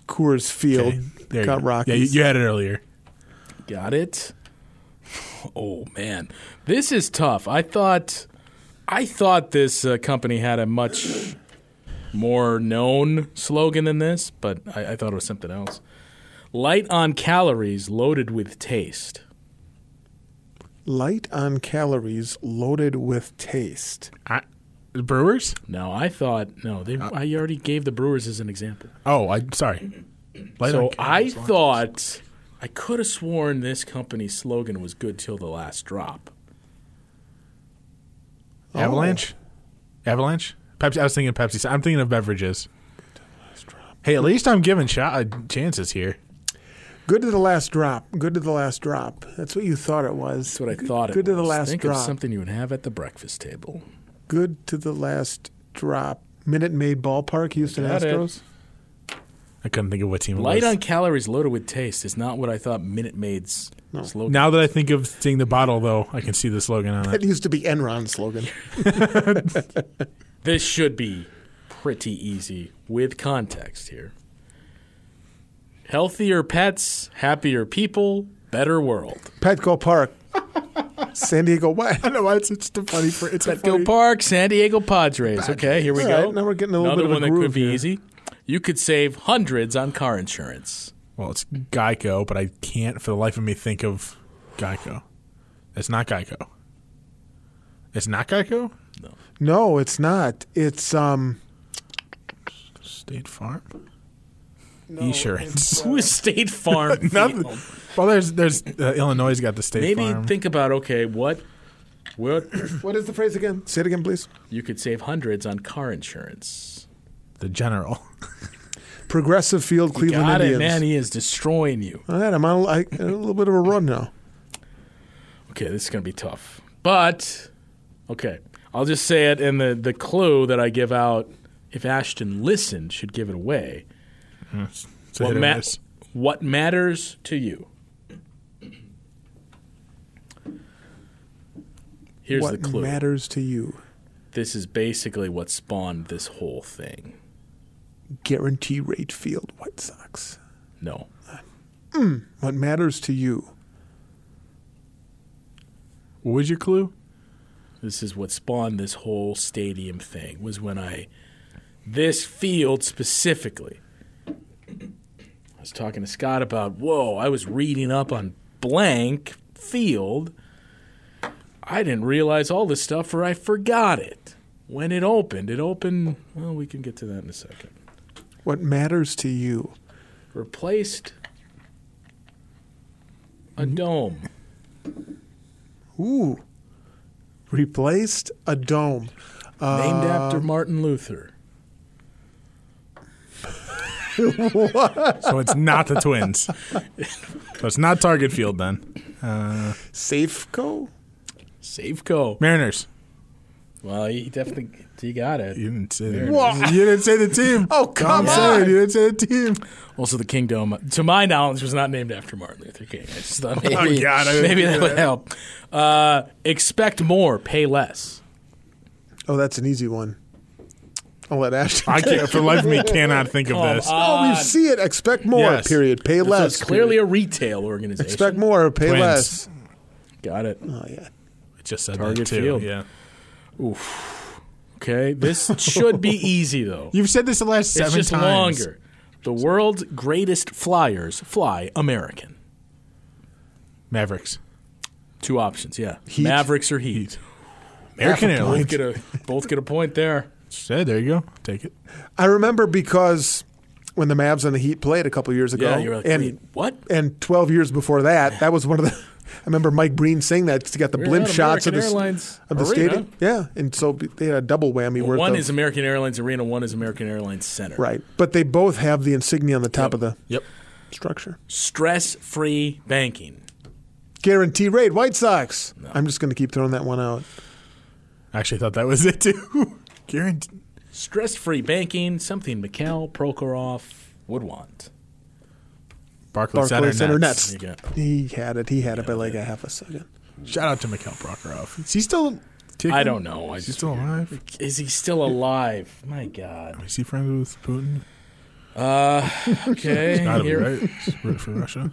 Speaker 4: Coors Field
Speaker 3: There
Speaker 4: got
Speaker 3: you go.
Speaker 4: Rockies.
Speaker 3: Yeah, you, you had it earlier.
Speaker 1: Got it. Oh man, this is tough. I thought, I thought this uh, company had a much more known slogan than this, but I, I thought it was something else. Light on calories, loaded with taste.
Speaker 4: Light on calories, loaded with taste.
Speaker 3: I, the Brewers?
Speaker 1: Now I thought no, they. I already gave the Brewers as an example.
Speaker 3: Oh, I'm sorry. Light
Speaker 1: so
Speaker 3: on ca-
Speaker 1: I thought I could have sworn this company's slogan was "Good till the last drop."
Speaker 3: Oh. Avalanche?
Speaker 1: Oh.
Speaker 3: Avalanche? Pepsi. I was thinking Pepsi. I'm thinking of beverages. Hey, at least I'm giving shot uh, chances here.
Speaker 4: Good to the last drop. Good to the last drop. That's what you thought it was.
Speaker 1: That's what I thought.
Speaker 4: Good
Speaker 1: it
Speaker 4: to the
Speaker 1: was.
Speaker 4: last
Speaker 1: Think
Speaker 4: drop.
Speaker 1: of something you would have at the breakfast table.
Speaker 4: Good to the last drop. Minute Maid Ballpark, Houston
Speaker 1: Got it.
Speaker 4: Astros.
Speaker 3: I couldn't think of what team it
Speaker 1: Light
Speaker 3: was.
Speaker 1: on calories loaded with taste is not what I thought Minute Maid's slogan.
Speaker 3: now that I think of seeing the bottle, though, I can see the slogan on
Speaker 4: That
Speaker 3: it.
Speaker 4: used to be Enron's slogan.
Speaker 1: This should be pretty easy with context here. Healthier pets, happier people, better world.
Speaker 4: Petco Park, San Diego. Why?
Speaker 3: I don't know why it's such a funny. phr- It's a
Speaker 1: Petco
Speaker 3: funny.
Speaker 1: Park, San Diego Padres. Okay, here we
Speaker 4: All
Speaker 1: go.
Speaker 4: right, now we're getting a little
Speaker 1: Another
Speaker 4: bit of a
Speaker 1: one that could
Speaker 4: groove
Speaker 1: be
Speaker 4: here.
Speaker 1: easy. You could save hundreds on car insurance.
Speaker 3: Well, it's Geico, but I can't for the life of me think of Geico. It's not Geico. It's not Geico.
Speaker 4: No, it's not. It's um.
Speaker 3: State Farm. Insurance.
Speaker 1: Who is State Farm?
Speaker 3: Nothing.
Speaker 1: Field?
Speaker 3: Well, there's there's uh, Illinois got the State
Speaker 1: Maybe
Speaker 3: Farm.
Speaker 1: think about okay, what what
Speaker 4: What is the phrase again? Say it again, please.
Speaker 1: you could save hundreds on car insurance.
Speaker 3: the General.
Speaker 4: Progressive Field, Cleveland
Speaker 1: Got it,
Speaker 4: Indians.
Speaker 1: man. He is destroying you.
Speaker 4: All right, I'm on a, I, a little bit of a run now.
Speaker 1: Okay, this is going to be tough. But, okay, I'll just say it, and the, the clue that I give out, if Ashton listened, should give it away.
Speaker 3: So hit
Speaker 1: what,
Speaker 3: or
Speaker 1: ma-
Speaker 3: miss.
Speaker 1: what matters to you? Here's
Speaker 4: what
Speaker 1: the clue.
Speaker 4: matters to you?
Speaker 1: this is basically what spawned this whole thing.
Speaker 4: Guarantee rate field, White Sox.
Speaker 1: No.
Speaker 4: What matters to you?
Speaker 3: What was your clue?
Speaker 1: this is what spawned this whole stadium thing was when I this field specifically I was talking to Scott about whoa I was reading up on blank field I didn't realize all this stuff or I forgot it when it opened it opened well we can get to that in a second
Speaker 4: What matters to you?
Speaker 1: replaced a dome
Speaker 4: Ooh. Replaced a dome.
Speaker 1: named after Martin Luther
Speaker 3: So it's not the Twins. So it's not Target Field then.
Speaker 4: Safeco?
Speaker 1: Safeco
Speaker 3: Mariners.
Speaker 1: well you definitely you got it
Speaker 3: You didn't say the
Speaker 4: Whoa.
Speaker 3: You didn't say the team.
Speaker 4: Oh, come
Speaker 3: I'm saying
Speaker 4: on.
Speaker 3: you didn't say the team.
Speaker 1: Also, the kingdom, to my knowledge, was not named after Martin Luther King. I just thought maybe,
Speaker 3: God, I didn't
Speaker 1: maybe that would help. Uh, expect more, pay less.
Speaker 4: Oh, that's an easy one. I'll let Ashton.
Speaker 3: I can't, for the life of me cannot think of this.
Speaker 4: oh, we see it. Expect more,
Speaker 3: Yes.
Speaker 4: period. Pay
Speaker 1: So
Speaker 4: less.
Speaker 1: it's clearly
Speaker 4: period.
Speaker 1: a retail organization.
Speaker 4: Expect more, pay
Speaker 3: Twins.
Speaker 4: less.
Speaker 1: Got it.
Speaker 4: Oh, yeah.
Speaker 3: It just said
Speaker 1: Target
Speaker 3: that too.
Speaker 1: Field.
Speaker 3: Yeah.
Speaker 1: Okay, this should be easy though.
Speaker 3: You've said this the last seven
Speaker 1: it's just
Speaker 3: times.
Speaker 1: longer. The world's greatest flyers fly American.
Speaker 3: Mavericks.
Speaker 1: Two options, yeah. Mavericks or Heat.
Speaker 3: American
Speaker 1: Both
Speaker 3: Airlines.
Speaker 1: get a both get a point there.
Speaker 3: Said there you go. Take it.
Speaker 4: I remember because when the Mavs and the Heat played a couple years ago,
Speaker 1: Yeah, you're like,
Speaker 4: and
Speaker 1: wait, what?
Speaker 4: and 12 years before that, that was one of the. I remember Mike Breen saying that 'cause he got the
Speaker 1: We're
Speaker 4: blimp
Speaker 1: at
Speaker 4: shots of the,
Speaker 1: American Airlines
Speaker 4: of the
Speaker 1: Arena.
Speaker 4: stadium. Yeah, and so they had a double whammy. worth
Speaker 1: One
Speaker 4: of-
Speaker 1: is American Airlines Arena. One is American Airlines Center.
Speaker 4: right, but they both have the insignia on the top of the
Speaker 1: Yep.
Speaker 4: structure.
Speaker 1: Stress-free banking.
Speaker 4: Guarantee rate, White Sox. I'm just going to keep throwing that one out.
Speaker 3: I actually thought that was it too. Guaranteed.
Speaker 1: Stress-free banking, something Mikhail Prokhorov would want.
Speaker 3: Barclays Center.
Speaker 4: Barclays Center Nets.
Speaker 3: Nets.
Speaker 1: You got-
Speaker 4: He had it. He had it by like a half a second.
Speaker 3: Shout out to Mikhail Prokhorov. Is he still? Kicking?
Speaker 1: I don't know. I
Speaker 3: Is he
Speaker 1: just,
Speaker 3: still alive?
Speaker 1: is he still alive? My God.
Speaker 3: Is he friends with Putin?
Speaker 1: Okay.
Speaker 3: Gotta be
Speaker 1: here-
Speaker 3: right. He's rooting for Russia.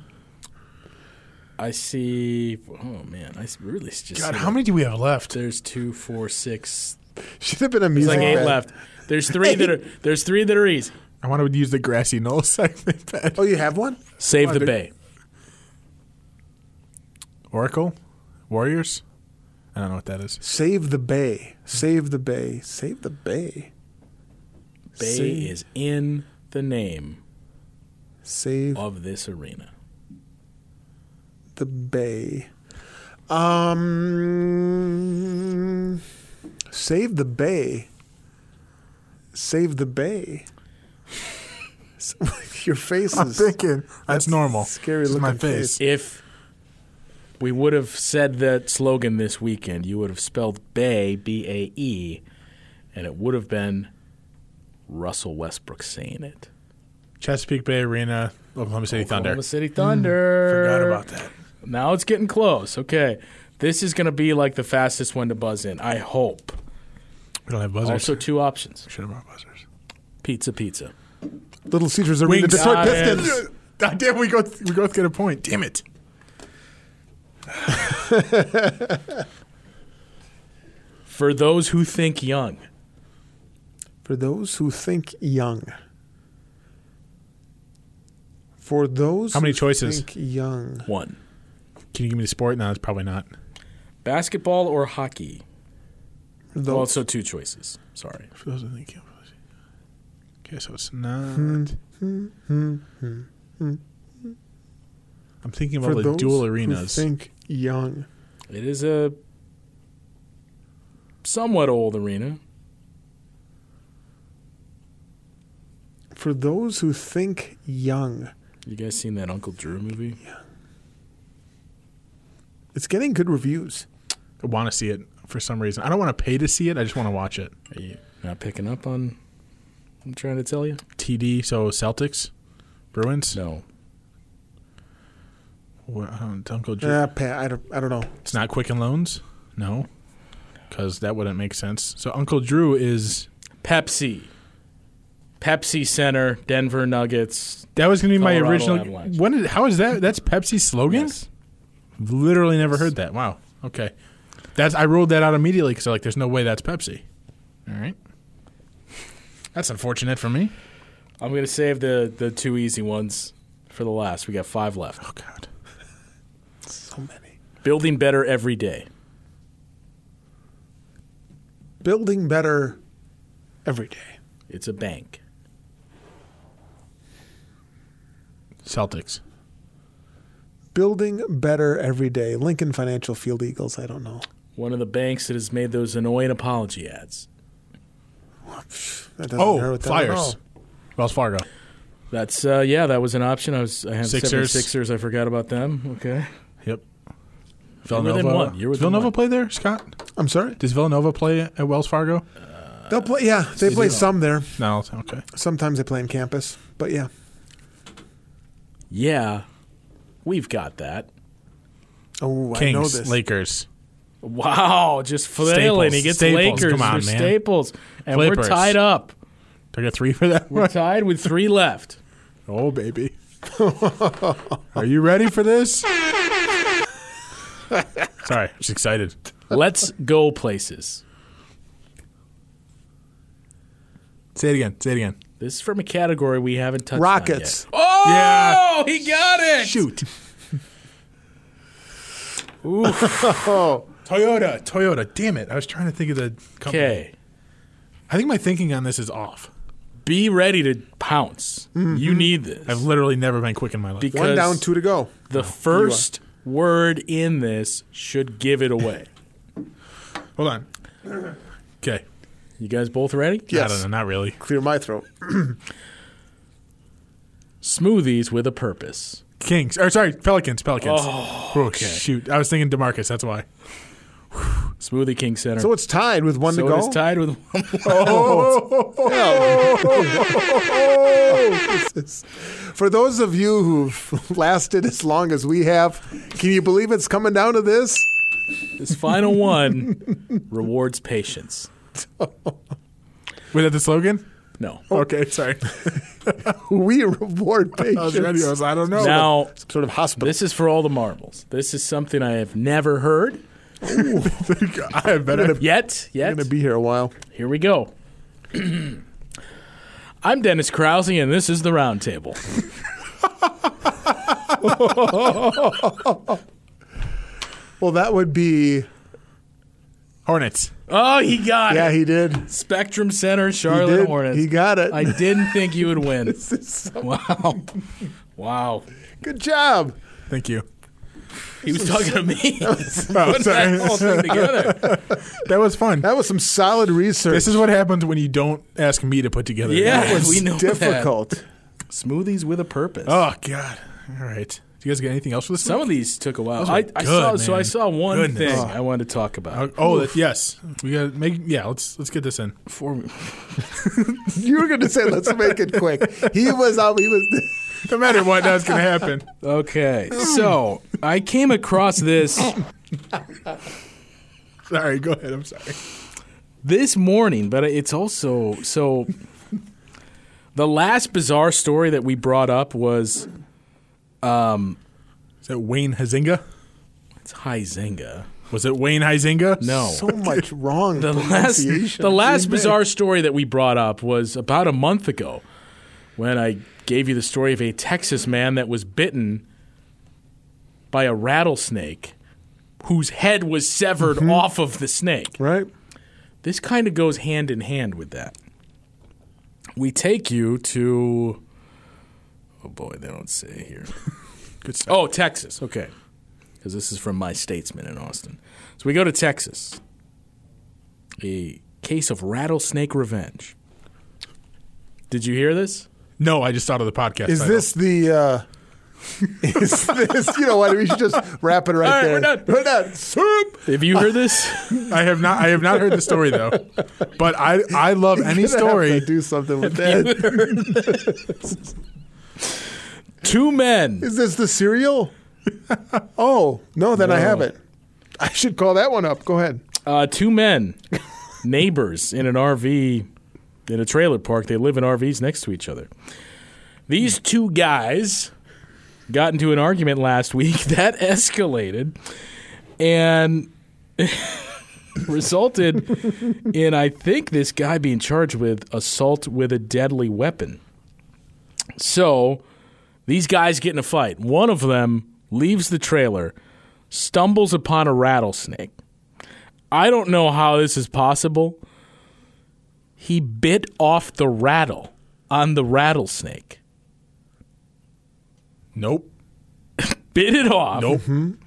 Speaker 1: I see. Oh man, I s- really s- just.
Speaker 3: God,
Speaker 1: see
Speaker 3: how
Speaker 1: that.
Speaker 3: many do we have left?
Speaker 1: There's two, four, six.
Speaker 4: Should have been a
Speaker 1: There's
Speaker 4: music
Speaker 1: like eight
Speaker 4: band.
Speaker 1: left. There's three that are. There's three that are easy.
Speaker 3: I want to use the grassy knoll segment. Pat.
Speaker 4: Oh, you have one?
Speaker 1: Save the
Speaker 3: dude.
Speaker 1: bay.
Speaker 3: Oracle, Warriors. I don't know what that is.
Speaker 4: Save the Bay. Save the Bay. Save the Bay.
Speaker 1: Bay
Speaker 4: Save-
Speaker 1: is in the name
Speaker 4: Save
Speaker 1: of this arena.
Speaker 4: the bay. Um, save the bay. Save the bay. Your face
Speaker 3: I'm
Speaker 4: is
Speaker 3: thinking that's normal.
Speaker 4: scary
Speaker 3: This is my
Speaker 4: looking
Speaker 3: face.
Speaker 1: If we would have said that slogan this weekend, you would have spelled Bay, B A E, and it would have been Russell Westbrook saying it.
Speaker 3: Chesapeake Bay Arena, Oklahoma City Thunder.
Speaker 1: Oklahoma City Thunder.
Speaker 3: Hmm. Forgot about that.
Speaker 1: Now it's getting close. Okay. This is going to be like the fastest one to buzz in, I hope.
Speaker 3: We don't have buzzers.
Speaker 1: Also, two options
Speaker 3: should have brought buzzers.
Speaker 1: pizza, pizza.
Speaker 4: Little Caesars Arena,
Speaker 3: Wings.
Speaker 4: Detroit
Speaker 1: Got it.
Speaker 4: Pistons.
Speaker 3: God damn, we both we both get a point. Damn it.
Speaker 1: For those who think young,
Speaker 4: For those who think young. For those
Speaker 3: How many
Speaker 4: who
Speaker 3: choices?
Speaker 4: think young.
Speaker 1: one
Speaker 3: Can you give me the sport? No, it's probably not.
Speaker 1: basketball or hockey.
Speaker 4: For those,
Speaker 1: Well, so two choices. Sorry.
Speaker 3: For those who think you Okay, so it's not. I'm thinking
Speaker 4: for
Speaker 3: about the
Speaker 4: those
Speaker 3: dual
Speaker 4: who
Speaker 3: arenas.
Speaker 4: think young.
Speaker 1: It is a somewhat old arena.
Speaker 4: For those who think young.
Speaker 1: You guys seen that Uncle Drew movie?
Speaker 4: It's getting good reviews.
Speaker 3: I want to see it for some reason. I don't want to pay to see it. I just want to watch it.
Speaker 1: Are you not picking up on? I'm trying to tell you.
Speaker 3: TD, so Celtics, Bruins.
Speaker 1: No,
Speaker 3: Wha- I don't, Uncle Drew.
Speaker 4: Uh, Pat, I don't, I don't know.
Speaker 3: It's not Quicken Loans. No, because that wouldn't make sense. So Uncle Drew is.
Speaker 1: Pepsi. Pepsi Center, Denver Nuggets.
Speaker 3: That was going to be my
Speaker 1: Colorado
Speaker 3: original.
Speaker 1: Avalanche.
Speaker 3: When did, how is that? That's Pepsi's slogan.
Speaker 1: Yes.
Speaker 3: Literally never heard that. Wow. Okay. That's I ruled that out immediately because like, there's no way that's Pepsi. All right. That's unfortunate for me.
Speaker 1: I'm gonna save the the two easy ones for the last. We got five left.
Speaker 3: Oh God.
Speaker 4: So many.
Speaker 1: Building better every day.
Speaker 4: Building better every day.
Speaker 1: It's a bank.
Speaker 3: Celtics.
Speaker 4: Building better every day. Lincoln Financial Field Eagles. I don't know.
Speaker 1: One of the banks that has made those annoying apology ads.
Speaker 4: That doesn't
Speaker 3: Oh,
Speaker 4: hurt that at
Speaker 3: Flyers.
Speaker 4: all.
Speaker 3: Wells Fargo.
Speaker 1: That's uh, yeah, that was an option. I was I had
Speaker 3: Sixers.
Speaker 1: Sixers. Sixers. I forgot about them. Okay,
Speaker 3: Yep.
Speaker 1: within
Speaker 3: Villanova.
Speaker 1: one. You're
Speaker 3: Does
Speaker 1: within
Speaker 3: Villanova
Speaker 1: one.
Speaker 3: play there, Scott?
Speaker 4: I'm sorry.
Speaker 3: Does Villanova play at Wells Fargo? Uh,
Speaker 4: They'll play. Yeah, they play some there.
Speaker 3: No. it's- Okay.
Speaker 4: Sometimes they play in campus, but yeah.
Speaker 1: yeah, we've got that.
Speaker 4: Oh, I know
Speaker 3: Kings.
Speaker 4: this.
Speaker 3: Lakers.
Speaker 1: Wow, just flailing. He gets
Speaker 3: Staples.
Speaker 1: Lakers
Speaker 3: Come on,
Speaker 1: for
Speaker 3: man.
Speaker 1: Staples, and we're
Speaker 3: Flippers.
Speaker 1: tied up.
Speaker 3: Took a three for that
Speaker 1: We're
Speaker 3: one.
Speaker 1: tied with three left.
Speaker 3: Oh baby. Are you ready for this? Sorry, I'm just excited.
Speaker 1: Let's go places.
Speaker 3: Say it again. Say it again.
Speaker 1: This is from a category we haven't touched. on
Speaker 4: Rockets.
Speaker 1: yet. Oh,
Speaker 3: Yeah.
Speaker 1: he got it.
Speaker 3: Shoot. Toyota, Toyota. Damn it. I was trying to think of the company.
Speaker 1: Okay,
Speaker 3: I think my thinking on this is off.
Speaker 1: be ready to pounce. You need this
Speaker 3: I've literally never been quick in my life.
Speaker 1: because
Speaker 4: Mm-hmm. One down, two to go.
Speaker 1: the first word in this should give it away.
Speaker 3: Hold on. Okay.
Speaker 1: You guys both ready?
Speaker 3: I don't
Speaker 4: Yes.
Speaker 3: know. Not really.
Speaker 4: Clear my throat.
Speaker 1: Smoothies with a purpose.
Speaker 3: Kings. Or sorry, Pelicans. Pelicans. Oh, shoot. I was thinking Demarcus. That's why.
Speaker 1: Smoothie King Center.
Speaker 4: So it's tied with one
Speaker 1: So
Speaker 4: to go.
Speaker 1: it is tied with one.
Speaker 4: For those of you who've lasted as long as we have, can you believe it's coming down to this?
Speaker 1: This final one rewards patience.
Speaker 3: Was that the slogan?
Speaker 1: No.
Speaker 3: Okay. Sorry.
Speaker 4: We reward patience.
Speaker 3: I was ready. I was. I don't know.
Speaker 1: Now,
Speaker 4: sort of hospital.
Speaker 1: this is for all the marbles. This is something I have never heard
Speaker 3: I better.
Speaker 1: yet. Yet.
Speaker 4: I'm going to be here a while.
Speaker 1: Here we go. I'm Dennis Krause, and this is the roundtable.
Speaker 4: Well, that would be.
Speaker 3: Hornets.
Speaker 1: Oh, he got
Speaker 4: Yeah,
Speaker 1: it.
Speaker 4: he did.
Speaker 1: Spectrum Center,
Speaker 4: He
Speaker 1: Charlotte
Speaker 4: did.
Speaker 1: Hornets.
Speaker 4: He got it.
Speaker 1: I didn't think you would win. wow. Wow.
Speaker 4: Good job.
Speaker 3: Thank you.
Speaker 1: He was talking to me.
Speaker 3: Oh,
Speaker 1: Put that whole
Speaker 3: sorry.
Speaker 1: thing together.
Speaker 3: that was fun.
Speaker 4: That was some solid research.
Speaker 3: This is what happens when you don't ask me to put together.
Speaker 1: Yeah,
Speaker 3: That was-
Speaker 1: we know that.
Speaker 4: difficult.
Speaker 1: Smoothies with a purpose.
Speaker 3: Oh God! All right, Do you guys get anything else for this?
Speaker 1: Some
Speaker 3: week?
Speaker 1: of these took a while.
Speaker 3: were
Speaker 1: I, I
Speaker 3: good,
Speaker 1: saw so I
Speaker 3: man.
Speaker 1: saw one
Speaker 3: Goodness.
Speaker 1: thing
Speaker 3: Oh.
Speaker 1: I wanted to talk about.
Speaker 3: Oh, oh, that, yes. We got to make yeah. Let's let's get this in.
Speaker 1: For-
Speaker 4: You were going to say, let's make it quick. He was out. He was.
Speaker 3: No matter what, that's gonna happen.
Speaker 1: okay, so I came across this
Speaker 3: Sorry, go ahead. I'm sorry.
Speaker 1: this morning, but it's also so. The last bizarre story that we brought up was
Speaker 3: Is that Wayne Hazinga?
Speaker 1: it's Huizenga.
Speaker 3: Was it Wayne Hazinga?
Speaker 1: No,
Speaker 4: so much wrong.
Speaker 1: the last
Speaker 4: pronunciation.
Speaker 1: the last
Speaker 4: Amen.
Speaker 1: bizarre story that we brought up was about a month ago when I gave you the story of a Texas man that was bitten by a rattlesnake whose head was severed
Speaker 4: Mm-hmm.
Speaker 1: off of the snake.
Speaker 4: Right?
Speaker 1: This kind of goes hand in hand with that. We take you to Oh boy, they don't say here.
Speaker 3: Good stuff.
Speaker 1: Oh, Texas. Okay. Because this is from my statesman in Austin. So we go to Texas. A case of rattlesnake revenge. Did you hear this?
Speaker 3: No, I just thought of the podcast.
Speaker 4: Is
Speaker 3: title.
Speaker 4: this the? Uh, is this? You know what? We should just wrap it right
Speaker 1: All right,
Speaker 4: there.
Speaker 1: we're done.
Speaker 4: We're done. Soup.
Speaker 1: Have you heard this?
Speaker 3: I have not. I have not heard the story though. But I I love any
Speaker 4: Gonna have to
Speaker 3: story.
Speaker 4: do something with that.
Speaker 1: Two men.
Speaker 4: Is this the cereal? Oh no, then I haven't. I should call that one up. Go ahead.
Speaker 1: Uh, two men. Neighbors in an RV in a trailer park. They live in RVs next to each other. These two guys got into an argument last week that escalated and resulted in, I think, this guy being charged with assault with a deadly weapon. So these guys get in a fight. One of them leaves the trailer, stumbles upon a rattlesnake. I don't know how this is possible. He bit off the rattle on the rattlesnake.
Speaker 3: Nope.
Speaker 1: bit it off.
Speaker 3: Nope.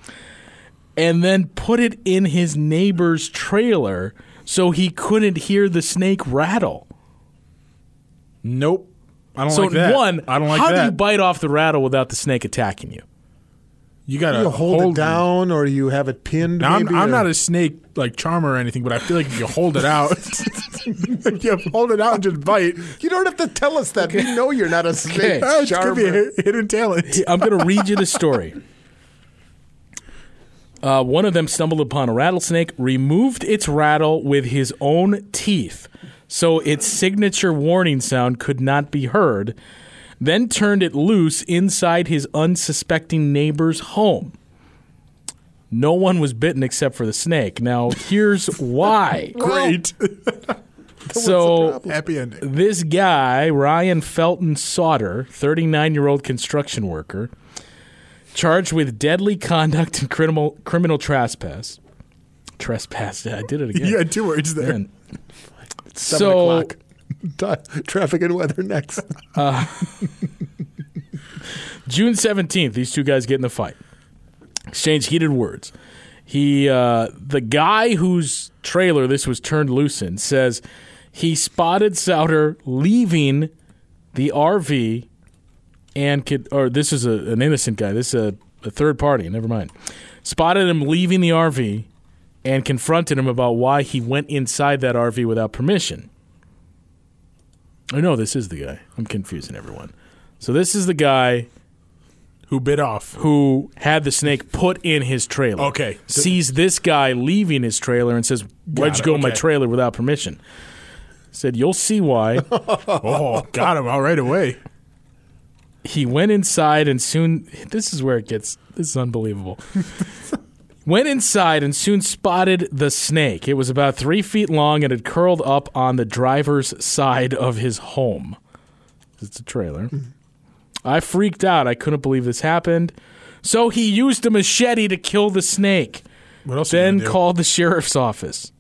Speaker 1: And then put it in his neighbor's trailer so he couldn't hear the snake rattle.
Speaker 3: Nope. I don't
Speaker 1: So
Speaker 3: like that.
Speaker 1: one,
Speaker 3: I don't like
Speaker 1: how
Speaker 3: that.
Speaker 1: do you bite off the rattle without the snake attacking you?
Speaker 3: You gotta
Speaker 4: You hold, it down, or you have it pinned.
Speaker 3: Uh, Now, I'm,
Speaker 4: maybe,
Speaker 3: I'm
Speaker 4: or-
Speaker 3: not a snake like charmer or anything, but I feel like if you hold it out, if you hold it out and just bite.
Speaker 4: You don't have to tell us that. We know you're not a snake.
Speaker 1: Okay.
Speaker 3: It could Oh, be a hi- hidden talent.
Speaker 1: I'm going to read you the story. Uh, one of them stumbled upon a rattlesnake, removed its rattle with his own teeth, so its signature warning sound could not be heard, then turned it loose inside his unsuspecting neighbor's home. No one was bitten except for the snake. Now, here's why.
Speaker 3: Great.
Speaker 1: so,
Speaker 3: Happy ending.
Speaker 1: this guy, Ryan Felton Sauter, 39 year old construction worker, charged with deadly conduct and criminal, criminal trespass. Trespass. I did it again.
Speaker 3: You had two words there.
Speaker 1: Man.
Speaker 4: Seven
Speaker 1: So,
Speaker 4: o'clock. Ti- Traffic and weather next.
Speaker 1: June 17th, these two guys get in the fight, exchange heated words. He, uh, the guy whose trailer this was turned loose in, says he spotted Souter leaving the RV and could, or this is a, an innocent guy. This is a, a third party. Never mind. Spotted him leaving the RV and confronted him about why he went inside that RV without permission. Oh no, this is the guy. I'm confusing everyone. So this is the guy
Speaker 3: Who bit off?
Speaker 1: who had the snake put in his trailer.
Speaker 3: Okay.
Speaker 1: Sees this guy leaving his trailer and says, Why'd
Speaker 3: Got
Speaker 1: you
Speaker 3: it,
Speaker 1: go in my
Speaker 3: okay.
Speaker 1: trailer without permission? Said, You'll see why.
Speaker 3: Oh, got him all right away.
Speaker 1: he went inside and soon. This is where it gets. This is unbelievable. went inside and soon spotted the snake. It was about three feet long and had curled up on the driver's side of his home. It's a trailer.
Speaker 3: Mm-hmm.
Speaker 1: I freaked out. I couldn't believe this happened. So he used a machete to kill the snake.
Speaker 3: What else?
Speaker 1: then
Speaker 3: you gonna do?
Speaker 1: called the sheriff's office.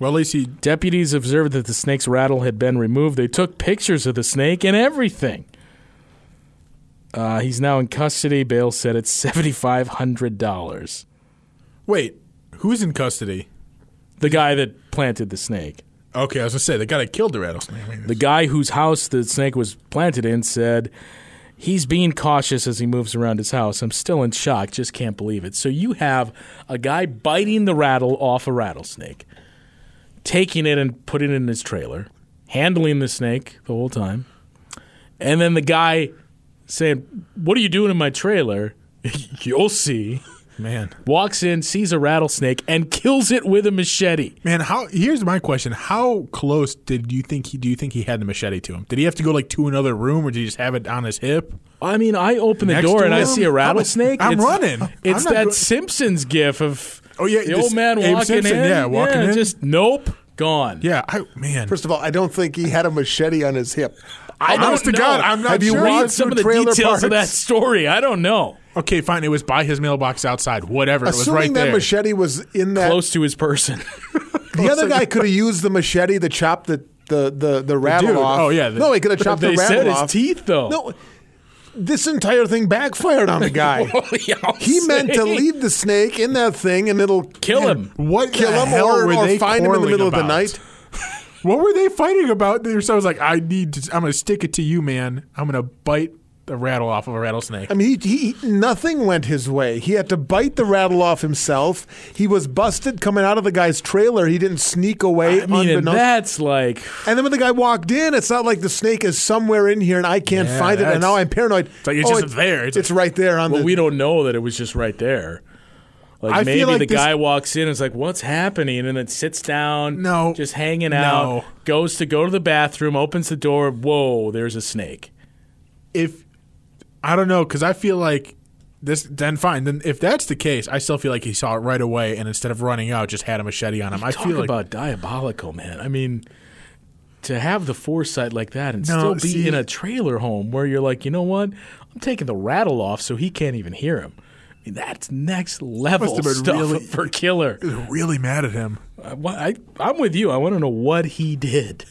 Speaker 3: Well, at least he.
Speaker 1: Deputies observed that the snake's rattle had been removed. They took pictures of the snake and everything. Uh, he's now in custody. Bail set at $7,500.
Speaker 3: Wait, who's in custody?
Speaker 1: The guy that planted the snake.
Speaker 3: Okay, I was gonna say the guy that killed the rattlesnake.
Speaker 1: The guy whose house the snake was planted in said He's being cautious as he moves around his house. I'm still in shock, just can't believe it. So you have a guy biting the rattle off a rattlesnake, taking it and putting it in his trailer, handling the snake the whole time, and then the guy saying, "What are you doing in my trailer?" You'll see.
Speaker 3: Man.
Speaker 1: Walks in, sees a rattlesnake, and kills it with a machete.
Speaker 3: Man, how here's my question. How close did you think he do you think he had the machete to him? Did he have to go like to another room or did he just have it on his hip?
Speaker 1: I mean, I open the
Speaker 3: Next
Speaker 1: door
Speaker 3: to
Speaker 1: and I
Speaker 3: him?
Speaker 1: see a
Speaker 3: I'm-
Speaker 1: rattlesnake.
Speaker 3: I'm
Speaker 1: it's,
Speaker 3: running.
Speaker 1: It's
Speaker 3: I'm not
Speaker 1: that
Speaker 3: go-
Speaker 1: Simpsons gif of
Speaker 3: Oh, yeah,
Speaker 1: the
Speaker 3: this
Speaker 1: old man
Speaker 3: Abe
Speaker 1: walking
Speaker 3: Simpson,
Speaker 1: in.
Speaker 3: yeah, walking in.
Speaker 1: Just nope, gone.
Speaker 3: Yeah, I man.
Speaker 4: First of all, I don't think he had a machete on his hip.
Speaker 1: I don't
Speaker 3: Honest to
Speaker 1: know.
Speaker 3: God, I'm not
Speaker 1: Have you
Speaker 3: sure.
Speaker 1: read
Speaker 3: Walked
Speaker 1: some of
Speaker 4: through
Speaker 1: the
Speaker 4: trailer
Speaker 1: details of that
Speaker 4: parks.
Speaker 1: story? I don't know.
Speaker 3: okay, fine. It was by his mailbox outside. Whatever. it was
Speaker 4: Assuming
Speaker 3: right
Speaker 4: that
Speaker 3: there.
Speaker 4: machete was in that,
Speaker 1: Close to his person.
Speaker 4: the other guy could have used the machete to chop the the the, the rattle
Speaker 3: dude.
Speaker 4: off.
Speaker 3: Oh, yeah, the-
Speaker 4: no, he could have chopped
Speaker 1: they
Speaker 4: the rattle
Speaker 1: said
Speaker 4: off.
Speaker 1: his teeth, though.
Speaker 4: No, this entire thing backfired on the guy.
Speaker 1: Yeah, I'll
Speaker 4: He meant to
Speaker 1: say.
Speaker 4: leave the snake in that thing, and it'll
Speaker 1: Kill him.
Speaker 3: What
Speaker 4: kill
Speaker 3: the
Speaker 4: him,
Speaker 3: hell
Speaker 4: or,
Speaker 3: were
Speaker 4: or
Speaker 3: they
Speaker 4: find him in the
Speaker 3: quarreling
Speaker 4: middle of the
Speaker 3: about?
Speaker 4: night.
Speaker 3: What were they fighting about? They were so I was like, I need to. I'm gonna stick it to you, man. I'm gonna bite the rattle off of a rattlesnake.
Speaker 4: I mean, he, he nothing went his way. He had to bite the rattle off himself. He was busted coming out of the guy's trailer. He didn't sneak away.
Speaker 1: I mean, and
Speaker 4: unbeknownst.
Speaker 1: that's like
Speaker 4: And then when the guy walked in, it's not like the snake is somewhere in here and I can't
Speaker 3: Yeah,
Speaker 4: find it, and
Speaker 3: that's-
Speaker 4: now I'm paranoid. It's
Speaker 3: like it's just there.
Speaker 4: It's,
Speaker 3: It's-
Speaker 4: right there on
Speaker 1: Well,
Speaker 4: the.
Speaker 1: we don't know that it was just right there. Like
Speaker 3: I
Speaker 1: maybe
Speaker 3: feel like
Speaker 1: the
Speaker 3: this-
Speaker 1: guy walks in and is like, "What's happening?" and then sits down,
Speaker 3: No.
Speaker 1: just hanging
Speaker 3: No.
Speaker 1: out, goes to go to the bathroom, opens the door, whoa, there's a snake.
Speaker 3: if I don't know, because I feel like this. Then fine. Then if that's the case, I still feel like he saw it right away, and instead of running out, just had a machete on him. I
Speaker 1: Talk
Speaker 3: feel like
Speaker 1: about diabolical, man. I mean, to have the foresight like that and still
Speaker 3: No,
Speaker 1: be
Speaker 3: see-
Speaker 1: in a trailer home where you're like, you know what, I'm taking the rattle off so he can't even hear him. I mean, that's next level
Speaker 3: been
Speaker 1: stuff
Speaker 3: really-
Speaker 1: for killer.
Speaker 3: they're really mad at him.
Speaker 1: I, I, I'm with you. I want to know what he did.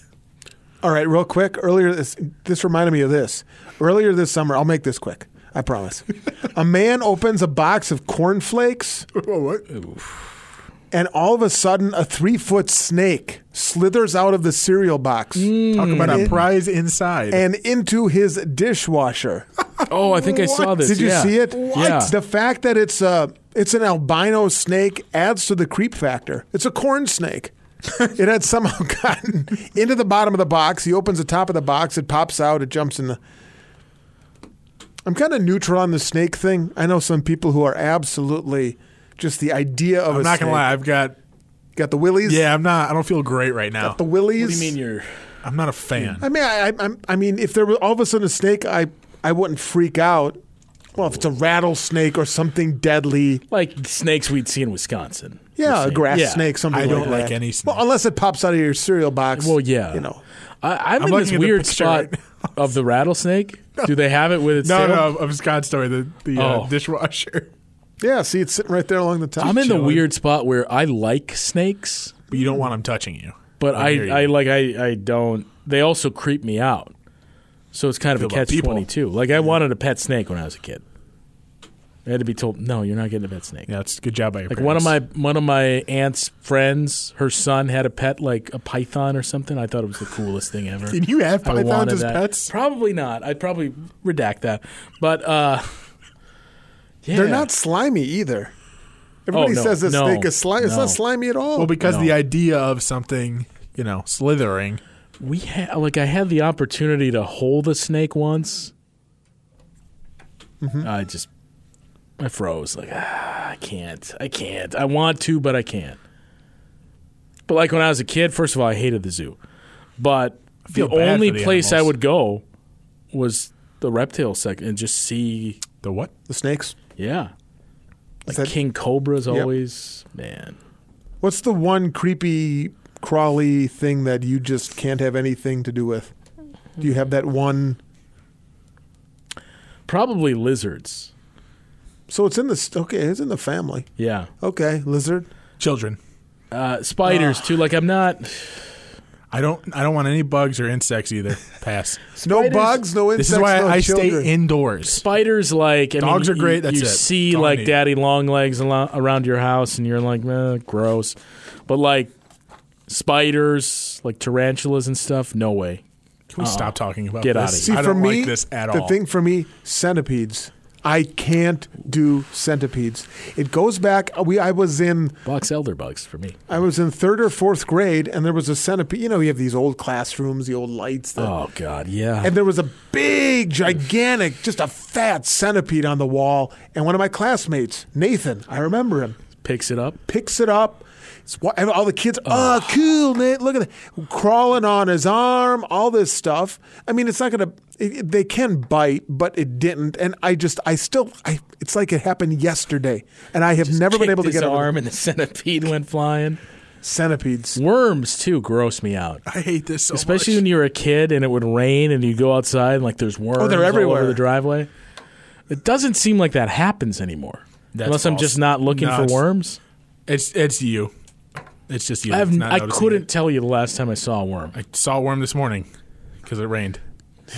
Speaker 4: All right, real quick. Earlier, this, this reminded me of this. Earlier this summer, I'll make this quick. I promise. a man opens a box of cornflakes.
Speaker 3: Oh,
Speaker 4: And all of a sudden, a three foot snake slithers out of the cereal box
Speaker 3: Talk about a
Speaker 4: it-
Speaker 3: prize inside.
Speaker 4: and into his dishwasher.
Speaker 1: Oh, I think I saw this.
Speaker 4: Did you
Speaker 1: yeah.
Speaker 4: see it?
Speaker 1: Yeah.
Speaker 4: The fact that it's a it's an albino snake adds to the creep factor. It's a corn snake. it had somehow gotten into the bottom of the box. He opens the top of the box. It pops out. It jumps in the. I'm kind of neutral on the snake thing. I know some people who are absolutely just the idea of
Speaker 3: I'm
Speaker 4: a
Speaker 3: not
Speaker 4: snake.
Speaker 3: gonna lie. I've got
Speaker 4: Got the willies.
Speaker 3: yeah. I'm not. I don't feel great right now.
Speaker 4: The willies.
Speaker 1: What do you mean you're?
Speaker 3: I'm not a fan.
Speaker 4: I mean, I, I, I'm- I mean, if there were all of a sudden a snake, I, I wouldn't freak out. Well, if it's a rattlesnake or something deadly,
Speaker 1: Like snakes we'd see in Wisconsin.
Speaker 4: Yeah, a grass
Speaker 1: Yeah.
Speaker 4: snake, something
Speaker 3: I
Speaker 4: like
Speaker 3: don't like
Speaker 4: that.
Speaker 3: any
Speaker 4: Well,
Speaker 3: snake.
Speaker 4: unless it pops out of your cereal box.
Speaker 1: Well, yeah.
Speaker 4: You know.
Speaker 1: I, I'm, in
Speaker 3: I'm
Speaker 1: this
Speaker 3: looking at the
Speaker 1: weird
Speaker 3: picture
Speaker 1: spot
Speaker 3: right
Speaker 1: of the rattlesnake. Do they have it with its
Speaker 3: no,
Speaker 1: tail?
Speaker 3: no, of Scott's story, the, the uh,
Speaker 1: Oh.
Speaker 3: dishwasher.
Speaker 4: Yeah, see, it's sitting right there along the top.
Speaker 1: I'm in the
Speaker 3: Chilling.
Speaker 1: weird spot where I like snakes,
Speaker 3: But you don't want him touching you.
Speaker 1: but
Speaker 3: I hear you.
Speaker 1: I, I like I, I don't. They also creep me out. So it's kind of a
Speaker 3: Feel about
Speaker 1: catch
Speaker 3: people.
Speaker 1: twenty two. Like I wanted a pet snake when I was a kid. I had to be told, no, you're not getting a pet snake.
Speaker 3: Yeah, it's a good job by your
Speaker 1: Like one of my
Speaker 3: parents.
Speaker 1: one of my aunt's friends, her son had a pet like a python or something. I thought it was the coolest thing ever.
Speaker 3: Did you have
Speaker 1: I
Speaker 3: pythons
Speaker 1: wanted
Speaker 3: as
Speaker 1: that.
Speaker 3: pets?
Speaker 1: Probably not. I'd probably redact that. But uh, yeah. Oh,
Speaker 4: They're not slimy either. Everybody
Speaker 1: no,
Speaker 4: says the
Speaker 1: no,
Speaker 4: snake is slimy. It's
Speaker 1: no.
Speaker 4: not slimy at all.
Speaker 3: Well, because
Speaker 1: No.
Speaker 3: the idea of something, you know, slithering.
Speaker 1: We had like I had the opportunity to hold a snake once.
Speaker 3: Mm-hmm.
Speaker 1: I just I froze like ah, I can't. I can't. I want to, but I can't. But like when I was a kid, first of all, I hated the zoo. But the
Speaker 3: feel bad for
Speaker 1: only
Speaker 3: the
Speaker 1: place I
Speaker 3: animals.
Speaker 1: would go was the reptile section and just see
Speaker 3: The what?
Speaker 4: the snakes.
Speaker 1: yeah. Like
Speaker 4: that-
Speaker 1: king cobras
Speaker 4: Yep.
Speaker 1: always, man.
Speaker 4: What's the one creepy, crawly thing that you just can't have anything to do with? Do you have that one?
Speaker 1: Probably lizards.
Speaker 4: So it's in the s- okay. It's in the family.
Speaker 1: Yeah.
Speaker 4: Okay, lizard.
Speaker 3: Children.
Speaker 1: Uh, spiders too. Like I'm not
Speaker 3: I don't. I don't want any bugs or insects either. Pass.
Speaker 4: No
Speaker 1: Spiders-
Speaker 4: bugs. No insects.
Speaker 3: this is why
Speaker 4: no
Speaker 3: I
Speaker 4: children.
Speaker 3: stay indoors.
Speaker 1: spiders like I
Speaker 3: Dogs
Speaker 1: mean,
Speaker 3: are great,
Speaker 1: You,
Speaker 3: that's
Speaker 1: you
Speaker 3: it.
Speaker 1: see
Speaker 3: That's all I
Speaker 1: like
Speaker 3: need.
Speaker 1: daddy long legs alo- around your house, and you're like, eh, gross. But like spiders, like tarantulas and stuff, no way.
Speaker 3: Can we stop talking about
Speaker 10: Get
Speaker 3: this?
Speaker 10: outta here.
Speaker 4: See,
Speaker 3: I
Speaker 4: for
Speaker 3: don't
Speaker 4: me,
Speaker 3: like this at
Speaker 4: the
Speaker 3: all.
Speaker 4: thing for me, centipedes. I can't do centipedes. It goes back. uh, We I was in
Speaker 1: Box elder bugs for me.
Speaker 4: I was in third or fourth grade, and there was a centipede. You know, you have these old classrooms, the old lights. The,
Speaker 1: Oh God, yeah.
Speaker 4: And there was a big, gigantic, just a fat centipede on the wall. And one of my classmates, Nathan, I remember him,
Speaker 1: Picks it up.
Speaker 4: picks it up. It's wa- and all the kids, oh, cool, Nate, look at that. Crawling on his arm, all this stuff. I mean, it's not going to, they can bite, but it didn't. And I just, I still, I, it's like it happened yesterday. And I have never been
Speaker 1: Kicked
Speaker 4: able to
Speaker 1: his
Speaker 4: get over
Speaker 1: arm, and the centipede went flying.
Speaker 4: the centipedes.
Speaker 1: Worms too gross me out.
Speaker 3: I hate this so
Speaker 1: Especially
Speaker 3: much.
Speaker 1: when you were a kid and it would rain and you go outside and like there's worms all
Speaker 4: everywhere.
Speaker 1: over the driveway. It doesn't seem like that happens anymore.
Speaker 3: That's
Speaker 1: Unless I'm
Speaker 3: false.
Speaker 1: just not looking
Speaker 3: No,
Speaker 1: for
Speaker 3: it's-
Speaker 1: worms.
Speaker 3: It's it's you. It's just you.
Speaker 1: I have
Speaker 3: It's
Speaker 1: n-
Speaker 3: not
Speaker 1: I
Speaker 3: noticing
Speaker 1: couldn't
Speaker 3: it.
Speaker 1: tell you the last time I saw a worm.
Speaker 3: I saw a worm this morning because it rained.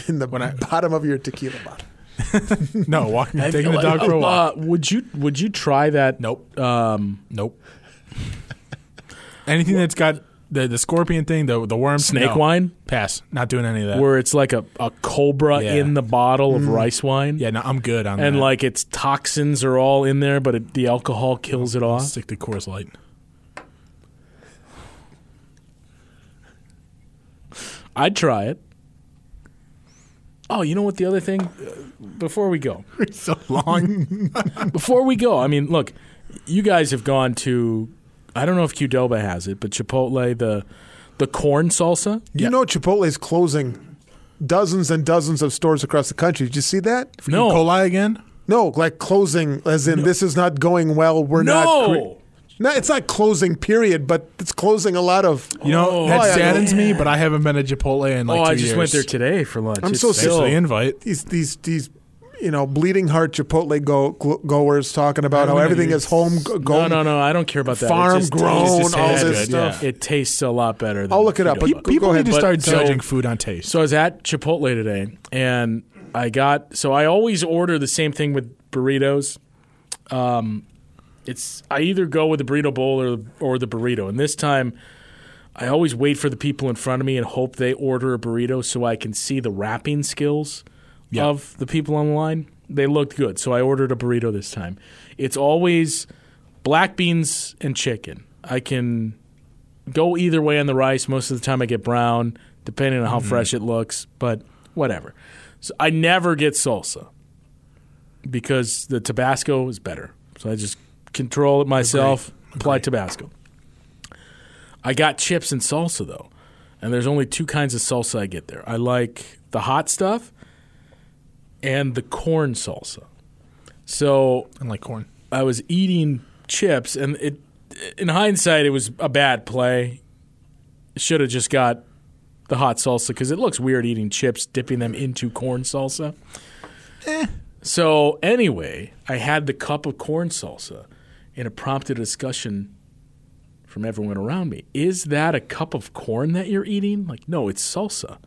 Speaker 4: In the bottom of your tequila bottle.
Speaker 3: No, walking, taking the dog for a walk.
Speaker 1: Uh, would you would you try that?
Speaker 3: Nope. Um, nope. Anything that's got the the scorpion thing, the the worm,
Speaker 1: Snake
Speaker 3: no.
Speaker 1: wine?
Speaker 3: pass. Not doing any of that.
Speaker 1: Where it's like a, a cobra
Speaker 3: Yeah.
Speaker 1: in the bottle
Speaker 4: Mm.
Speaker 1: of rice wine,
Speaker 3: yeah, no, I'm good on
Speaker 1: and
Speaker 3: that.
Speaker 1: like its toxins are all in there, but it, the alcohol kills it off.
Speaker 3: stick to Coors Light.
Speaker 1: I'd try it. Oh, you know what? The other thing, Uh, before we go,
Speaker 3: so long.
Speaker 1: before we go, I mean, look, you guys have gone to, I don't know if Qdoba has it, but Chipotle the the corn salsa.
Speaker 4: You know Chipotle's closing dozens and dozens of stores across the country. Did you see that?
Speaker 1: No,
Speaker 3: E. coli again.
Speaker 4: No, like closing, as in this is not going well. We're not.
Speaker 1: no.
Speaker 4: cre- no, it's not closing, period, but it's closing a lot of.
Speaker 3: You know
Speaker 1: Oh,
Speaker 3: that
Speaker 4: yeah,
Speaker 3: saddens me, but I haven't been to Chipotle in like
Speaker 1: oh,
Speaker 3: two
Speaker 1: I just
Speaker 3: years.
Speaker 1: went there today for lunch.
Speaker 4: I'm so
Speaker 3: Thanks for
Speaker 1: still-
Speaker 3: the invite.
Speaker 4: These, these, these, you know, bleeding heart Chipotle go, gl- goers talking about how
Speaker 3: don't
Speaker 4: everything
Speaker 3: know.
Speaker 4: is home. g-
Speaker 1: No,
Speaker 4: Go,
Speaker 1: no, no. I don't care about that. It
Speaker 4: Farm
Speaker 1: just- it
Speaker 4: grown,
Speaker 1: just
Speaker 4: all
Speaker 1: tastes
Speaker 4: this
Speaker 1: good, yeah.
Speaker 4: stuff.
Speaker 1: It tastes a lot better. Than
Speaker 4: I'll look it up, but
Speaker 1: Qdoba.
Speaker 4: go
Speaker 3: People
Speaker 4: ahead.
Speaker 3: need to
Speaker 1: But-
Speaker 3: start
Speaker 1: so-
Speaker 3: judging food on taste.
Speaker 1: So I was at Chipotle today, and I got so I always order the same thing with burritos. Um, it's I either go with the burrito bowl or the, or the burrito, and this time I always wait for the people in front of me and hope they order a burrito so I can see the wrapping skills of the people on the line. They looked good, so I ordered a burrito this time. It's always black beans and chicken. I can go either way on the rice. Most of the time, I get brown, depending on how fresh it looks, but whatever. So I never get salsa because the Tabasco is better. So I just control it myself, apply Tabasco. I got chips and salsa, though, and there's only two kinds of salsa I get there I like the hot stuff and the corn salsa. So
Speaker 3: and like corn.
Speaker 1: I was eating chips, and it, in hindsight, it was a bad play. Should have just got the hot salsa because it looks weird eating chips, dipping them into corn salsa. So anyway, I had the cup of corn salsa, and it prompted a discussion from everyone around me. Is that a cup of corn that you're eating? Like, no, it's salsa.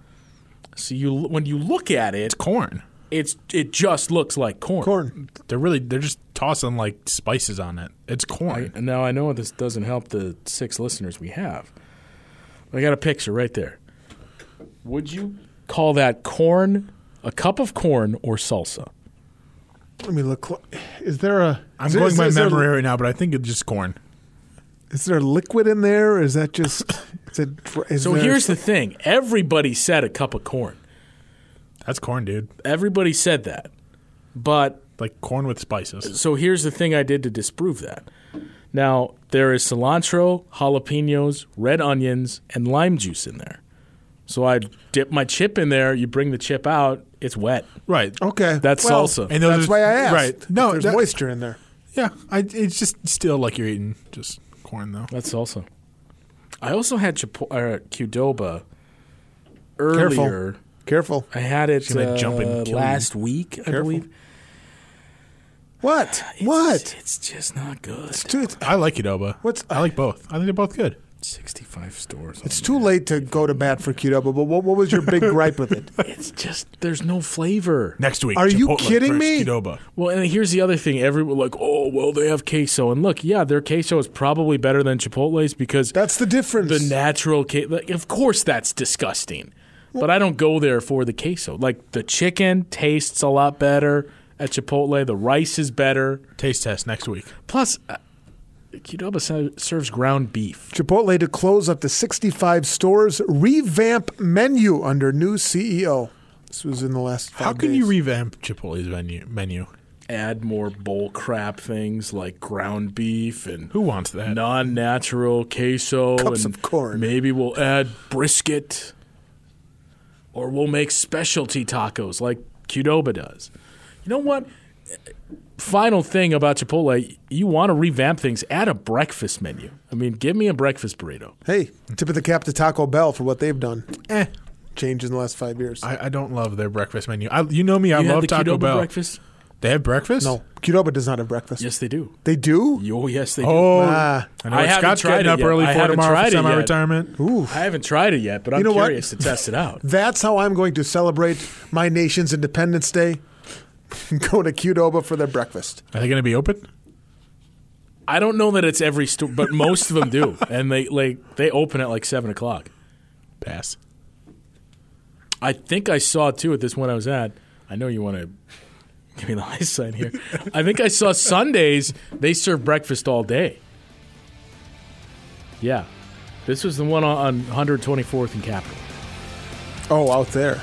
Speaker 1: So you, when you look at it,
Speaker 3: Corn.
Speaker 1: it's it just looks like
Speaker 4: corn.
Speaker 3: They're really they're just tossing like spices on it. It's corn.
Speaker 1: And now I know this doesn't help the six listeners we have. I got a picture right there. Would you call that corn, a cup of corn, or salsa?
Speaker 4: Let me look. clo- Is there a?
Speaker 3: I'm
Speaker 4: is there-
Speaker 3: going
Speaker 4: is
Speaker 3: by
Speaker 4: there- is there-
Speaker 3: memory right now, but I think it's just corn.
Speaker 4: Is there liquid in there, or is that just? Is it, dr- is
Speaker 1: So
Speaker 4: there-
Speaker 1: here's the thing everybody said a cup of corn.
Speaker 3: That's corn, dude.
Speaker 1: Everybody said that. But
Speaker 3: Like corn with spices.
Speaker 1: so here's the thing I did to disprove that. Now, there is cilantro, jalapenos, red onions, and lime juice in there. So I dip my chip in there, you bring the chip out, it's wet.
Speaker 3: Right.
Speaker 4: Okay,
Speaker 1: That's
Speaker 4: well,
Speaker 1: salsa.
Speaker 3: And those
Speaker 4: That's
Speaker 3: are-
Speaker 4: why I asked.
Speaker 3: Right.
Speaker 4: No,
Speaker 3: No,
Speaker 4: there's
Speaker 3: that-
Speaker 4: moisture in there.
Speaker 3: Yeah. I, it's just still like you're eating just corn though.
Speaker 1: That's also. I also had Chipo- uh, Qdoba earlier.
Speaker 4: Careful. Careful.
Speaker 1: I had it
Speaker 3: gonna
Speaker 1: uh,
Speaker 3: jump and kill you.
Speaker 1: last week, I believe.
Speaker 4: What? what?
Speaker 1: It's just not good.
Speaker 4: Dude,
Speaker 3: I like Qdoba.
Speaker 4: What's-
Speaker 3: I like both. I think they're both good.
Speaker 1: 65 stores.
Speaker 4: It's too late to go to bat for Qdoba, but what, what was your big gripe with it?
Speaker 1: It's just, there's no flavor.
Speaker 3: Next week.
Speaker 4: Are you
Speaker 3: Chipotle
Speaker 4: kidding
Speaker 3: versus
Speaker 4: me?
Speaker 3: Qdoba.
Speaker 1: Well, and here's the other thing. Everyone like, oh, well, they have queso. And look, yeah, their queso is probably better than Chipotle's because
Speaker 4: That's the difference.
Speaker 1: the natural queso. Like, of course that's disgusting. But I don't go there for the queso. Like the chicken tastes a lot better at Chipotle. The rice is better.
Speaker 3: Taste test next week.
Speaker 1: Plus, uh, Qdoba se- serves ground beef.
Speaker 4: Chipotle to close up to 65 stores, revamp menu under new CEO. This was in the last five
Speaker 3: How can
Speaker 4: days.
Speaker 3: you revamp Chipotle's menu? Menu.
Speaker 1: Add more bull crap things like ground beef and
Speaker 3: Who wants that?
Speaker 1: non-natural queso
Speaker 4: Cups
Speaker 1: and
Speaker 4: of corn.
Speaker 1: maybe we'll add brisket or we'll make specialty tacos like Qdoba does. You know what? Final thing about Chipotle, you want to revamp things, add a breakfast menu. I mean, give me a breakfast burrito.
Speaker 4: Hey, tip of the cap to Taco Bell for what they've done.
Speaker 3: Eh,
Speaker 4: Change in the last five years.
Speaker 3: I, I don't love their breakfast menu. I, you know me. I
Speaker 1: you
Speaker 3: love
Speaker 1: had the
Speaker 3: Taco
Speaker 1: Qdoba
Speaker 3: Bell.
Speaker 1: breakfast?
Speaker 3: They have breakfast.
Speaker 4: no, Qdoba does not have breakfast.
Speaker 1: Yes, they do.
Speaker 4: They do?
Speaker 1: Oh, yes, they do.
Speaker 3: Oh,
Speaker 4: Ah.
Speaker 3: I know
Speaker 1: I
Speaker 3: what
Speaker 1: haven't
Speaker 3: Scott's
Speaker 1: tried
Speaker 3: getting
Speaker 1: it
Speaker 3: up
Speaker 1: yet.
Speaker 3: early
Speaker 1: I
Speaker 3: for
Speaker 1: haven't
Speaker 3: tomorrow for
Speaker 1: tried it yet.
Speaker 3: semi-retirement.
Speaker 4: Ooh.
Speaker 1: I haven't tried it yet, but I'm
Speaker 4: know what?
Speaker 1: curious to test it out.
Speaker 4: That's how I'm going to celebrate my nation's Independence Day. Go to Qdoba for their breakfast.
Speaker 3: Are they going to be open?
Speaker 1: I don't know that it's every store, but most of them do, and they like they open at like seven o'clock.
Speaker 3: Pass.
Speaker 1: I think I saw too at this one I was at. I know you want to give me the high sign here. I think I saw Sundays they serve breakfast all day. Yeah, this was the one on on 124th and Capitol.
Speaker 4: Oh, out there.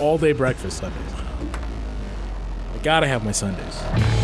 Speaker 1: All day breakfast Sundays. I gotta have my Sundays.